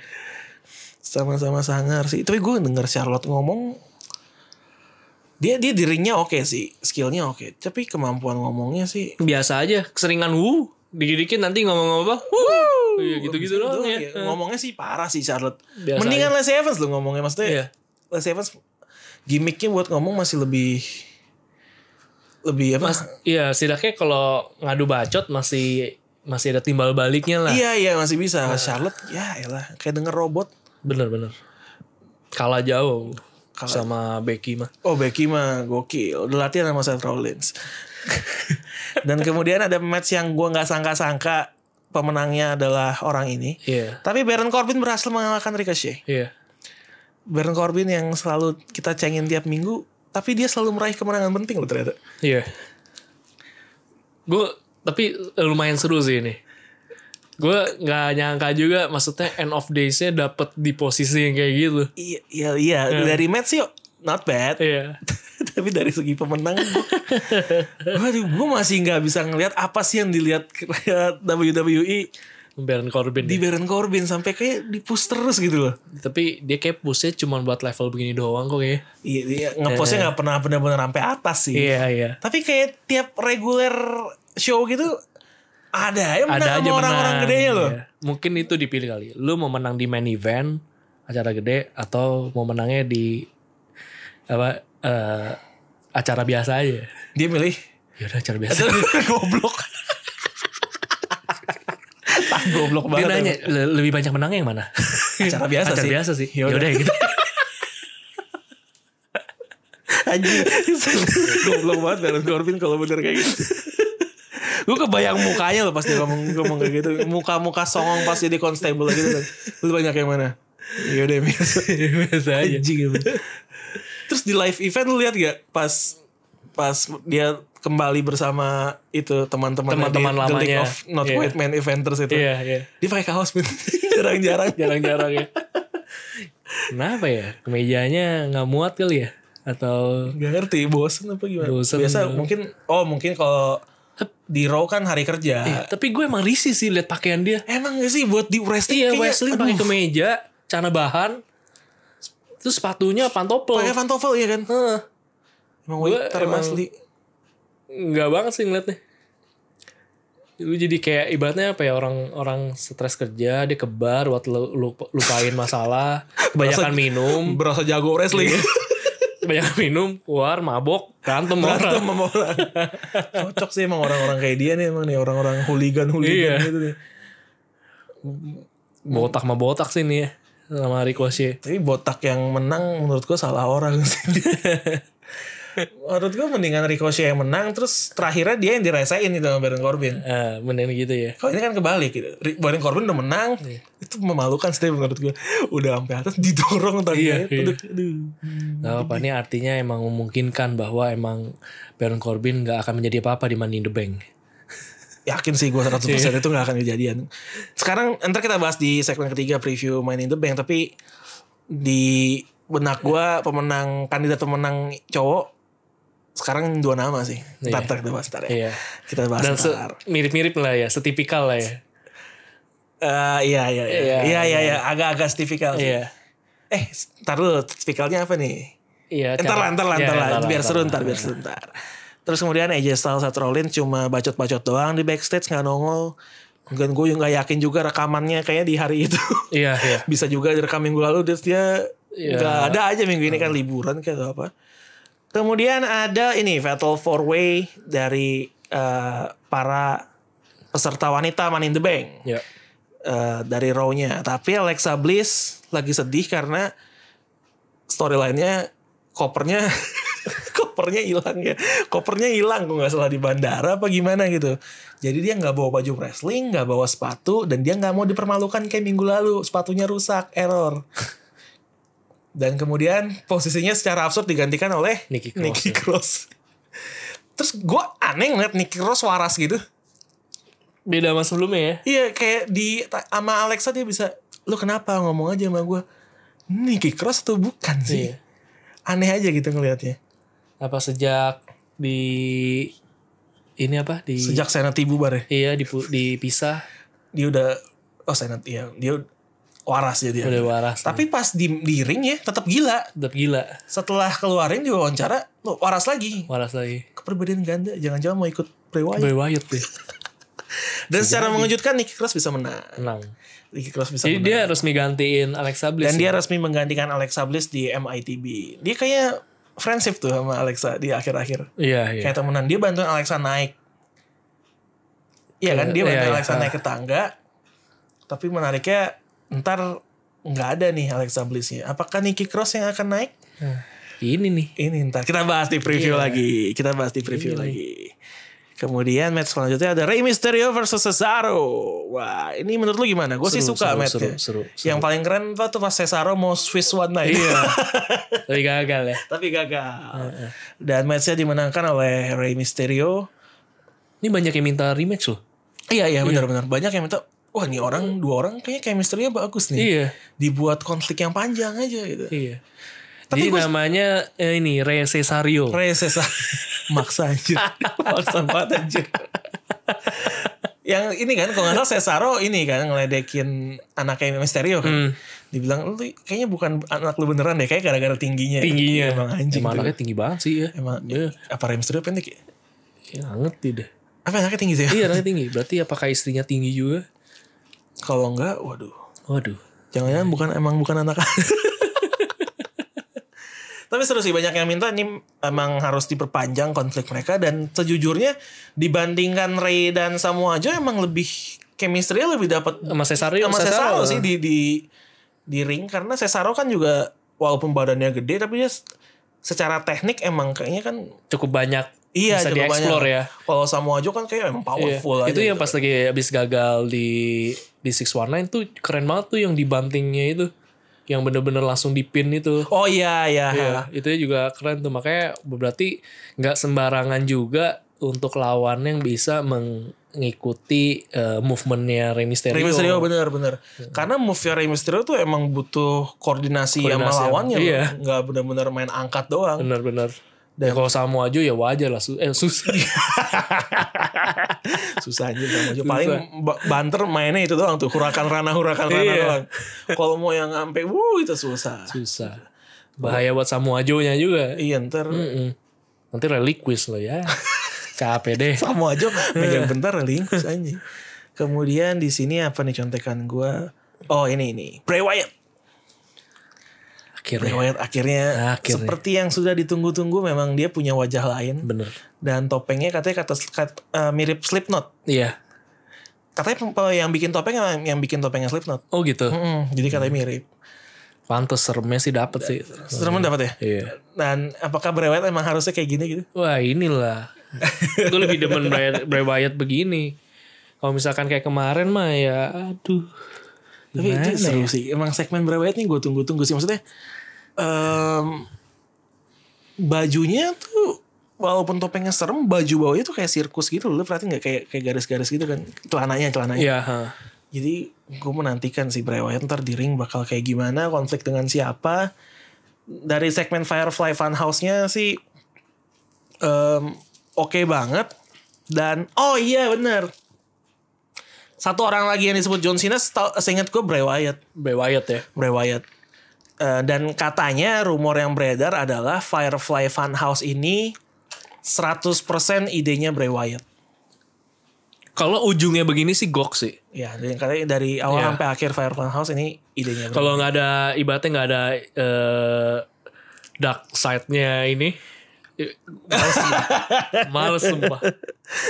Speaker 1: sama-sama sangar sih tapi gue denger Charlotte ngomong dia dia dirinya oke sih skillnya oke tapi kemampuan ngomongnya sih
Speaker 3: Biasa aja, keseringan wuh. Dikit-dikit nanti ngomong-ngomong apa? Wuh. Iya,
Speaker 1: Itu
Speaker 3: gitu-gitu doang ya.
Speaker 1: kayak ngomongnya sih parah sih Charlotte
Speaker 3: Biasa
Speaker 1: mendingan Lacey Evans lo ngomongnya maksudnya
Speaker 3: Iya.
Speaker 1: Lacey Evans gimmicknya buat ngomong masih lebih lebih apa
Speaker 3: Mas, iya, setidaknya kalau ngadu bacot masih masih ada timbal baliknya lah.
Speaker 1: Iya iya masih bisa. Charlotte ya elah kayak denger robot.
Speaker 3: Bener-bener. Kalah jauh sama Becky mah.
Speaker 1: Oh Becky mah gokil. Udah latihan sama Seth Rollins. Dan kemudian ada match yang gua nggak sangka-sangka pemenangnya adalah orang ini.
Speaker 3: Iya.
Speaker 1: Tapi Baron Corbin berhasil mengalahkan Ricochet.
Speaker 3: Iya.
Speaker 1: Baron Corbin yang selalu kita cengin tiap minggu, tapi dia selalu meraih kemenangan penting loh ternyata.
Speaker 3: Iya. Gue tapi eh, lumayan seru sih ini. Gue nggak nyangka juga maksudnya end of days-nya dapet di posisi yang kayak gitu.
Speaker 1: Iya iya iya dari match sih not bad.
Speaker 3: Iya.
Speaker 1: tapi dari segi pemenang gua- waduh gue masih nggak bisa ngelihat apa sih yang dilihat WWE
Speaker 3: Baron Corbin.
Speaker 1: di
Speaker 3: ya.
Speaker 1: Baron Corbin sampai kayak dipus terus gitu loh
Speaker 3: Tapi dia kayak push-nya cuma buat level begini doang kok ya. kayaknya.
Speaker 1: iya iya ngepostnya nggak pernah benar-benar sampai atas sih
Speaker 3: Iya, iya.
Speaker 1: tapi kayak tiap reguler show gitu ada ya menang
Speaker 3: Ada aja
Speaker 1: sama orang-orang
Speaker 3: menang.
Speaker 1: gedenya loh
Speaker 3: Iya. Mungkin itu dipilih kali. Lu mau menang di main event acara gede atau mau menangnya di apa eh acara biasa aja.
Speaker 1: Dia milih
Speaker 3: Ya udah acara biasa.
Speaker 1: goblok. Tah, Ah, goblok banget.
Speaker 3: Dia nanya
Speaker 1: emang.
Speaker 3: "Le- lebih banyak menangnya yang mana?
Speaker 1: Acara biasa
Speaker 3: acara
Speaker 1: sih.
Speaker 3: biasa sih. Ya udah gitu.
Speaker 1: Anjing. goblok banget Baron Corbin kalau bener kayak gitu. Gue kebayang mukanya loh pas dia ngomong ngomong kayak gitu. Muka-muka songong pas jadi constable gitu. kan. Lu banyak yang mana? Ya Yaudah biasa.
Speaker 3: Ya biasa aja.
Speaker 1: Anjing emang. Iya. Terus di live event lu lihat gak pas pas dia kembali bersama itu teman-teman
Speaker 3: Teman-teman
Speaker 1: di The League
Speaker 3: lamanya.
Speaker 1: of Not
Speaker 3: Iya.
Speaker 1: White Man Eventers itu.
Speaker 3: Iya, iya.
Speaker 1: Dia pakai kaos men. jarang-jarang.
Speaker 3: Jarang-jarang ya. Kenapa ya? Kemejanya nggak muat kali ya? Atau
Speaker 1: Gak ngerti bosen apa gimana.
Speaker 3: Bosen.
Speaker 1: Biasa mungkin oh mungkin kalau di Raw kan hari kerja.
Speaker 3: Eh, tapi gue emang risih sih lihat pakaian dia.
Speaker 1: Emang gak sih buat di wrestling
Speaker 3: Iya,
Speaker 1: kayaknya,
Speaker 3: Wesley
Speaker 1: aduh,
Speaker 3: pakai kemeja, celana bahan, terus sepatunya pantopel.
Speaker 1: pakai pantofel ya kan?
Speaker 3: Heeh.
Speaker 1: Emang
Speaker 3: Gua
Speaker 1: waiter
Speaker 3: emang-
Speaker 1: asli.
Speaker 3: nggak banget sih ngeliatnya lu jadi kayak ibaratnya apa ya orang orang stres kerja dia kebar buat lu- lu- lupain masalah
Speaker 1: Berasa-
Speaker 3: kebanyakan minum
Speaker 1: Berasa jago wrestling.
Speaker 3: kebanyakan minum keluar mabok berantem
Speaker 1: Berantem
Speaker 3: orang
Speaker 1: sama orang. Cocok sih emang orang-orang kayak dia nih emang nih orang-orang hooligan hooligan
Speaker 3: Iya.
Speaker 1: gitu nih.
Speaker 3: botak sama botak sih nih ya sama ya. Ricochet
Speaker 1: Tapi botak yang menang menurut gua salah orang sih. menurut gua mendingan Ricochet yang menang terus terakhirnya dia yang dirasain gitu sama Baron Corbin.
Speaker 3: Eh, bener gitu ya
Speaker 1: Kalau ini kan kebalik gitu. Ri- Baron Corbin udah menang.
Speaker 3: Iya.
Speaker 1: Itu memalukan sih menurut gua. Udah sampai atas didorong tadi.
Speaker 3: Iya, iya.
Speaker 1: Aduh, aduh.
Speaker 3: nggak apa ini artinya emang memungkinkan bahwa emang Baron Corbin nggak akan menjadi apa-apa di Money in the Bank
Speaker 1: Yakin sih gue 100%
Speaker 3: Iya.
Speaker 1: itu gak akan kejadian. Sekarang ntar kita bahas di segmen ketiga preview Main in the Bank. Tapi di
Speaker 3: Iya.
Speaker 1: benak gue pemenang, kandidat pemenang cowok. Sekarang dua nama sih. Ntar,
Speaker 3: Iya.
Speaker 1: ntar kita bahas ntar ya.
Speaker 3: Iya.
Speaker 1: Kita bahas
Speaker 3: dan se-
Speaker 1: ntar.
Speaker 3: mirip-mirip lah ya setipikal lah ya
Speaker 1: Eh, iya, iya, iya.
Speaker 3: Iya,
Speaker 1: Iya, iya, iya. Agak-agak stifikal sih.
Speaker 3: iya
Speaker 1: Eh, ntar dulu. Stifikalnya apa nih?
Speaker 3: Iya,
Speaker 1: Entar lah,
Speaker 3: cara-
Speaker 1: entar lah,
Speaker 3: Iya,
Speaker 1: entar lah.
Speaker 3: ntar lah,
Speaker 1: Biar
Speaker 3: ntar
Speaker 1: seru
Speaker 3: lah.
Speaker 1: ntar, biar seru ntar. Terus kemudian AJ Styles atau Rollins cuma bacot-bacot doang di backstage nggak nongol. Dan gue juga nggak yakin juga rekamannya kayaknya di hari itu.
Speaker 3: Iya, iya.
Speaker 1: Bisa juga direkam minggu lalu terus dia
Speaker 3: Iya.
Speaker 1: nggak ada aja minggu ini kan liburan kayak atau apa. Kemudian ada ini Fatal Four Way dari eh, para peserta wanita Money in the Bank
Speaker 3: Ya.
Speaker 1: eh, dari Raw-nya. Tapi Alexa Bliss lagi sedih karena storyline-nya kopernya kopernya hilang ya. Kopernya hilang kok nggak salah di bandara apa gimana gitu. Jadi dia nggak bawa baju wrestling, nggak bawa sepatu dan dia nggak mau dipermalukan kayak minggu lalu sepatunya rusak, error. Dan kemudian posisinya secara absurd digantikan oleh
Speaker 3: Nikki Cross, ya.
Speaker 1: Cross. Terus gue aneh ngeliat Nikki Cross waras gitu.
Speaker 3: Beda sama sebelumnya ya.
Speaker 1: Iya kayak di ta- sama Alexa dia bisa lu kenapa ngomong aja sama gue Niki Cross atau bukan sih
Speaker 3: Iya.
Speaker 1: aneh aja gitu ngelihatnya
Speaker 3: Apa sejak di ini apa di
Speaker 1: sejak Sanity bubar ya
Speaker 3: iya dipu- dipisah
Speaker 1: dia udah oh Sanity ya dia waras jadi ya.
Speaker 3: udah waras.
Speaker 1: tapi pas di, di ring ya tetap gila
Speaker 3: tetap gila
Speaker 1: setelah keluarin juga wawancara lu waras lagi
Speaker 3: waras lagi.
Speaker 1: keperbedaan ganda jangan-jangan mau ikut Bray Wyatt.
Speaker 3: Bray Wyatt deh
Speaker 1: dan secara mengejutkan Nikki Cross bisa menang
Speaker 3: menang.
Speaker 1: Nikki Cross bisa
Speaker 3: Jadi
Speaker 1: menang
Speaker 3: Iya, dia resmi gantiin Alexa Bliss. ya?
Speaker 1: Dan dia resmi menggantikan Alexa Bliss di MITB. Dia kayak friendship tuh sama Alexa di akhir-akhir.
Speaker 3: Iya, iya.
Speaker 1: Kayak temenan. Dia bantuin Alexa naik. Iya kan? Dia
Speaker 3: Iya,
Speaker 1: bantuin
Speaker 3: iya.
Speaker 1: Alexa naik ke tangga. Tapi menariknya ntar nggak ada nih Alexa Blissnya. Apakah Nikki Cross yang akan naik?
Speaker 3: Ini nih.
Speaker 1: Ini ntar Iya. kita bahas di preview lagi. Kita bahas di preview lagi. Kemudian match selanjutnya ada Rey Mysterio versus Cesaro. Wah, ini menurut lu gimana? Gue sih
Speaker 3: Seru,
Speaker 1: suka ya.
Speaker 3: seru,
Speaker 1: matchnya.
Speaker 3: seru, seru, seru.
Speaker 1: Yang paling keren apa tuh pas Cesaro mau Swiss One Night.
Speaker 3: Iya. Tapi gagal ya.
Speaker 1: Tapi gagal. Dan matchnya dimenangkan oleh Rey Mysterio.
Speaker 3: Ini banyak yang minta rematch loh.
Speaker 1: Iya iya benar-benar banyak yang minta. Wah ini orang dua orang kayaknya chemistry-nya bagus nih.
Speaker 3: Iya,
Speaker 1: Dibuat konflik yang panjang aja gitu.
Speaker 3: iya.
Speaker 1: Tapi
Speaker 3: Jadi
Speaker 1: gua-
Speaker 3: namanya eh, ini Rey Cesario.
Speaker 1: Rey Cesar ah. maksa anjir maksa banget anjir yang ini kan kalau nggak salah Cesaro ini kan ngeledekin anaknya Mysterio
Speaker 3: Hmm.
Speaker 1: kan dibilang lu tuh kayaknya bukan anak lu beneran deh kayak gara-gara tingginya
Speaker 3: Tingginya.
Speaker 1: emang iya, anjing
Speaker 3: Emang
Speaker 1: tuh.
Speaker 3: anaknya tinggi banget sih ya.
Speaker 1: emang
Speaker 3: Iya.
Speaker 1: apa Rey Mysterio pendek ya
Speaker 3: Ya, nggak ngerti deh.
Speaker 1: apa anaknya tinggi sih
Speaker 3: Iya anaknya tinggi. Berarti apakah istrinya tinggi juga?
Speaker 1: kalau enggak waduh
Speaker 3: Waduh.
Speaker 1: jangan-jangan bukan emang bukan anak Tapi seru sih banyak yang minta ini emang harus diperpanjang konflik mereka dan sejujurnya dibandingkan Ray dan Samoa Joe emang lebih chemistry lebih dapat
Speaker 3: Sama Iya, Cesaro
Speaker 1: sama Cesaro sih di di di ring karena Cesaro kan juga walaupun badannya gede tapi dia s- secara teknik emang kayaknya kan
Speaker 3: cukup banyak
Speaker 1: iya
Speaker 3: bisa
Speaker 1: coba
Speaker 3: dieksplor
Speaker 1: banyak.
Speaker 3: ya.
Speaker 1: Kalau Samoa Joe kan kayak emang
Speaker 3: Iya.
Speaker 1: powerful aja.
Speaker 3: Itu yang
Speaker 1: gitu.
Speaker 3: pas lagi habis gagal di di 619 tuh keren banget tuh yang dibantingnya itu. Yang bener-bener langsung dipin itu.
Speaker 1: Oh iya iya.
Speaker 3: Iya, itu juga keren tuh. Makanya berarti nggak sembarangan juga untuk lawan yang bisa mengikuti eh, movementnya Rey Mysterio.
Speaker 1: Rey Mysterio bener bener.
Speaker 3: Iya.
Speaker 1: Karena move Rey Mysterio tuh emang butuh koordinasi,
Speaker 3: Koordinasi
Speaker 1: sama
Speaker 3: yang-
Speaker 1: lawannya. loh.
Speaker 3: iya.
Speaker 1: Nggak bener-bener main angkat doang.
Speaker 3: Bener-bener. Dan kalau Samoa Joe ya wajar lah. Su- eh, susah.
Speaker 1: Susah aja sama Joe. Paling ba- banter mainnya itu doang tuh. Hurakan rana hurakan rana
Speaker 3: Iya.
Speaker 1: doang. Kalau mau yang sampai wuh itu susah.
Speaker 3: susah. Bahaya buat Samoa Joe-nya juga.
Speaker 1: Iya ntar
Speaker 3: Mm-mm. Nanti reliquis lo ya. Capek deh.
Speaker 1: sama aja megang bentar linkus aja. Kemudian di sini apa nih contekan gua? Oh ini ini Bray Wyatt. Bray
Speaker 3: Akhirnya.
Speaker 1: Wyatt akhirnya,
Speaker 3: Akhirnya.
Speaker 1: seperti yang sudah ditunggu-tunggu memang dia punya wajah lain
Speaker 3: Bener.
Speaker 1: dan topengnya katanya kata, kat- eh, mirip Slipknot.
Speaker 3: Iya.
Speaker 1: Katanya pem- pe- yang bikin topeng yang, yang bikin topengnya Slipknot.
Speaker 3: Oh gitu.
Speaker 1: Mm-mm, jadi katanya mirip.
Speaker 3: Pantes seremnya sih dapet sih.
Speaker 1: Serem dapat ya?
Speaker 3: Iya.
Speaker 1: Dan apakah Bray Wyatt emang harusnya kayak gini gitu?
Speaker 3: Wah inilah. Gue lebih demen Bray, Bray Wyatt begini. Kalau misalkan kayak kemarin mah ya aduh.
Speaker 1: Tapi itu
Speaker 3: Gimana
Speaker 1: seru
Speaker 3: ya?
Speaker 1: sih. Emang segmen Bray Wyatt nih gue tunggu-tunggu sih. Maksudnya em, bajunya tuh walaupun topengnya serem, baju bawahnya tuh kayak sirkus gitu loh. Lu Perhatiin nggak kayak kayak garis-garis gitu kan? Celananya, celananya.
Speaker 3: Iya. ha.
Speaker 1: Jadi gue menantikan sih Bray Wyatt ntar di ring bakal kayak gimana, konflik dengan siapa. Dari segmen Firefly Funhouse-nya sih em, oke banget. Dan oh iya bener. Satu orang lagi yang disebut John Cena setau- seingat gue Bray Wyatt.
Speaker 3: Bray Wyatt ya.
Speaker 1: Bray Wyatt. Eh, dan katanya rumor yang beredar adalah Firefly Funhouse ini 100% idenya Bray Wyatt.
Speaker 3: Kalau ujungnya begini sih gok sih.
Speaker 1: Ya, dan katanya dari awal
Speaker 3: Iya.
Speaker 1: sampai akhir Firefly Funhouse ini idenya Bray
Speaker 3: Kalau nggak ada ibaratnya nggak ada eh, dark side-nya ini. eh, Males sumpah. males sumpah.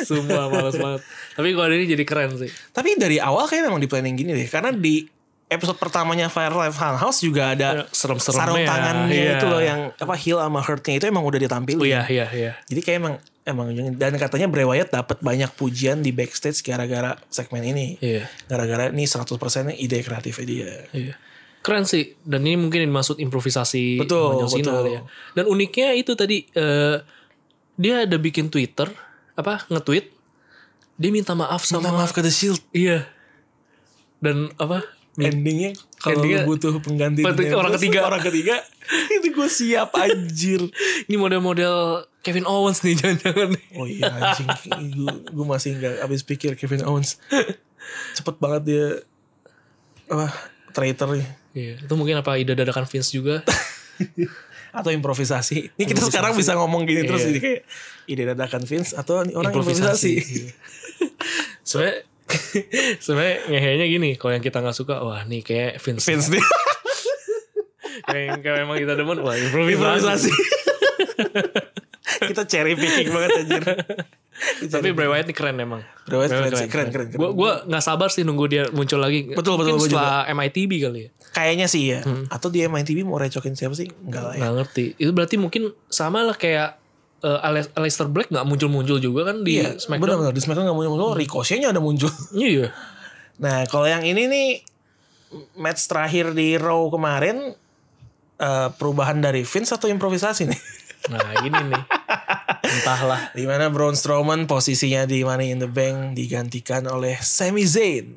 Speaker 3: Sumpah males banget. Tapi kalau ini jadi keren sih.
Speaker 1: Tapi dari awal kayak memang di planning gini deh, karena di episode pertamanya Firefly Funhouse juga ada
Speaker 3: Ya, Serem-seremnya.
Speaker 1: sarung tangannya
Speaker 3: Iya.
Speaker 1: itu loh yang apa heel sama hurtnya itu emang udah ditampilin.
Speaker 3: Iya, iya, iya.
Speaker 1: Jadi kayak emang emang ujungnya- dan katanya Bray Wyatt dapat banyak pujian di backstage gara-gara segmen ini.
Speaker 3: Iya.
Speaker 1: Gara-gara ini 100% ide kreatifnya dia.
Speaker 3: Iya. Keren sih. Dan ini mungkin yang dimaksud improvisasi
Speaker 1: Betul,
Speaker 3: John Cena
Speaker 1: betul.
Speaker 3: kali ya. Dan uniknya itu tadi eh, dia ada bikin Twitter apa nge-tweet dia minta maaf sama
Speaker 1: Minta maaf ke The Shield.
Speaker 3: iya. Dan apa?
Speaker 1: Endingnya kalau lu
Speaker 3: Endingnya-
Speaker 1: butuh pengganti
Speaker 3: Penting-
Speaker 1: Demetrius,
Speaker 3: orang ketiga.
Speaker 1: Orang ketiga. itu gue siap anjir.
Speaker 3: Ini model-model Kevin Owens nih jangan-jangan nih.
Speaker 1: Oh iya anjing. gue masih nggak habis pikir Kevin Owens. Cepet banget dia apa traitor nih.
Speaker 3: Iya, itu mungkin apa ide dadakan Vince juga.
Speaker 1: atau improvisasi. Ini kita sekarang bisa ngomong gini terus
Speaker 3: Iya.
Speaker 1: jadi kayak ide dadakan Vince atau nih orang improvisasi.
Speaker 3: Improvisasi. Iya. sebenarnya sebenarnya ngehenya gini, kalau yang kita nggak suka, wah nih kayak Vince.
Speaker 1: Vince nih
Speaker 3: Kayak yang kayak emang kita demen, wah improvisasi.
Speaker 1: improvisasi. kita cherry picking banget anjir.
Speaker 3: Tapi Bray Wyatt ini keren emang.
Speaker 1: Bray Wyatt keren sih, keren, keren, keren.
Speaker 3: Gue gue nggak sabar sih nunggu dia muncul lagi.
Speaker 1: Betul, betul,
Speaker 3: Mungkin
Speaker 1: gua juga.
Speaker 3: Setelah MITB kali ya.
Speaker 1: Kayaknya sih ya. Atau dia main TV mau recokin siapa sih? Enggak lah ya.
Speaker 3: Nggak ngerti. Itu berarti mungkin sama lah kayak eh, Ale- Aleister Black nggak muncul-muncul juga kan di
Speaker 1: Iya,
Speaker 3: SmackDown.
Speaker 1: benar-benar di SmackDown nggak muncul-muncul, Ricochet-nya ada muncul.
Speaker 3: Iya. iya.
Speaker 1: Nah, kalau yang ini nih match terakhir di Raw kemarin eh, perubahan dari Vince atau improvisasi nih?
Speaker 3: Nah ini nih. Entahlah.
Speaker 1: di mana Braun Strowman posisinya di Money in the Bank digantikan oleh Sami Zayn.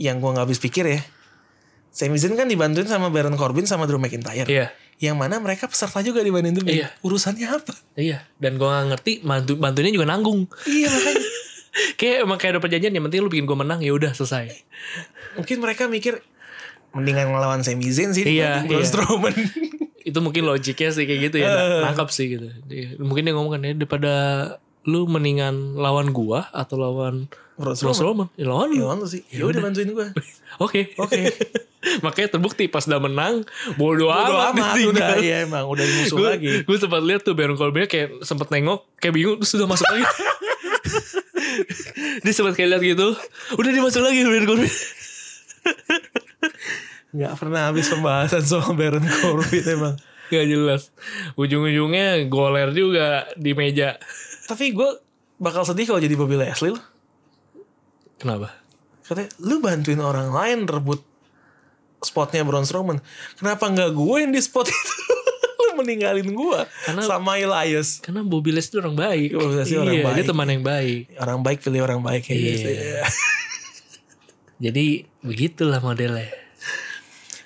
Speaker 1: Yang gua nggak habis pikir ya. Sami Zayn kan dibantuin sama Baron Corbin sama Drew McIntyre.
Speaker 3: Iya.
Speaker 1: Yang mana mereka peserta juga di Money in the Bank.
Speaker 3: Iya.
Speaker 1: Urusannya apa?
Speaker 3: Iya. Dan gue nggak ngerti bantu bantunya juga nanggung.
Speaker 1: Iya makanya.
Speaker 3: kayak emang kayak ada perjanjian yang penting lu bikin gue menang ya udah selesai.
Speaker 1: Mungkin mereka mikir mendingan ngelawan Sami Zayn sih dibanding
Speaker 3: Iya,
Speaker 1: Braun
Speaker 3: iya.
Speaker 1: Strowman.
Speaker 3: itu mungkin logiknya sih kayak gitu
Speaker 1: Eh.
Speaker 3: ya nah, nangkap sih gitu Dia- mungkin dia ngomong kan ya daripada lu mendingan lawan gua atau lawan
Speaker 1: Braun
Speaker 3: Braun
Speaker 1: Strowman.
Speaker 3: Strowman ya lawan lu
Speaker 1: Iya, mantu sih. Ya udah bantuin gua.
Speaker 3: oke
Speaker 1: Oke.
Speaker 3: Makanya terbukti pas udah menang
Speaker 1: Bodo
Speaker 3: bodo, amat,
Speaker 1: amat udah
Speaker 3: ditinggal.
Speaker 1: ya emang udah musuh
Speaker 3: Gue
Speaker 1: lagi.
Speaker 3: gue sempat lihat tuh Baron Corbin kayak sempat nengok kayak bingung terus udah masuk lagi. dia sempat kayak lihat gitu, udah dia masuk lagi Baron Corbin.
Speaker 1: Gak pernah habis pembahasan soal Baron Corbin emang.
Speaker 3: Gak jelas. Ujung-ujungnya goler juga di meja.
Speaker 1: Tapi gue bakal sedih kalau jadi Bobby Leslie loh.
Speaker 3: Kenapa?
Speaker 1: Katanya lu bantuin orang lain rebut spotnya Braun Strowman. Kenapa nggak gue yang di spot itu? lu meninggalin gue
Speaker 3: Karena-
Speaker 1: sama Elias.
Speaker 3: Karena Bobby Leslie orang baik.
Speaker 1: Bobby Leslie orang
Speaker 3: Iya, Dia
Speaker 1: baik.
Speaker 3: teman yang baik.
Speaker 1: Orang baik pilih orang baik kayak gitu.
Speaker 3: Iya. Jadi begitulah modelnya.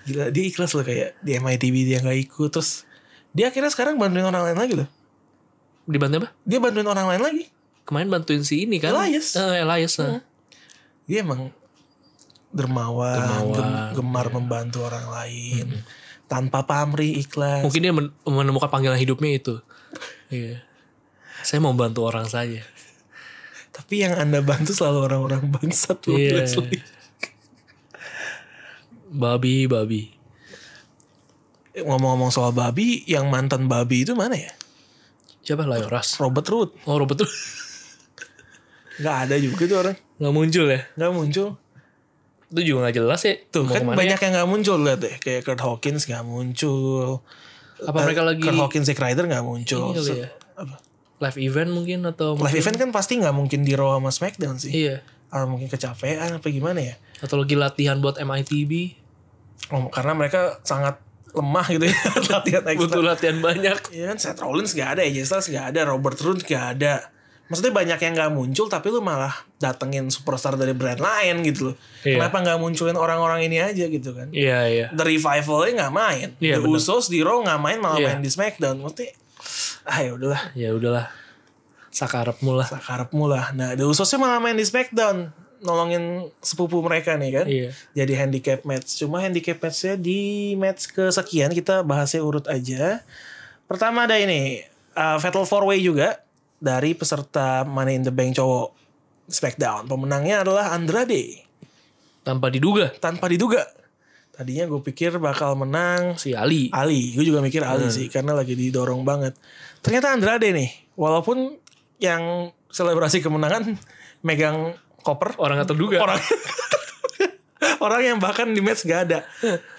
Speaker 1: Gila dia ikhlas loh kayak di MITB dia nggak ikut terus dia akhirnya sekarang bantuin orang lain lagi loh.
Speaker 3: Dibantu apa?
Speaker 1: Dia bantuin orang lain lagi.
Speaker 3: Kemarin bantuin si ini kan?
Speaker 1: Elias. Iya.
Speaker 3: Eh, Elias. nah.
Speaker 1: Dia Iya, emang dermawan,
Speaker 3: Dermawan, iya.
Speaker 1: gem- gemar membantu orang lain. Tanpa pamrih ikhlas.
Speaker 3: Mungkin dia men- menemukan panggilan hidupnya itu. Iya. Saya mau bantu orang saja.
Speaker 1: Tapi yang anda bantu selalu orang-orang bangsat Bobby
Speaker 3: Iya.
Speaker 1: Leslie.
Speaker 3: Babi, babi.
Speaker 1: Eh, Ngomong-ngomong soal babi, yang mantan babi itu mana ya?
Speaker 3: Siapa Layoras?
Speaker 1: Robert Root.
Speaker 3: Oh Robert tuh
Speaker 1: Nggak ada juga tuh orang.
Speaker 3: nggak muncul ya?
Speaker 1: Nggak muncul.
Speaker 3: Itu juga nggak jelas ya.
Speaker 1: Tuh
Speaker 3: mau
Speaker 1: kan
Speaker 3: kemana
Speaker 1: banyak
Speaker 3: ya?
Speaker 1: yang nggak muncul lihat deh. Kayak Kurt Hawkins nggak muncul.
Speaker 3: Apa
Speaker 1: Eh,
Speaker 3: mereka lagi
Speaker 1: Kurt Hawkins, Zack Ryder nggak muncul.
Speaker 3: Ini kali
Speaker 1: So-
Speaker 3: ya? live event mungkin atau
Speaker 1: Live
Speaker 3: mungkin-
Speaker 1: event kan pasti nggak mungkin di Raw sama SmackDown sih.
Speaker 3: Iya.
Speaker 1: Atau mungkin kecapean apa gimana ya.
Speaker 3: Atau lagi latihan buat MITB.
Speaker 1: Oh, karena mereka sangat lemah gitu ya. latihan ekstra.
Speaker 3: Butuh latihan banyak.
Speaker 1: Iya kan Seth Rollins gak ada, AJ Styles gak ada, Robert Roode gak ada. Maksudnya banyak yang gak muncul tapi lu malah datengin superstar dari brand lain gitu loh.
Speaker 3: Iya.
Speaker 1: Kenapa gak munculin orang-orang ini aja gitu kan.
Speaker 3: Iya, iya.
Speaker 1: The Revival-nya gak main.
Speaker 3: Iya,
Speaker 1: The
Speaker 3: benar.
Speaker 1: Usos di Raw gak main malah
Speaker 3: Iya.
Speaker 1: main di SmackDown. Maksudnya ah ya udahlah
Speaker 3: Ya udahlah. Sakarep mula.
Speaker 1: sakarepmu lah. Nah The Usosnya malah main di SmackDown. Nolongin sepupu mereka nih kan.
Speaker 3: Iya.
Speaker 1: Jadi handicap match. Cuma handicap matchnya di match kesekian kita bahasnya urut aja. Pertama ada ini uh, Fatal Four Way juga dari peserta Money in the Bank cowok SmackDown. Pemenangnya adalah Andrade
Speaker 3: Tanpa diduga
Speaker 1: tanpa diduga. Tadinya gue pikir bakal menang
Speaker 3: si Ali.
Speaker 1: Ali. Gue juga mikir Ali sih karena lagi didorong banget. Ternyata Andrade nih walaupun yang selebrasi kemenangan megang koper
Speaker 3: Orang nggak terduga.
Speaker 1: orang orang yang bahkan di match gak ada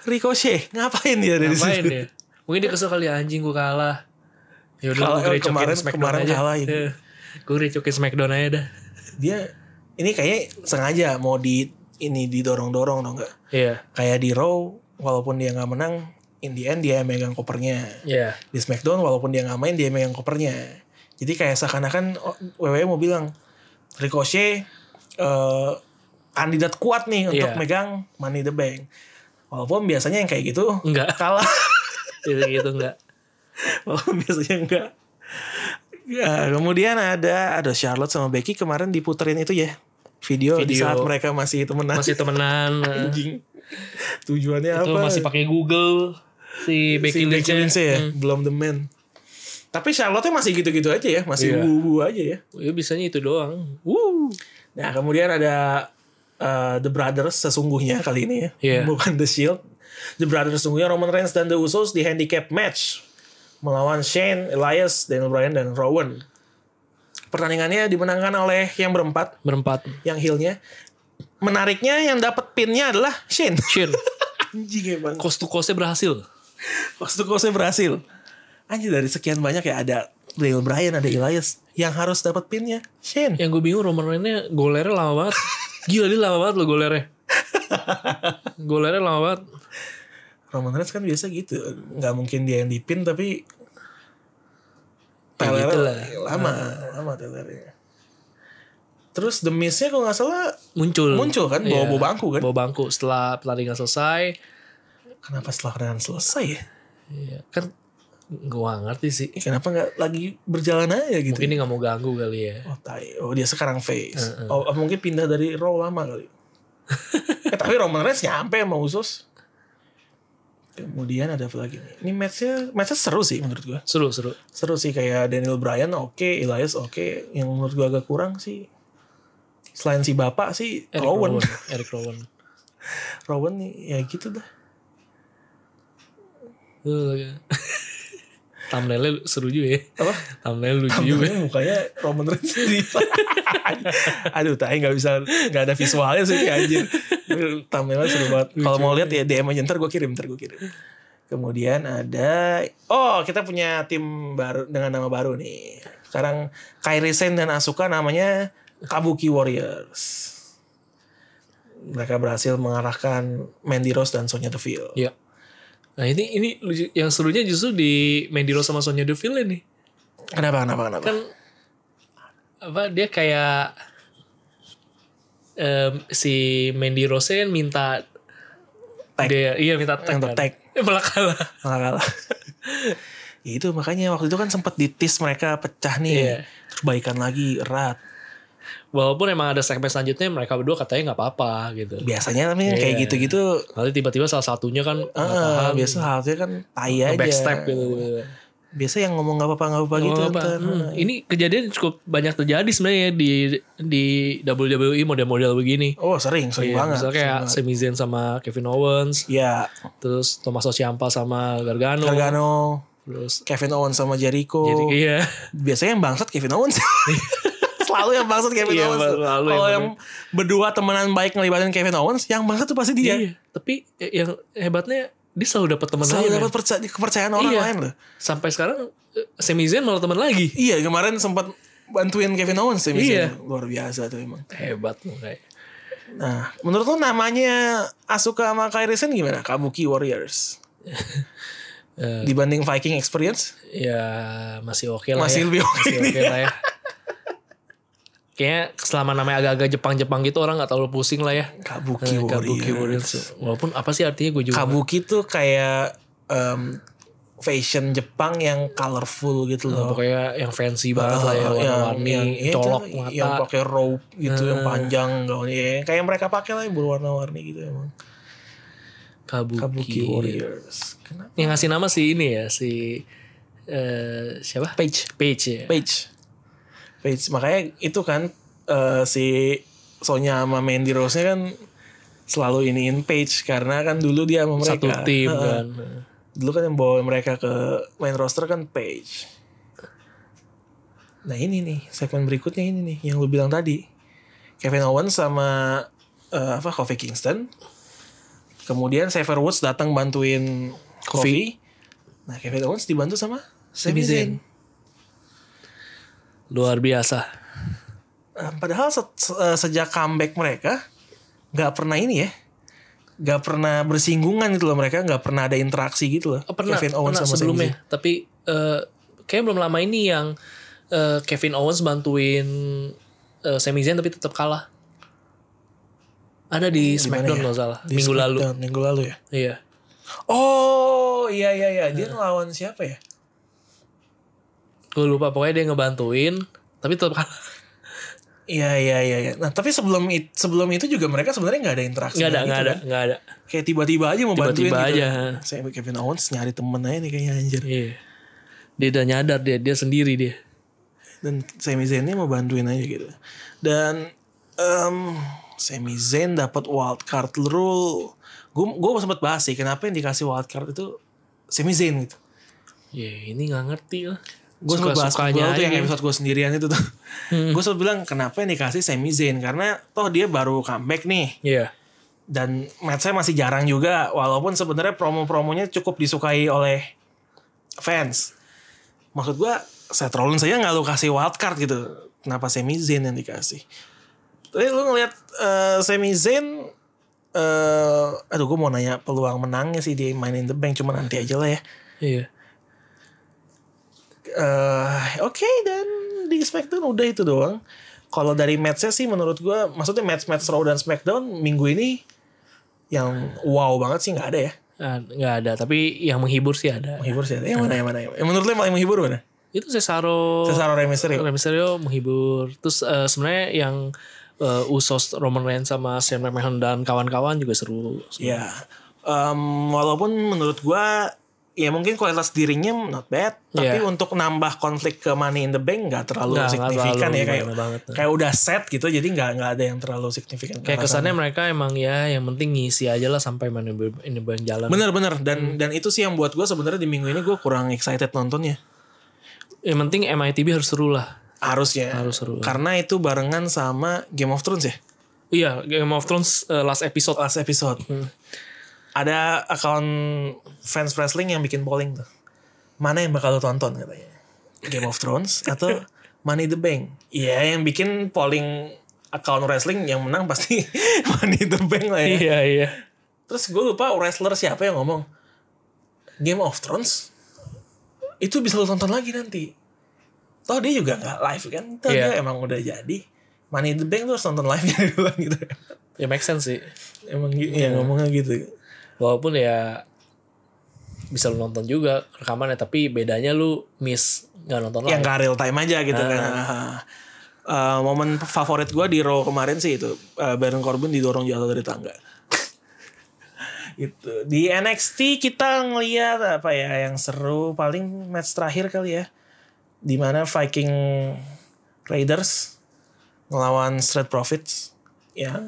Speaker 1: ricochet ngapain dia dari
Speaker 3: Ngapain
Speaker 1: situ
Speaker 3: ya? Mungkin dia kesel kali ya, anjing gue kalah. Ya
Speaker 1: Kalah,
Speaker 3: udah gue recokin
Speaker 1: kemarin-
Speaker 3: Smackdown
Speaker 1: kemarin
Speaker 3: aja.
Speaker 1: kalahin.
Speaker 3: Iya. Gue recokin Smackdown aja dah.
Speaker 1: dia ini kayaknya sengaja mau di ini didorong-dorong dong enggak
Speaker 3: Iya.
Speaker 1: kayak di Raw walaupun dia nggak menang in the end dia yang megang kopernya
Speaker 3: Iya.
Speaker 1: di Smackdown walaupun dia nggak main dia yang megang kopernya jadi kayak seakan-akan oh, WWE mau bilang Ricochet eh, kandidat kuat nih untuk
Speaker 3: Iya.
Speaker 1: megang Money in the Bank walaupun biasanya yang kayak gitu
Speaker 3: Enggak.
Speaker 1: kalah
Speaker 3: Gitu-gitu enggak.
Speaker 1: Walaupun Oh, biasanya enggak. Ya, kemudian ada ada Charlotte sama Becky kemarin diputerin itu ya video, di
Speaker 3: Video.
Speaker 1: saat mereka masih temenan.
Speaker 3: Masih temenan. eh.
Speaker 1: anjing. Tujuannya
Speaker 3: Itu
Speaker 1: apa?
Speaker 3: masih pakai Google
Speaker 1: si
Speaker 3: si Becky Lynch.
Speaker 1: Becky Lynch ya,
Speaker 3: Hmm.
Speaker 1: belum the man. Tapi Charlotte masih gitu-gitu aja ya, masih
Speaker 3: Iya.
Speaker 1: wubu aja ya.
Speaker 3: Ya, bisanya itu doang. Uh,
Speaker 1: Wuh. Nah, kemudian ada uh, The Brothers sesungguhnya kali ini ya.
Speaker 3: Iya.
Speaker 1: Bukan The Shield. The Brothers sesungguhnya Roman Reigns dan The Usos di handicap match melawan Shane, Elias, Daniel Bryan dan Rowan. Pertandingannya dimenangkan oleh yang berempat,
Speaker 3: Berempat.
Speaker 1: yang heel-nya. Menariknya yang dapat pinnya adalah Shane.
Speaker 3: Chin.
Speaker 1: Anjing emang.
Speaker 3: Cost to costnya berhasil.
Speaker 1: Waktu kosnya berhasil. Anjing dari sekian banyak ya ada Daniel Bryan, ada Elias. Yang harus dapat pinnya Shane.
Speaker 3: Yang gue bingung Roman Reigns-nya golernya lama banget. Gila dia lama banget loh golernya. golernya lama banget.
Speaker 1: Roman Reigns kan biasa gitu nggak mungkin dia yang dipin tapi
Speaker 3: Ya
Speaker 1: telernya
Speaker 3: gitu lah.
Speaker 1: lama lama telernya terus The Miz-nya kalau nggak salah
Speaker 3: Muncul.
Speaker 1: Muncul kan, bawa-
Speaker 3: Iya.
Speaker 1: bawa bangku kan?
Speaker 3: Bawa bangku setelah pertandingan selesai.
Speaker 1: kenapa setelah pertandingan selesai ya
Speaker 3: Iya. Kan gue gak ngerti sih.
Speaker 1: Ih, kenapa nggak lagi berjalan aja gitu
Speaker 3: Mungkin dia gak mau ganggu kali ya.
Speaker 1: oh, tai. oh dia sekarang face oh, mungkin pindah dari Raw lama kali eh, tapi Roman Reigns nyampe sama Usos kemudian ada apa lagi nih ini matchnya matchnya seru sih menurut gue
Speaker 3: Seru, seru.
Speaker 1: seru sih kayak Daniel Bryan oke, Elias oke, yang menurut gua agak kurang sih selain si bapak sih
Speaker 3: Eric
Speaker 1: Rowan.
Speaker 3: Eric Rowan.
Speaker 1: Rowan ya gitu dah.
Speaker 3: ya. Thumbnailnya seru juga ya.
Speaker 1: Apa?
Speaker 3: Thumbnail lucu juga.
Speaker 1: Tampaknya mukanya Roman Reigns sendiri. Aduh, tai nggak bisa nggak ada visualnya sih kayak anjir. Thumbnailnya seru banget. Kalau mau lihat ya DM aja ntar gue kirim, ntar gue kirim. Kemudian ada oh kita punya tim baru dengan nama baru nih. Sekarang Kairi Sen dan Asuka namanya Kabuki Warriors. Mereka berhasil mengarahkan Mandy Rose dan Sonya Deville.
Speaker 3: Iya. Nah ini ini lucu. yang serunya justru di Mandy Rose sama Sonya Deville nih.
Speaker 1: Kenapa? Kenapa? Kenapa?
Speaker 3: Kan apa dia kayak em, si Mandy Rose kan minta
Speaker 1: Tag.
Speaker 3: dia iya minta tag.
Speaker 1: Minta
Speaker 3: kan.
Speaker 1: tag.
Speaker 3: Eh, malah kalah.
Speaker 1: malah kalah. ya itu makanya waktu itu kan sempat ditis mereka pecah
Speaker 3: Iya.
Speaker 1: nih. Terus baikan lagi erat.
Speaker 3: Walaupun emang ada segmen selanjutnya mereka berdua katanya nggak apa-apa gitu.
Speaker 1: Biasanya tapi kan kayak
Speaker 3: Iya.
Speaker 1: gitu-gitu.
Speaker 3: Nanti tiba-tiba salah satunya kan nggak
Speaker 1: ah,
Speaker 3: tahan,
Speaker 1: biasa halnya kan tai aja.
Speaker 3: backstep gitu.
Speaker 1: Biasa yang ngomong gak apa-apa gak apa-apa gitu.
Speaker 3: Nggak apa-apa.
Speaker 1: ntar.
Speaker 3: Hmm, Ini kejadian cukup banyak terjadi sebenarnya di di WWE model-model begini.
Speaker 1: Oh sering, sering
Speaker 3: Iya,
Speaker 1: banget.
Speaker 3: Misalnya kayak
Speaker 1: sering banget.
Speaker 3: Sami Zayn sama Kevin Owens,
Speaker 1: Ya,
Speaker 3: terus Tommaso Ciampa sama Gargano,
Speaker 1: Gargano, Oh,
Speaker 3: terus
Speaker 1: Kevin Owens sama Jericho.
Speaker 3: jadi iya.
Speaker 1: Biasanya yang bangsat Kevin Owens. Selalu yang bangsat Kevin
Speaker 3: Iya,
Speaker 1: Owens.
Speaker 3: selalu yang
Speaker 1: Kalau yang,
Speaker 3: bener.
Speaker 1: berdua temenan baik ngelibatin Kevin Owens, yang bangsat tuh pasti dia.
Speaker 3: Iya. Tapi eh, yang hebatnya dia selalu dapat teman lain.
Speaker 1: Selalu
Speaker 3: men.
Speaker 1: dapat perca- kepercayaan orang
Speaker 3: Iya.
Speaker 1: lain loh.
Speaker 3: Sampai sekarang eh, Sami Zayn malah teman lagi.
Speaker 1: Iya kemarin sempat bantuin Kevin Owens sih
Speaker 3: Iya.
Speaker 1: misalnya. Luar biasa tuh emang.
Speaker 3: Hebat loh kayak.
Speaker 1: Nah, menurut lo namanya Asuka sama Kairi Sen gimana? Kabuki Warriors.
Speaker 3: Eh.
Speaker 1: Dibanding Viking Experience?
Speaker 3: Ya masih oke lah
Speaker 1: Masih
Speaker 3: ya.
Speaker 1: lebih oke
Speaker 3: Masih
Speaker 1: nih
Speaker 3: oke lah ya. Kayaknya selama namanya agak-agak Jepang-Jepang gitu orang gak terlalu pusing lah ya.
Speaker 1: Kabuki
Speaker 3: Eh, Kabuki
Speaker 1: Warriors.
Speaker 3: Warriors. Walaupun apa sih artinya gue juga.
Speaker 1: iya. Kabuki tuh kayak em, fashion Jepang yang colorful gitu
Speaker 3: Nah,
Speaker 1: loh.
Speaker 3: pokoknya yang fancy banget lah ya
Speaker 1: Yang-
Speaker 3: warna-warni
Speaker 1: ya itu,
Speaker 3: colok
Speaker 1: yang
Speaker 3: mata Eh.
Speaker 1: pakai rope gitu yang panjang gaunnya ya. kayak yang mereka pakai lah yang berwarna-warni gitu emang
Speaker 3: kabuki,
Speaker 1: Kabuki iya. Warriors kenapa
Speaker 3: yang ngasih nama si ini ya si eh siapa
Speaker 1: Page
Speaker 3: Page ya
Speaker 1: Page. Page. Makanya itu kan eh, si Sonya sama Mandy Rose-nya kan selalu iniin Page karena kan dulu dia sama mereka.
Speaker 3: satu tim
Speaker 1: Heeh.
Speaker 3: kan
Speaker 1: Dulu kan yang bawa mereka ke main roster kan Page. Nah ini nih segmen berikutnya ini nih yang lu bilang tadi. Kevin Owens sama eh, apa Kofi Kingston. Kemudian Xavier Woods datang bantuin Kofi. Nah Kevin Owens dibantu sama Sami
Speaker 3: Sami Zayn.
Speaker 1: Zayn.
Speaker 3: luar biasa
Speaker 1: Eh, padahal se- se- eh, sejak comeback mereka nggak pernah ini ya nggak pernah bersinggungan gitu loh mereka nggak pernah ada interaksi gitu loh
Speaker 3: Oh, pernah
Speaker 1: Kevin Owens
Speaker 3: pernah
Speaker 1: sama Sami
Speaker 3: sebelumnya
Speaker 1: Zayn.
Speaker 3: tapi eh kayaknya belum lama ini yang eh, Kevin Owens bantuin eh, Sami Zayn tapi tetap kalah ada di
Speaker 1: Gimana
Speaker 3: Smackdown
Speaker 1: ya?
Speaker 3: kalau salah
Speaker 1: Di
Speaker 3: Ah, minggu lalu
Speaker 1: Smackdown, minggu lalu ya
Speaker 3: iya
Speaker 1: oh iya iya iya dia
Speaker 3: Nah.
Speaker 1: ngelawan siapa ya
Speaker 3: gue lupa pokoknya dia ngebantuin tapi tetap kalah
Speaker 1: iya iya iya iya. nah tapi sebelum it- sebelum itu juga mereka sebenarnya nggak ada interaksi
Speaker 3: nggak ada
Speaker 1: gitu
Speaker 3: nggak ada
Speaker 1: kan.
Speaker 3: nggak ada
Speaker 1: kayak tiba-tiba aja mau bantuin
Speaker 3: tiba-tiba
Speaker 1: gitu
Speaker 3: aja
Speaker 1: saya Kevin Owens nyari temen aja nih kayaknya anjir
Speaker 3: Iya. Dia udah nyadar dia, dia sendiri dia.
Speaker 1: dan Sami Zayn mau bantuin aja gitu dan em Sami Zayn dapat wild card rule gue gue sempat bahas sih kenapa yang dikasih wild card itu Sami Zayn gitu
Speaker 3: Ya ini nggak ngerti lah.
Speaker 1: gue sempat bahas gue
Speaker 3: sukanya
Speaker 1: tuh yang
Speaker 3: aja. gitu.
Speaker 1: episode gue sendirian itu tuh gue sempat bilang kenapa yang dikasih Sami Zayn karena toh dia baru comeback nih
Speaker 3: Iya.
Speaker 1: dan matchnya masih jarang juga walaupun sebenarnya promo-promonya cukup disukai oleh fans maksud gua Seth Rollins saya nggak lu kasih wild card gitu kenapa Sami Zayn yang dikasih tapi lu ngeliat eh, Sami Zayn eh aduh gue mau nanya peluang menangnya sih di main in the bank cuma nanti aja lah ya
Speaker 3: Iya.
Speaker 1: eh oke dan di SmackDown udah itu doang. Kalau dari matchnya sih menurut gua maksudnya match-match Raw dan SmackDown minggu ini yang wow banget sih nggak ada ya.
Speaker 3: Ah, Nggak ada. Tapi yang menghibur sih ada.
Speaker 1: Menghibur sih. ada. Yang mana yang mana? Yang mana? Yang menurut lo yang paling menghibur mana?
Speaker 3: Itu Cesaro.
Speaker 1: Cesaro Rey Mysterio.
Speaker 3: Rey Mysterio menghibur. Terus eh, sebenarnya yang eh, Usos Roman Reigns sama Sam McMahon dan kawan-kawan juga seru.
Speaker 1: Ya. Em, walaupun Iya. menurut gua ya mungkin kualitas dirinya not bad tapi
Speaker 3: Iya.
Speaker 1: untuk nambah konflik ke money in the bank nggak terlalu
Speaker 3: Nggak, nggak
Speaker 1: signifikan
Speaker 3: terlalu
Speaker 1: ya kayak
Speaker 3: gimana banget.
Speaker 1: kayak udah set gitu jadi nggak nggak ada yang terlalu signifikan
Speaker 3: Kayak kesannya mereka emang ya yang penting ngisi aja lah sampai mana ini jalan.
Speaker 1: bener-bener
Speaker 3: Hmm.
Speaker 1: dan dan itu sih yang buat gue sebenarnya di minggu ini gue kurang excited nontonnya
Speaker 3: Yang penting MITB harus seru lah.
Speaker 1: harusnya
Speaker 3: Harus seru.
Speaker 1: karena itu barengan sama Game of Thrones ya
Speaker 3: Iya, Game of Thrones eh, last episode.
Speaker 1: last episode
Speaker 3: Hmm.
Speaker 1: ada akun fans wrestling yang bikin polling tuh mana yang bakal lo tonton katanya Game of Thrones atau Money in the Bank Iya yang bikin polling akun wrestling yang menang pasti Money in the Bank lah ya
Speaker 3: Iya, iya.
Speaker 1: terus gue lupa wrestler siapa yang ngomong Game of Thrones itu bisa lo tonton lagi nanti toh dia juga nggak live kan toh
Speaker 3: Iya.
Speaker 1: dia emang udah jadi Money in the Bank lu harus nonton live nya dulu gitu
Speaker 3: Ya make sense sih.
Speaker 1: emang gitu ya ngomongnya gitu
Speaker 3: Walaupun ya bisa lu nonton juga rekamannya tapi bedanya lu miss nggak nonton
Speaker 1: yang
Speaker 3: live.
Speaker 1: gak real time aja gitu kan. Ah. Eh, momen favorit gue di Raw kemarin sih itu eh, Baron Corbin didorong jatuh dari tangga. gitu. Di NXT kita ngeliat apa ya yang seru paling match terakhir kali ya. Dimana Viking Raiders ngelawan Street Profits yang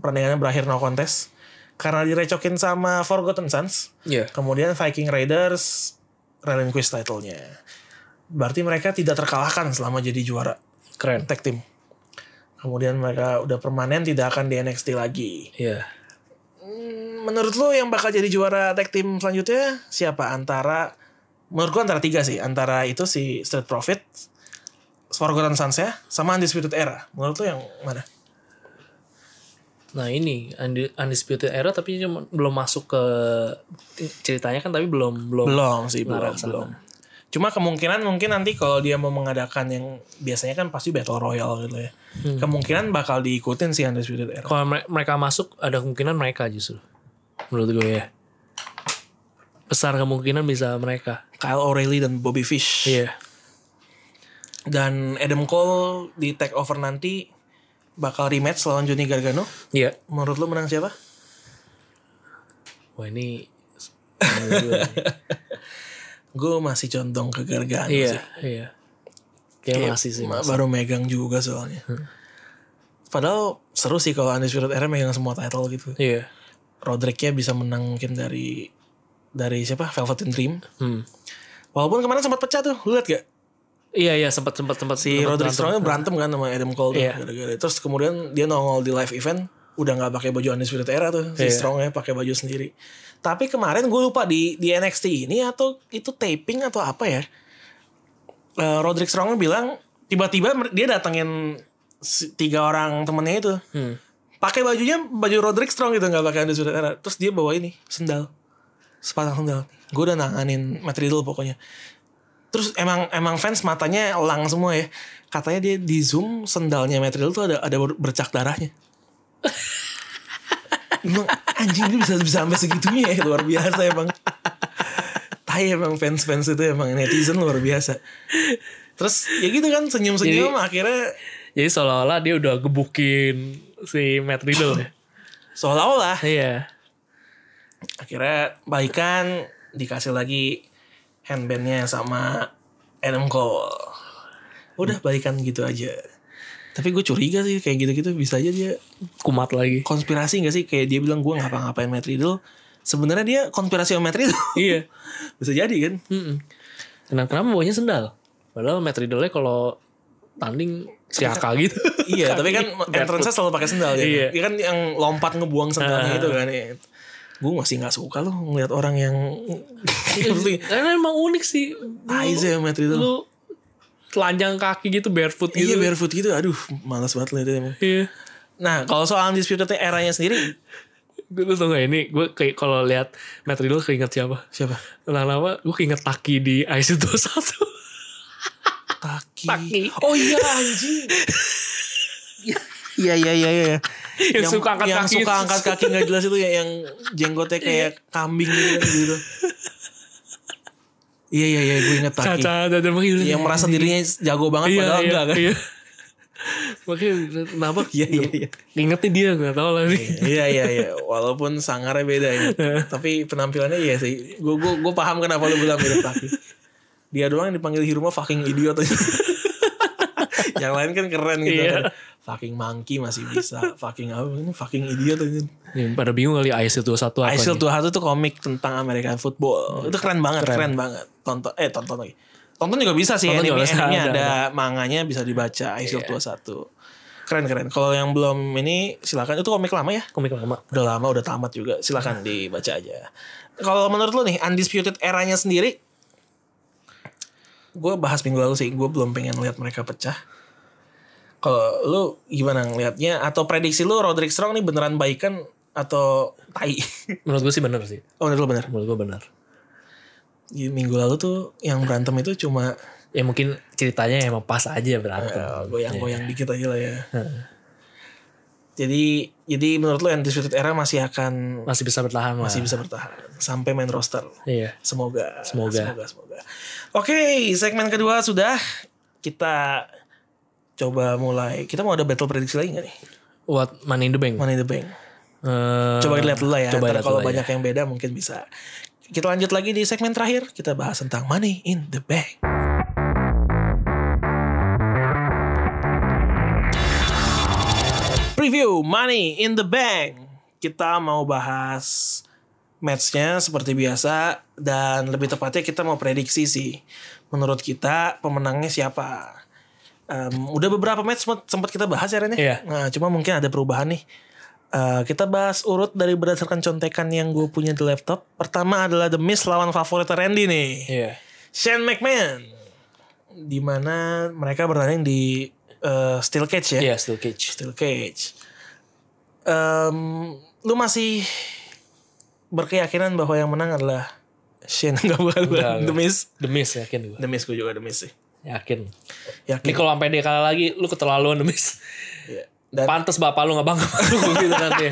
Speaker 1: pertandingannya berakhir no contest karena direcokin sama Forgotten Sons.
Speaker 3: Iya.
Speaker 1: Kemudian Viking Raiders relinquish title-nya. Berarti mereka tidak terkalahkan selama jadi juara
Speaker 3: Keren.
Speaker 1: tag team. Kemudian mereka udah permanen tidak akan di NXT lagi.
Speaker 3: Iya.
Speaker 1: Menurut lo yang bakal jadi juara tag team selanjutnya siapa? Antara menurut gua antara tiga sih. Antara itu si Street Profit, Forgotten Sons ya, sama Undisputed Era. Menurut lo yang mana?
Speaker 3: Nah ini Undi- Undisputed Era tapi cuma- belum masuk ke ceritanya kan tapi belum belum.
Speaker 1: Belum sih, belum,
Speaker 3: Ngarah sana.
Speaker 1: belum. Cuma kemungkinan mungkin nanti kalau dia mau mengadakan yang biasanya kan pasti Battle Royale gitu ya.
Speaker 3: Hmm.
Speaker 1: Kemungkinan bakal diikutin sih Undisputed Era.
Speaker 3: Kalau mere- mereka masuk ada kemungkinan mereka justru. Menurut gue ya. Besar kemungkinan bisa mereka.
Speaker 1: Kyle O'Reilly dan Bobby Fish.
Speaker 3: Iya.
Speaker 1: Dan Adam Cole di take over nanti bakal rematch lawan Johnny Gargano.
Speaker 3: Iya.
Speaker 1: Menurut lu menang siapa?
Speaker 3: Wah ini. Iya,
Speaker 1: Gue masih condong ke Gargano
Speaker 3: iya.
Speaker 1: sih. Iya,
Speaker 3: Iya. Kayak masih Hmm. sih.
Speaker 1: Ma- Baru megang juga soalnya. Padahal seru sih kalau Undisputed Era megang semua title gitu.
Speaker 3: Iya.
Speaker 1: Rodericknya bisa menang mungkin dari dari siapa? Velveteen Dream.
Speaker 3: Hmm.
Speaker 1: Walaupun kemarin sempat pecah tuh, lu liat gak?
Speaker 3: Iya iya sempat sempat sempat
Speaker 1: Si
Speaker 3: sempat
Speaker 1: Roderick
Speaker 3: berantem.
Speaker 1: Strongnya berantem kan sama Adam Cole tuh,
Speaker 3: Iya.
Speaker 1: gara-gara. Terus kemudian dia nongol di live event, udah nggak pakai baju Undisputed Era tuh, si
Speaker 3: Iya.
Speaker 1: Strongnya pakai baju sendiri. Tapi kemarin gue lupa di di NXT ini atau itu taping atau apa ya? Eh, Roderick Strongnya bilang tiba-tiba mer- dia datengin si- tiga orang temennya itu,
Speaker 3: Hmm.
Speaker 1: pakai bajunya baju Roderick Strong gitu nggak pakai Undisputed Era. Terus dia bawa ini sendal, sepasang sendal. Gue udah nanganin Matt Riddle pokoknya terus emang emang fans matanya elang semua ya katanya dia di zoom sendalnya material tuh ada ada ber- bercak darahnya emang anjing lu bisa bisa sampai segitunya ya luar biasa emang tai emang fans fans itu emang netizen luar biasa terus ya gitu kan senyum senyum akhirnya
Speaker 3: Jadi seolah-olah dia udah gebukin si Matt Riddle ya.
Speaker 1: seolah-olah
Speaker 3: Iya.
Speaker 1: akhirnya baikan dikasih lagi handbandnya sama Adam Cole udah baikan gitu aja tapi gue curiga sih kayak gitu-gitu bisa aja dia
Speaker 3: Kumat lagi.
Speaker 1: konspirasi gak sih kayak dia bilang gue ngapa-ngapain Matt Riddle sebenarnya dia konspirasi sama Matt Riddle
Speaker 3: iya.
Speaker 1: bisa jadi kan
Speaker 3: Mm-mm. Kenapa, kenapa bawanya sendal? Padahal Matt Riddle-nya kalau tanding siaka gitu.
Speaker 1: iya tapi kan
Speaker 3: Kaki
Speaker 1: entrance-nya selalu pakai sendal ya
Speaker 3: Iya. Ah.
Speaker 1: Iya kan yang lompat ngebuang sendalnya itu kan ya. gue masih nggak suka loh ngeliat orang yang
Speaker 3: barefoot. Karena kan emang unik sih.
Speaker 1: tai sih sama Matt Riddle
Speaker 3: Lu telanjang kaki gitu barefoot
Speaker 1: iya
Speaker 3: gitu.
Speaker 1: barefoot gitu aduh malas banget liatnya emang
Speaker 3: Iya.
Speaker 1: nah kalau soal undisputed eranya sendiri
Speaker 3: Gue tuh tau gak ini, gue kayak kalau lihat Matt Riddle keinget siapa?
Speaker 1: siapa
Speaker 3: Lama-lama gue keinget Taki di IC 21.
Speaker 1: Taki.
Speaker 3: Taki.
Speaker 1: Oh iya anjing. Iya iya iya iya.
Speaker 3: Yang suka angkat
Speaker 1: yang
Speaker 3: kaki.
Speaker 1: suka angkat kaki nggak jelas itu ya yang jenggotnya kayak kambing gitu kan, gitu. Iya iya iya gue inget Taki.
Speaker 3: Caca, caca, caca.
Speaker 1: Iya, Yang merasa dirinya jago banget padahal enggak kan.
Speaker 3: Iya. Makanya kenapa?
Speaker 1: Iya, iya, iya.
Speaker 3: Ingetnya dia gak tau lah nih.
Speaker 1: Iya iya iya, walaupun sangarnya beda ya. Tapi penampilannya iya sih. Gue gue gue paham kenapa lu bilang mirip Taki. Dia doang yang dipanggil Hiruma fucking idiot aja. Yang lain kan keren gitu
Speaker 3: Iya.
Speaker 1: kan. Fucking monkey masih bisa. Fucking apa ini fucking idiot aja.
Speaker 3: Nih, Iya, pada bingung kali ISIL 21 apa
Speaker 1: ISIL 21
Speaker 3: nih?
Speaker 1: tuh komik tentang American
Speaker 3: Hmm.
Speaker 1: football. Itu keren banget, keren, banget. Tonton eh tonton lagi. Tonton juga bisa sih
Speaker 3: Tonton
Speaker 1: anime,
Speaker 3: juga bisa,
Speaker 1: animenya
Speaker 3: ada, Iya.
Speaker 1: ada, manganya bisa dibaca ISIL 21. Keren keren. Kalau yang belum ini silakan itu komik lama ya?
Speaker 3: Komik lama.
Speaker 1: udah lama udah tamat juga silahkan dibaca aja kalau menurut lu nih undisputed eranya sendiri gue bahas minggu lalu sih gue belum pengen lihat mereka pecah kalau lu gimana ngelihatnya atau prediksi lu Roderick Strong nih beneran baikan atau tai
Speaker 3: Menurut gue sih bener sih.
Speaker 1: oh menurut lu bener
Speaker 3: Menurut gue bener.
Speaker 1: Di minggu lalu tuh yang berantem itu cuma
Speaker 3: Ya mungkin ceritanya emang pas aja berantem.
Speaker 1: eh, goyang-goyang dikit aja lah ya jadi jadi menurut lu undisputed era masih akan
Speaker 3: Masih bisa bertahan lah.
Speaker 1: masih bisa bertahan sampai main roster
Speaker 3: Iya.
Speaker 1: Semoga.
Speaker 3: Semoga.
Speaker 1: Semoga, semoga. Oke, segmen kedua sudah. Kita coba mulai. Kita mau ada battle prediksi lagi gak nih?
Speaker 3: What Money in the Bank.
Speaker 1: Money in the Bank.
Speaker 3: Eh,
Speaker 1: Coba lihat dulu lah ya.
Speaker 3: Coba
Speaker 1: Ntar
Speaker 3: lihat
Speaker 1: kalau
Speaker 3: dulu
Speaker 1: banyak
Speaker 3: aja.
Speaker 1: yang beda mungkin bisa. Kita lanjut lagi di segmen terakhir. Kita bahas tentang Money in the Bank. Preview Money in the Bank. Kita mau bahas matchnya seperti biasa dan lebih tepatnya kita mau prediksi sih menurut kita pemenangnya siapa Em, udah beberapa match sempat, sempat kita bahas ya Ren ya?
Speaker 3: Iya.
Speaker 1: nah cuma mungkin ada perubahan nih Eh, kita bahas urut dari berdasarkan contekan yang gue punya di laptop pertama adalah The Miz lawan favorit Randy nih
Speaker 3: Iya.
Speaker 1: Shane McMahon dimana mereka bertanding di eh, steel cage ya
Speaker 3: Iya, still cage.
Speaker 1: Steel Cage. Em, lu masih berkeyakinan bahwa yang menang adalah Shane nggak bukan bukan.
Speaker 3: Nggak, nggak.
Speaker 1: Demis.
Speaker 3: The Miz yakin gue.
Speaker 1: Demis gue juga Demis sih.
Speaker 3: Yakin. Ini
Speaker 1: Yakin.
Speaker 3: kalau sampai dia kalah lagi, lu keterlaluan The Miz.
Speaker 1: Iya. Dan
Speaker 3: Pantes bapak lu nggak bangga sama lu gitu nanti.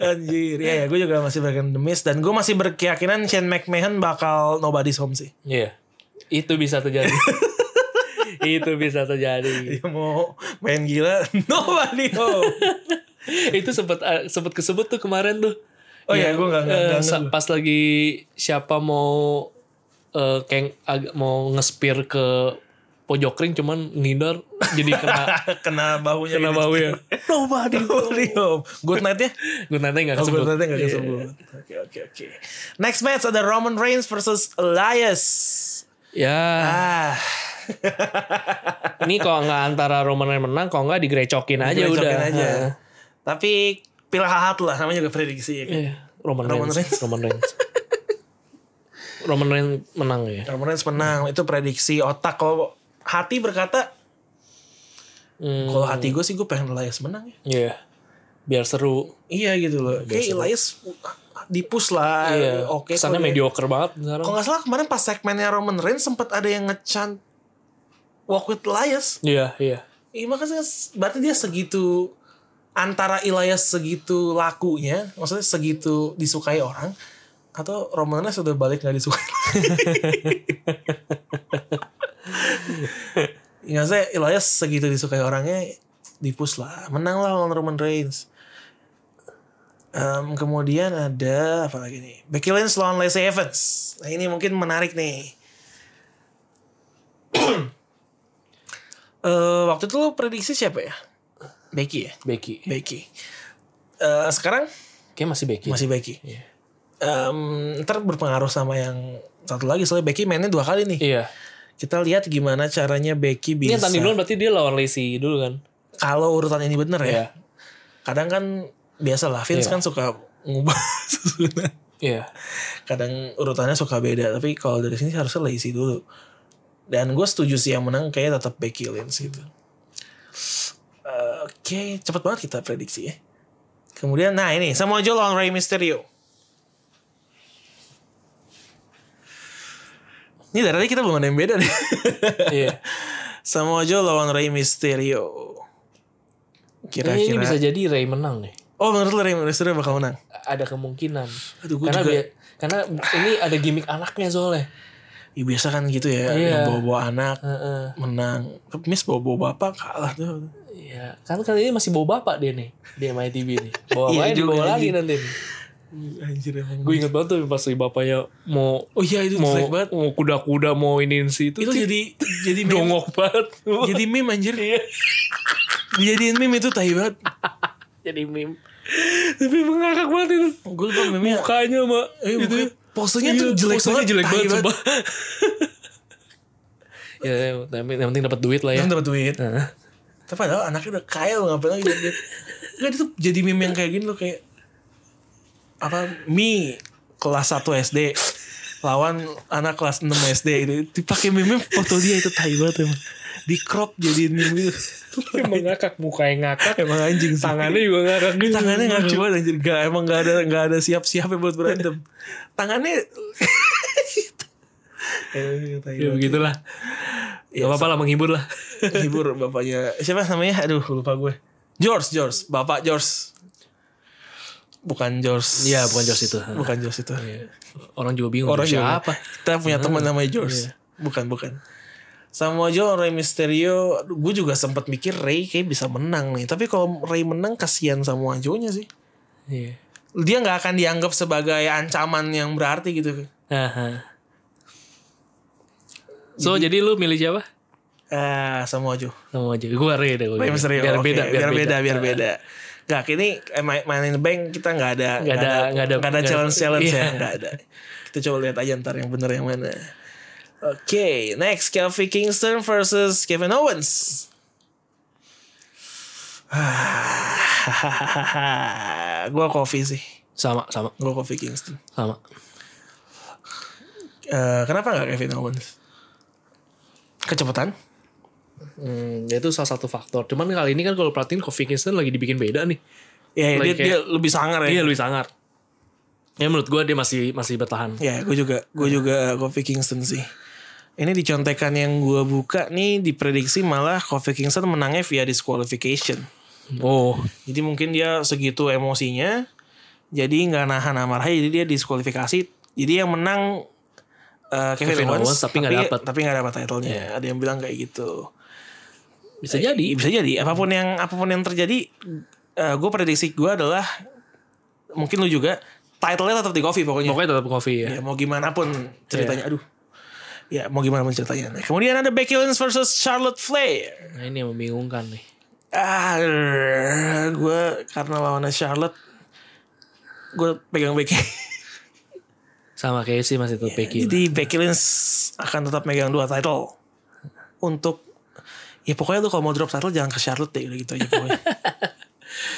Speaker 1: anjir, ya, gue juga masih berkeyakinan Demis dan gue masih berkeyakinan Shane McMahon bakal nobody's home sih.
Speaker 3: Iya. Itu bisa terjadi. itu bisa terjadi.
Speaker 1: Dia mau main gila nobody home.
Speaker 3: itu sempat eh, sempat kesebut tuh kemarin tuh.
Speaker 1: Oh iya, gua nggak- nggak-
Speaker 3: eh,
Speaker 1: nggak
Speaker 3: sa-
Speaker 1: ngeh gua.
Speaker 3: Pas lagi siapa mau eh keng agak mau ngespir ke pojok ring cuman ngindar jadi kena
Speaker 1: Kena bahunya.
Speaker 3: kena bau ya.
Speaker 1: Nobody, nobody home. Good night ya.
Speaker 3: Gue nanti nggak
Speaker 1: Oh,
Speaker 3: kesebut.
Speaker 1: berarti nggak
Speaker 3: Iya.
Speaker 1: kesebut. Oke, oke, oke. Next match ada Roman Reigns versus Elias.
Speaker 3: Ya,
Speaker 1: Ah,
Speaker 3: ini kalau nggak antara Roman yang menang, kalau nggak digrecokin aja
Speaker 1: cocokin
Speaker 3: udah.
Speaker 1: aja.
Speaker 3: Heeh.
Speaker 1: Tapi pilih hahat lah, namanya juga prediksi ya. kan?
Speaker 3: Iya, Roman,
Speaker 1: Roman
Speaker 3: Reigns.
Speaker 1: Reigns.
Speaker 3: Roman Reigns. Roman Reigns menang ya.
Speaker 1: Roman Reigns menang, itu prediksi otak. Kalau hati berkata,
Speaker 3: Hmm,
Speaker 1: kalau hati gue sih gue pengen Elias menang ya.
Speaker 3: Iya. Biar seru.
Speaker 1: Iya gitu loh. Kayak Elias uh, dipush lah.
Speaker 3: Iya.
Speaker 1: Oke.
Speaker 3: Kesannya
Speaker 1: kok dia.
Speaker 3: mediocre banget sekarang.
Speaker 1: Kalau nggak salah kemarin pas segmennya Roman Reigns sempat ada yang ngecan Walk with Elias.
Speaker 3: Iya, iya.
Speaker 1: Iya makanya berarti dia segitu antara Elias segitu lakunya, maksudnya segitu disukai orang atau Romannya sudah balik nggak disukai. Ingat saya Elias Iya, segitu disukai orangnya dipus lah, menang lah lawan Roman Reigns. Em, kemudian ada apa lagi nih? Becky Lynch lawan Lacey Evans. Nah ini mungkin menarik nih. Eh, waktu itu lu prediksi siapa ya? Becky ya?
Speaker 3: Becky.
Speaker 1: Becky. Eh, sekarang
Speaker 3: Kayaknya masih Becky.
Speaker 1: masih Becky.
Speaker 3: Iya.
Speaker 1: Em, ntar berpengaruh sama yang satu lagi soalnya Becky mainnya dua kali nih.
Speaker 3: Iya.
Speaker 1: Kita lihat gimana caranya Becky
Speaker 3: Ini
Speaker 1: bisa.
Speaker 3: yang tanding duluan berarti dia lawan Lacey dulu kan.
Speaker 1: Kalau urutan ini bener ya.
Speaker 3: Iya.
Speaker 1: Kadang kan biasalah Vince
Speaker 3: Iya.
Speaker 1: kan suka ngubah susunan.
Speaker 3: Iya.
Speaker 1: Kadang urutannya suka beda, tapi kalau dari sini harusnya Lacey dulu. Dan gue setuju sih yang menang kayak tetap Becky Lynch gitu. Eh, Oke, cepet banget kita prediksi ya. Kemudian, nah ini Samoa Joe lawan Rey Mysterio. Ini dari tadi kita belum ada yang beda deh.
Speaker 3: Iya.
Speaker 1: Samoa Joe lawan Rey Mysterio.
Speaker 3: Ini, ini
Speaker 1: Kira-kira.
Speaker 3: bisa jadi Ray menang nih.
Speaker 1: Oh menurut lo Rey Mysterio bakal menang?
Speaker 3: Ada kemungkinan.
Speaker 1: Aduh, gua
Speaker 3: karena
Speaker 1: juga-
Speaker 3: bi- karena ini ada gimmick anaknya soalnya.
Speaker 1: Ya, biasa kan gitu ya,
Speaker 3: Iya.
Speaker 1: bawa-bawa anak
Speaker 3: Heeh.
Speaker 1: menang. Miss bawa-bawa bapak kalah tuh.
Speaker 3: Iya, kan kali ini masih bawa bapak dia nih di MITB nih. Bawa
Speaker 1: Iya juga,
Speaker 3: bapak dibawa lagi
Speaker 1: anjing.
Speaker 3: nanti. nih.
Speaker 1: Anjir emang.
Speaker 3: Gue inget banget tuh pas si bapaknya mau
Speaker 1: Oh iya itu
Speaker 3: mau
Speaker 1: jelek banget.
Speaker 3: mau kuda-kuda mau iniin si itu,
Speaker 1: Itu
Speaker 3: sih
Speaker 1: jadi jadi meme.
Speaker 3: dongok banget.
Speaker 1: jadi meme anjir.
Speaker 3: Iya.
Speaker 1: Dijadiin meme itu tai banget.
Speaker 3: jadi meme. Tapi mengakak banget itu.
Speaker 1: Gue lupa meme
Speaker 3: Mukanya sama
Speaker 1: Iya. Eh,
Speaker 3: itu.
Speaker 1: mukanya- posenya tuh
Speaker 3: Iya,
Speaker 1: jelek
Speaker 3: posenya
Speaker 1: banget,
Speaker 3: jelek
Speaker 1: tai
Speaker 3: banget,
Speaker 1: banget.
Speaker 3: sumpah. ya, yang yang penting dapat duit lah ya.
Speaker 1: yang dapat duit.
Speaker 3: Heeh.
Speaker 1: Tapi padahal anaknya udah kaya loh ngapain lagi duit. Enggak itu jadi meme yang kayak gini loh kayak apa mi kelas 1 SD lawan anak kelas 6 SD itu gitu. dipakai meme foto dia itu tai banget emang di crop jadiin meme gitu
Speaker 3: Emang ngakak mukanya ngakak,
Speaker 1: emang anjing sih
Speaker 3: tangannya juga ngakak gitu.
Speaker 1: tangannya nggak coba anjir gak, emang gak ada gak ada siap siapnya buat berantem tangannya Eh, tai
Speaker 3: Ya
Speaker 1: banget.
Speaker 3: begitulah. Ya, apa-apa lah menghibur lah.
Speaker 1: hibur bapaknya siapa namanya aduh lupa gue George George bapak George bukan George
Speaker 3: Iya, bukan George itu. Iya.
Speaker 1: bukan George itu
Speaker 3: Orang juga bingung
Speaker 1: orang
Speaker 3: orang siapa.
Speaker 1: apa kita punya
Speaker 3: Iya.
Speaker 1: teman namanya George bukan bukan Samojo Rey Mysterio aduh, gue juga sempat mikir Rey kayak bisa menang nih tapi kalau Rey menang kasihan Samojonya sih
Speaker 3: Iya.
Speaker 1: dia nggak akan dianggap sebagai ancaman yang berarti gitu
Speaker 3: Aha. So jadi, lu milih siapa?
Speaker 1: ah Samojo
Speaker 3: Sama aja. Gue Ray deh. gua
Speaker 1: Rey
Speaker 3: Ray.
Speaker 1: Mysterio
Speaker 3: Iya,
Speaker 1: Iya, Oh, oke.
Speaker 3: Biar beda, biar, beda.
Speaker 1: biar beda Gak, ini eh, main, main in the bank kita nggak ada
Speaker 3: Nggak ada- nggak ada-
Speaker 1: nggak ada
Speaker 3: nggak-
Speaker 1: challenge challenge
Speaker 3: iya.
Speaker 1: ya nggak ada. Kita coba lihat aja ntar yang bener yang mana. Oke, next Kelvin Kingston versus Kevin Owens. gua coffee sih,
Speaker 3: Sama, sama,
Speaker 1: gua coffee Kingston.
Speaker 3: sama.
Speaker 1: Eh, kenapa nggak Kevin Owens? Kecepatan?
Speaker 3: Hmm, ya itu salah satu faktor. Cuman kali ini kan kalau perhatiin Kofi Kingston lagi dibikin beda nih.
Speaker 1: Ya, ya,
Speaker 3: Lagi
Speaker 1: dia,
Speaker 3: kayak-
Speaker 1: dia lebih sangar
Speaker 3: Dia
Speaker 1: ya.
Speaker 3: lebih sangar. Iya, Ya menurut gue dia masih masih bertahan.
Speaker 1: Ya, gue juga, gue juga Kofi Kingston sih. Ini di contekan yang gue buka nih diprediksi malah Kofi Kingston menangnya via disqualification.
Speaker 3: Oh,
Speaker 1: Jadi mungkin dia segitu emosinya, jadi nggak nahan amarahnya, jadi dia diskualifikasi. Jadi yang menang eh, Kevin,
Speaker 3: Kevin
Speaker 1: Owens,
Speaker 3: Owens, tapi nggak Iya. dapat.
Speaker 1: tapi nggak dapat title-nya. Ada yang bilang kayak gitu.
Speaker 3: bisa jadi.
Speaker 1: Bisa jadi. Apapun yang apapun yang terjadi, gue prediksi gue adalah mungkin lu juga title-nya tetap di Kofi pokoknya.
Speaker 3: Pokoknya tetap Kofi ya.
Speaker 1: Ya mau gimana pun ceritanya, aduh. Ya mau gimana pun ceritanya. Nah, kemudian ada Becky Lynch versus Charlotte Flair.
Speaker 3: Nah ini yang membingungkan nih.
Speaker 1: Ah, gue karena lawannya Charlotte, gue pegang Becky.
Speaker 3: Sama kayak sih masih tetap
Speaker 1: Iya,
Speaker 3: Becky.
Speaker 1: Jadi Becky Lynch akan tetap megang dua title untuk ya pokoknya lu kalau mau drop title jangan ke Charlotte deh udah gitu aja pokoknya.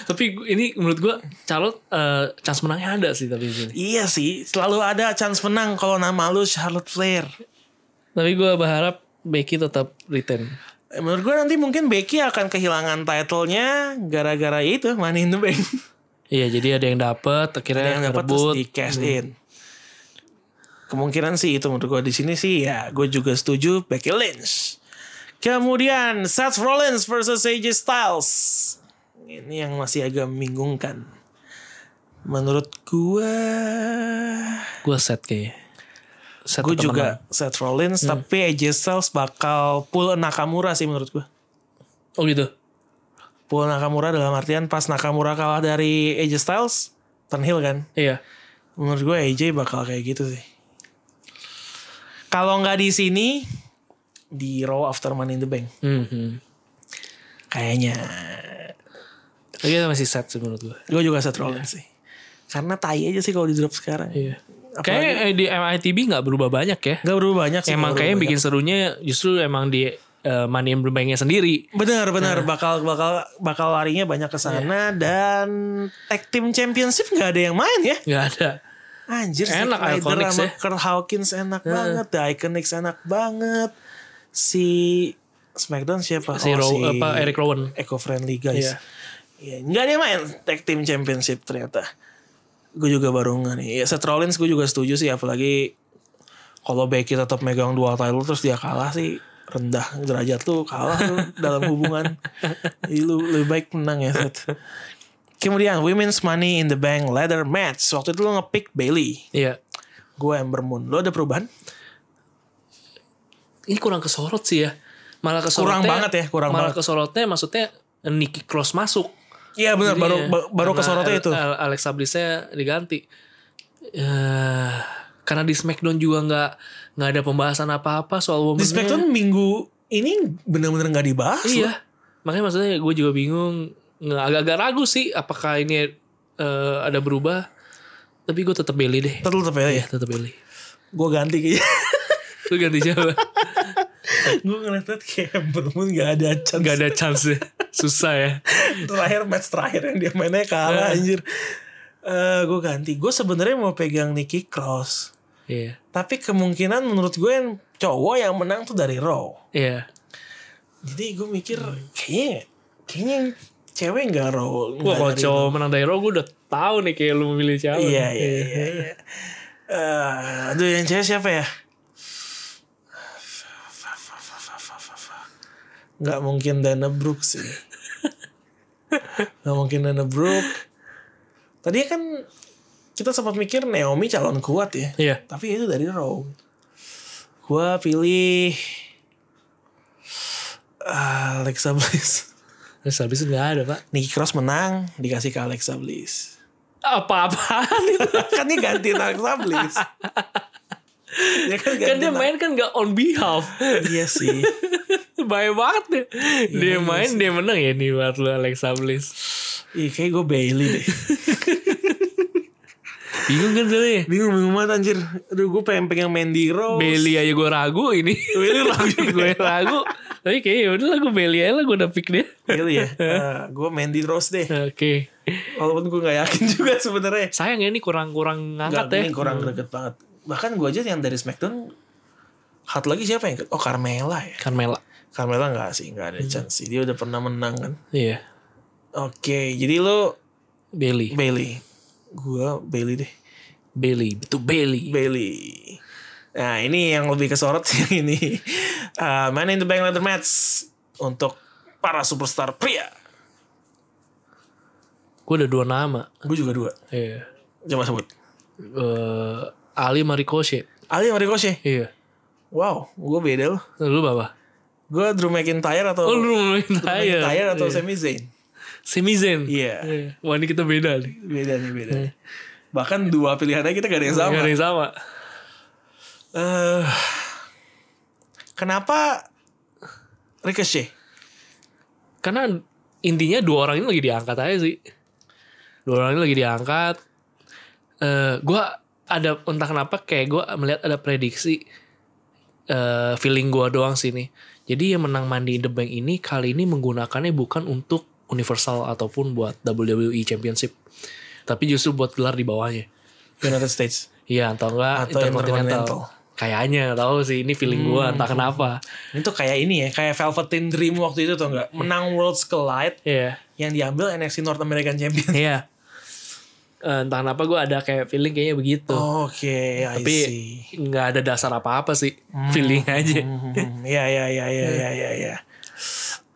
Speaker 3: Tapi gu- ini menurut gue Charlotte eh, chance menangnya ada sih tapi di sini.
Speaker 1: iya sih, selalu ada chance menang kalau nama lu Charlotte Flair.
Speaker 3: Tapi gue berharap Becky tetap retain.
Speaker 1: Eh, Menurut gue nanti mungkin Becky akan kehilangan titlenya gara-gara itu Money in the Bank.
Speaker 3: Iya jadi ada yang dapat akhirnya
Speaker 1: yang dapat terus
Speaker 3: ngerebut.
Speaker 1: di cash iya. in. Kemungkinan sih itu menurut gue di sini sih ya gue juga setuju Becky Lynch. Kemudian Seth Rollins versus AJ Styles. Ini yang masih agak membingungkan. Menurut gue,
Speaker 3: Gue Hmm, set kayaknya. Set
Speaker 1: gue
Speaker 3: tetap menang.
Speaker 1: juga Seth Rollins tapi AJ Styles bakal pull Nakamura sih menurut gue.
Speaker 3: Oh gitu.
Speaker 1: Pull Nakamura dalam artian pas Nakamura kalah dari AJ Styles, turn heel kan.
Speaker 3: Iya.
Speaker 1: Menurut gue AJ bakal kayak gitu sih. Kalau nggak di sini di Raw after Money in the Bank
Speaker 3: Hmm, hmm.
Speaker 1: kayaknya.
Speaker 3: Tapi dia masih set sih menurut gue.
Speaker 1: Gue juga Seth Rollins sih. Karena tai aja sih kalau di drop sekarang.
Speaker 3: Iya.
Speaker 1: Apalagi-
Speaker 3: Kayaknya eh, di MITB nggak berubah banyak ya.
Speaker 1: Nggak berubah banyak sih.
Speaker 3: emang
Speaker 1: nggak
Speaker 3: kayaknya
Speaker 1: berubah
Speaker 3: bikin serunya justru emang di eh, Money in the Bank-nya sendiri.
Speaker 1: banyak. Benar benar
Speaker 3: Nah.
Speaker 1: bakal bakal bakal larinya banyak ke sana
Speaker 3: Iya.
Speaker 1: dan tag team championship nggak ada yang main ya.
Speaker 3: Nggak ada.
Speaker 1: Anjir Zack
Speaker 3: Enak, Nah.
Speaker 1: Ryder
Speaker 3: Iconics
Speaker 1: sama
Speaker 3: ya.
Speaker 1: Kurt Hawkins enak banget, The Iconics enak banget. Si SmackDown siapa?
Speaker 3: Si,
Speaker 1: Oh,
Speaker 3: Row- apa, Eric Rowan.
Speaker 1: eco friendly guys.
Speaker 3: Iya.
Speaker 1: Ya, nggak ada yang main tag team championship ternyata. Gue juga baru nggak nih. Ya Seth Rollins gue juga setuju sih apalagi kalau Becky tetap megang dua title terus dia kalah sih rendah derajat tuh kalah tuh dalam hubungan. Jadi lu lebih baik menang ya Seth. Kemudian Women's Money in the Bank Ladder Match. Waktu itu lu ngepick Bailey,
Speaker 3: Iya.
Speaker 1: gue Ember Moon. Lo ada perubahan?
Speaker 3: ini kurang kesorot sih ya. Malah kesorotnya
Speaker 1: Kurang banget ya, kurang
Speaker 3: malah
Speaker 1: banget.
Speaker 3: kesorotnya maksudnya Nicky Cross masuk.
Speaker 1: Iya benar baru
Speaker 3: Jadinya.
Speaker 1: ba- baru
Speaker 3: Karena
Speaker 1: kesorotnya
Speaker 3: Al-
Speaker 1: itu.
Speaker 3: Al- Alex Ablisnya diganti. Eh, karena di Smackdown juga nggak nggak ada pembahasan apa-apa soal woman.
Speaker 1: Di SmackDown minggu ini benar-benar nggak dibahas. loh.
Speaker 3: Iya. Makanya maksudnya gue juga bingung. Nggak- Agak-agak ragu sih apakah ini eh, ada berubah. Tapi gue tetap beli deh.
Speaker 1: Tetep tetep ya.
Speaker 3: Iya, tetap beli.
Speaker 1: Gue ganti kayaknya.
Speaker 3: Lu ganti siapa?
Speaker 1: gue ngeliat kayak Bermud nggak ada chance.
Speaker 3: Gak ada chance deh. Susah ya.
Speaker 1: terakhir match terakhir yang dia mainnya kalah anjir. Eh gue ganti. Gue sebenarnya mau pegang Nikki Cross.
Speaker 3: Iya.
Speaker 1: Tapi kemungkinan menurut gue yang cowok yang menang tuh dari Raw.
Speaker 3: Iya.
Speaker 1: Jadi gue mikir
Speaker 3: Hmm.
Speaker 1: kayaknya kayaknya yang cewek nggak Raw.
Speaker 3: Wah
Speaker 1: nggak
Speaker 3: kalau
Speaker 1: dari
Speaker 3: cowok menang dari Raw gue udah tahu nih kayak lu memilih siapa.
Speaker 1: Iya iya iya. iya. Eh, aduh yang cewek siapa ya? Gak mungkin Dana Brooke sih. Gak mungkin Dana Brooke. Tadi kan kita sempat mikir Naomi calon kuat ya.
Speaker 3: Iya.
Speaker 1: Tapi itu dari Raw. Gua pilih ah, Alexa Bliss.
Speaker 3: Terus habis itu gak ada pak.
Speaker 1: Nikki Cross menang dikasih ke Alexa Bliss.
Speaker 3: Apa-apaan itu.
Speaker 1: kan dia gantiin Alexa Bliss. Dia kan,
Speaker 3: kan dia
Speaker 1: gantiin-
Speaker 3: main kan gak on behalf.
Speaker 1: Iya
Speaker 3: Iya,
Speaker 1: sih.
Speaker 3: Bahaya banget deh. dia main dia menang ya nih buat lu Alexa Bliss.
Speaker 1: Iya kayak gue Bailey deh.
Speaker 3: Bingung kan soalnya.
Speaker 1: Bingung bingung banget anjir. Aduh gue pengen pegang Mandy Rose.
Speaker 3: Bailey aja gue ragu ini. Bailey ragu. gue ragu. Tapi kayaknya ya udah lah gue Bailey aja lah gue udah pick dia.
Speaker 1: Bailey ya. Ah, gue Mandy Rose deh.
Speaker 3: Oke.
Speaker 1: Walaupun gue nggak yakin juga sebenarnya.
Speaker 3: Sayang ya ini kurang-kurang
Speaker 1: Gak
Speaker 3: ngangkat ya.
Speaker 1: ini kurang greget banget. Bahkan gue aja yang dari Smackdown. Hat lagi siapa yang ikut? Oh Carmela ya.
Speaker 3: Carmela.
Speaker 1: Carmela nggak sih, nggak ada chance sih. Dia udah pernah menang kan.
Speaker 3: Iya.
Speaker 1: Oke, jadi lo
Speaker 3: Bailey.
Speaker 1: Bailey. Gue Bailey deh.
Speaker 3: Bailey. Betul Bailey.
Speaker 1: Bailey. Nah ini yang lebih kesorot yang ini. Uh, Man in the Bank Leather Match untuk para superstar pria.
Speaker 3: Gue ada dua nama.
Speaker 1: Gue juga dua.
Speaker 3: Iya.
Speaker 1: Coba sebut.
Speaker 3: Eh, Ali Maricochet.
Speaker 1: Ali sama Ricochet.
Speaker 3: Iya.
Speaker 1: Wow, gue beda loh.
Speaker 3: Lu apa?
Speaker 1: Gue Drew McIntyre atau
Speaker 3: Oh, lu main
Speaker 1: Drew
Speaker 3: tire.
Speaker 1: McIntyre atau Sami Zayn.
Speaker 3: Sami Zayn.
Speaker 1: Iya.
Speaker 3: Wah, ini kita beda nih.
Speaker 1: Beda nih beda. nih. Bahkan dua pilihannya kita gak ada yang sama.
Speaker 3: Gak ada yang sama.
Speaker 1: Eh, kenapa Ricochet?
Speaker 3: Karena intinya dua orang ini lagi diangkat aja sih. Dua orang ini lagi diangkat. Eh, gua ada entah kenapa kayak gua melihat ada prediksi eh feeling gua doang sih nih. Jadi yang menang Money in the Bank ini kali ini menggunakannya bukan untuk Universal ataupun buat WWE Championship. Tapi justru buat gelar di bawahnya.
Speaker 1: United States.
Speaker 3: Iya atau enggak
Speaker 1: Atau Intercontinental. Hmm.
Speaker 3: Intercontinental. Kayaknya tahu sih ini feeling gua entah kenapa.
Speaker 1: Ini tuh kayak ini ya, kayak Velveteen Dream waktu itu tuh enggak menang Worlds Collide
Speaker 3: Iya.
Speaker 1: yang diambil NXT North American Champion.
Speaker 3: Iya. Eh, entah kenapa gua ada kayak feeling kayaknya begitu.
Speaker 1: Oke, Oh, I
Speaker 3: Tapi
Speaker 1: see.
Speaker 3: nggak ada dasar apa-apa sih. Feeling aja.
Speaker 1: Hmm, ya ya ya ya ya ya ya. Eh.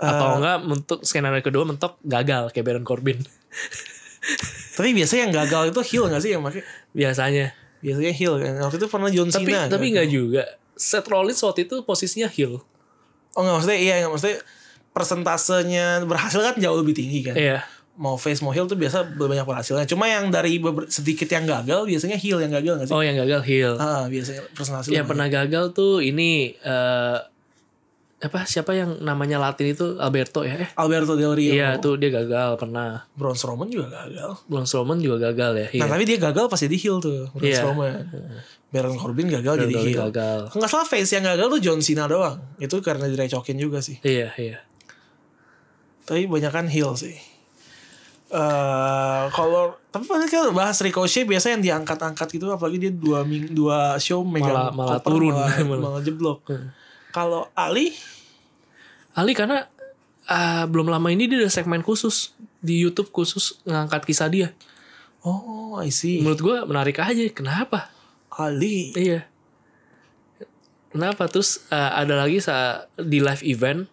Speaker 3: Atau enggak untuk skenario kedua mentok gagal kayak Baron Corbin.
Speaker 1: Tapi biasanya yang gagal itu heel gak sih yang pakai?
Speaker 3: Biasanya.
Speaker 1: Biasanya heel kan. Waktu itu pernah John
Speaker 3: Tapi
Speaker 1: Cena. kan?
Speaker 3: tapi nggak juga. Seth Rollins waktu itu posisinya heel.
Speaker 1: Oh enggak maksudnya iya enggak maksudnya persentasenya berhasil kan jauh lebih tinggi kan.
Speaker 3: Iya.
Speaker 1: Mau face mau heel tuh biasa banyak berhasilnya. Cuma yang dari beber- sedikit yang gagal biasanya heel yang gagal gak sih?
Speaker 3: Oh yang gagal heel.
Speaker 1: Ah, biasanya presentasi
Speaker 3: yang
Speaker 1: lumayan.
Speaker 3: pernah gagal tuh ini eh apa siapa yang namanya Latin itu Alberto ya? Eh,
Speaker 1: Alberto Del Rio.
Speaker 3: Iya tuh dia gagal pernah.
Speaker 1: Braun Strowman juga gagal.
Speaker 3: Braun Strowman juga gagal ya. Iya.
Speaker 1: Nah tapi dia gagal pas jadi heel tuh Braun
Speaker 3: Iya.
Speaker 1: Strowman. Baron Corbin gagal jadi
Speaker 3: Corbin
Speaker 1: heel.
Speaker 3: gagal.
Speaker 1: Enggak salah face yang gagal tuh John Cena doang. Itu karena direcokin juga sih.
Speaker 3: Iya iya.
Speaker 1: Tapi banyak kan heel sih. Eh kalau tapi tadi kita udah bahas Ricochet biasa yang diangkat-angkat gitu apalagi dia dua ming, dua show megang
Speaker 3: Malah- malah
Speaker 1: koper,
Speaker 3: turun.
Speaker 1: malah,
Speaker 3: Malah. Hmm.
Speaker 1: malah jeblok. Kalau Ali
Speaker 3: Ali karena ah, belum lama ini dia ada segmen khusus di YouTube khusus ngangkat kisah dia.
Speaker 1: oh I see.
Speaker 3: Menurut gua menarik aja. Kenapa?
Speaker 1: Ali
Speaker 3: Iya. Kenapa? Terus eh, ada lagi sa- di live event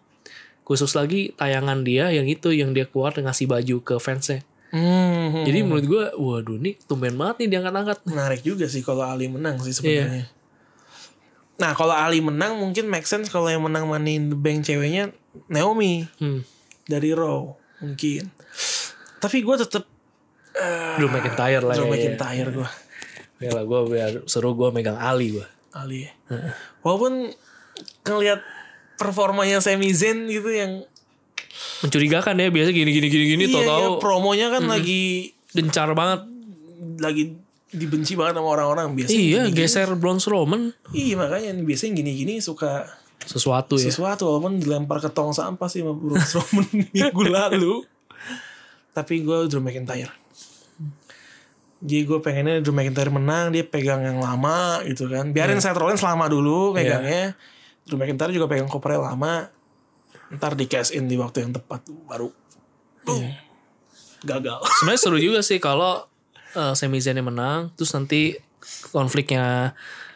Speaker 3: khusus lagi tayangan dia yang itu yang dia keluar dengan ngasih baju ke fansnya.
Speaker 1: Hmm,
Speaker 3: Jadi menurut gue, waduh nih tumben banget nih diangkat-angkat. Iya.
Speaker 1: menarik juga sih kalau Ali menang sih sebenarnya. Nah kalau Ali menang mungkin make sense kalau yang menang Money in the Bank ceweknya Naomi
Speaker 3: Hmm.
Speaker 1: dari Raw mungkin. Tapi gue tetap
Speaker 3: Drew McIntyre lah
Speaker 1: Drew
Speaker 3: ya.
Speaker 1: McIntyre gue
Speaker 3: Ya lah gue biar seru gue megang Ali gue.
Speaker 1: Ali. ya. Walaupun ngelihat performanya Sami Zayn gitu yang
Speaker 3: Mencurigakan ya biasa gini gini gini gini
Speaker 1: Iya, iya,
Speaker 3: tau tau
Speaker 1: promonya kan lagi
Speaker 3: gencar banget.
Speaker 1: lagi dibenci banget sama orang-orang biasanya.
Speaker 3: Iya
Speaker 1: gini-gini.
Speaker 3: geser Braun Strowman
Speaker 1: Iya makanya biasanya gini-gini suka
Speaker 3: sesuatu ya.
Speaker 1: sesuatu walaupun dilempar ke tong sampah sih sama Braun Strowman minggu lalu. Tapi gue Drew McIntyre. Jadi gue pengennya Drew McIntyre menang, dia pegang yang lama gitu kan. Biarin
Speaker 3: Iya.
Speaker 1: Seth Rollins lama dulu pegangnya. Drew McIntyre juga pegang kopernya lama. Ntar di cash in di waktu yang tepat baru boom.
Speaker 3: Iya.
Speaker 1: gagal.
Speaker 3: Sebenarnya seru juga sih kalau eh, Sami Zayn yang menang terus nanti konfliknya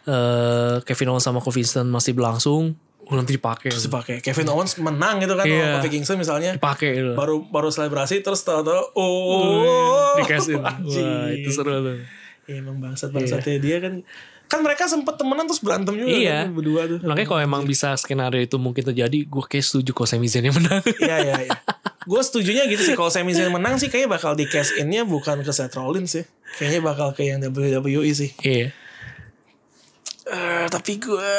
Speaker 3: eh, Kevin Owens sama Kofi Kingston masih berlangsung oh, nanti dipakai
Speaker 1: Terus dipakai Kevin Owens menang gitu kan
Speaker 3: Iya.
Speaker 1: yeah. Kingston misalnya
Speaker 3: dipakai gitu.
Speaker 1: baru baru selebrasi terus tahu-tahu
Speaker 3: Oh,
Speaker 1: oh
Speaker 3: di cash in.
Speaker 1: anjing.
Speaker 3: Wah, itu seru tuh.
Speaker 1: Iya, emang bangsat bangsatnya dia kan kan mereka sempet temenan terus berantem juga
Speaker 3: Iya.
Speaker 1: kan, berdua tuh
Speaker 3: Makanya kalau emang bisa skenario itu mungkin terjadi, gue kayak setuju kalau Sami Zayn yang menang.
Speaker 1: iya iya iya gue setujunya gitu sih kalau Sami Zayn menang sih kayaknya bakal di cash innya bukan ke Seth Rollins sih kayaknya bakal ke yang WWE sih
Speaker 3: Iya.
Speaker 1: Eh, tapi gue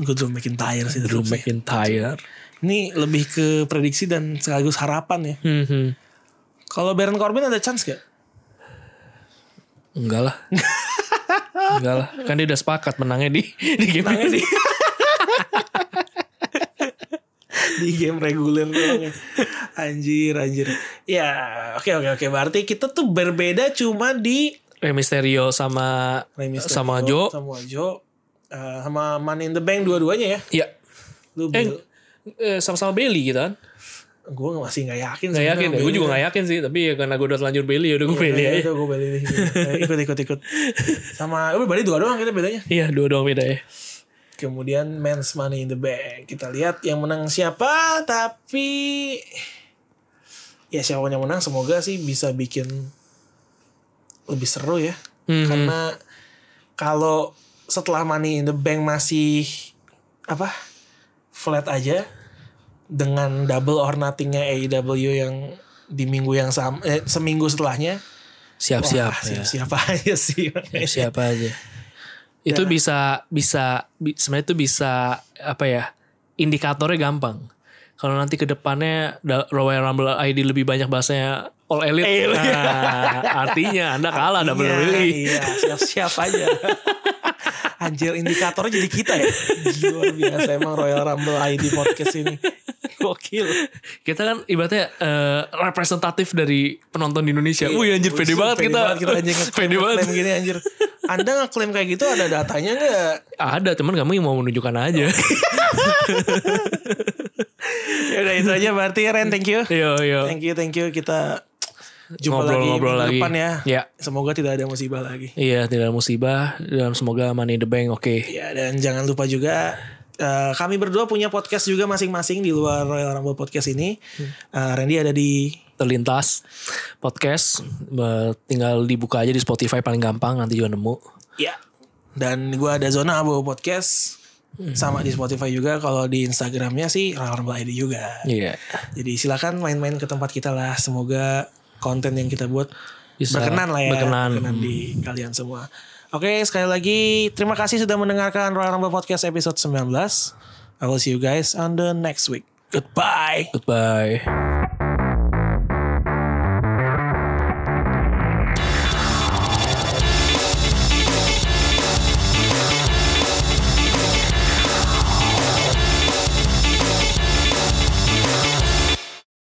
Speaker 1: gue Drew McIntyre sih
Speaker 3: Drew
Speaker 1: Drew Mc-
Speaker 3: McIntyre.
Speaker 1: ini lebih ke prediksi dan sekaligus harapan ya
Speaker 3: Hmm, hmm.
Speaker 1: kalau Baron Corbin ada chance gak?
Speaker 3: Enggak lah. Enggak lah. Kan dia udah sepakat menangnya di di game ini.
Speaker 1: di game reguler doang. ya. anjir anjir ya oke oke oke berarti kita tuh berbeda cuma di
Speaker 3: Rey Mysterio sama
Speaker 1: Rey Mysterio,
Speaker 3: Eh, sama Jo.
Speaker 1: Oh, sama Jo eh, sama Money in the Bank dua-duanya ya
Speaker 3: Iya.
Speaker 1: lu
Speaker 3: Eh,
Speaker 1: bil-
Speaker 3: eh, sama-sama Bailey gitu kan.
Speaker 1: gue masih nggak yakin
Speaker 3: Gak yakin ya. Gue juga gak yakin sih. Tapi ya karena gue udah telanjur Bailey ya udah gue Bailey aja.
Speaker 1: Iya, itu gue beli deh. Eh, ikut ikut ikut sama udah balik dua doang kita bedanya
Speaker 3: Iya dua doang beda ya.
Speaker 1: kemudian Men's Money in the Bank kita lihat yang menang siapa tapi ya siapa yang menang semoga sih bisa bikin lebih seru ya
Speaker 3: Mhm.
Speaker 1: karena kalau setelah Money in the Bank masih apa flat aja dengan double or nothingnya AEW yang di minggu yang sama eh, seminggu setelahnya wah,
Speaker 3: Siap-siap. ya.
Speaker 1: siap-siap aja sih
Speaker 3: Siap-siap Eh, aja. Ya. Itu bisa bisa bi- sebenarnya itu bisa apa ya? Indikatornya gampang. Kalau nanti ke depannya da- Royal Rumble ID lebih banyak bahasanya All Elite. Nah, artinya Anda kalah
Speaker 1: Iya,
Speaker 3: ada WWE.
Speaker 1: Iya, siap-siap aja. Anjir indikatornya jadi kita ya. Gila, Luar biasa emang Royal Rumble ID podcast ini. Gokil.
Speaker 3: Kita kan ibaratnya eh, representatif dari penonton di Indonesia. Iya. Wih anjir pede banget kita.
Speaker 1: kita anjing ngeklaim-
Speaker 3: Pede banget.
Speaker 1: ngeklaim gini anjir. Anda ngeklaim kayak gitu ada datanya nggak?
Speaker 3: Ada, cuman kamu yang mau menunjukkan aja.
Speaker 1: Oh. Ya udah itu aja berarti Ren, thank you.
Speaker 3: Yo yo.
Speaker 1: Thank you, thank you. Kita jumpa lagi
Speaker 3: Iya, Ngobrol-ngobrol
Speaker 1: minggu
Speaker 3: lagi.
Speaker 1: depan ya.
Speaker 3: Iya.
Speaker 1: Semoga tidak ada musibah lagi.
Speaker 3: Iya, tidak ada musibah dan semoga money in the bank oke.
Speaker 1: Ya dan jangan lupa juga eh, kami berdua punya podcast juga masing-masing di luar Royal Rumble podcast ini.
Speaker 3: Hmm.
Speaker 1: Eh, Randy ada di
Speaker 3: terlintas podcast eh, tinggal dibuka aja di Spotify paling gampang nanti juga nemu
Speaker 1: Ya. Dan gua ada zona abo podcast
Speaker 3: Hmm.
Speaker 1: sama di Spotify juga. Kalau di Instagramnya sih Royal Rumble ID juga.
Speaker 3: iya
Speaker 1: Jadi silakan main-main ke tempat kita lah. Semoga konten yang kita buat
Speaker 3: Bisa
Speaker 1: berkenan lah ya.
Speaker 3: berkenan. Hmm.
Speaker 1: di kalian semua. Oke sekali lagi terima kasih sudah mendengarkan Royal Rumble Podcast episode 19. I will see you guys on the next week. Goodbye.
Speaker 3: goodbye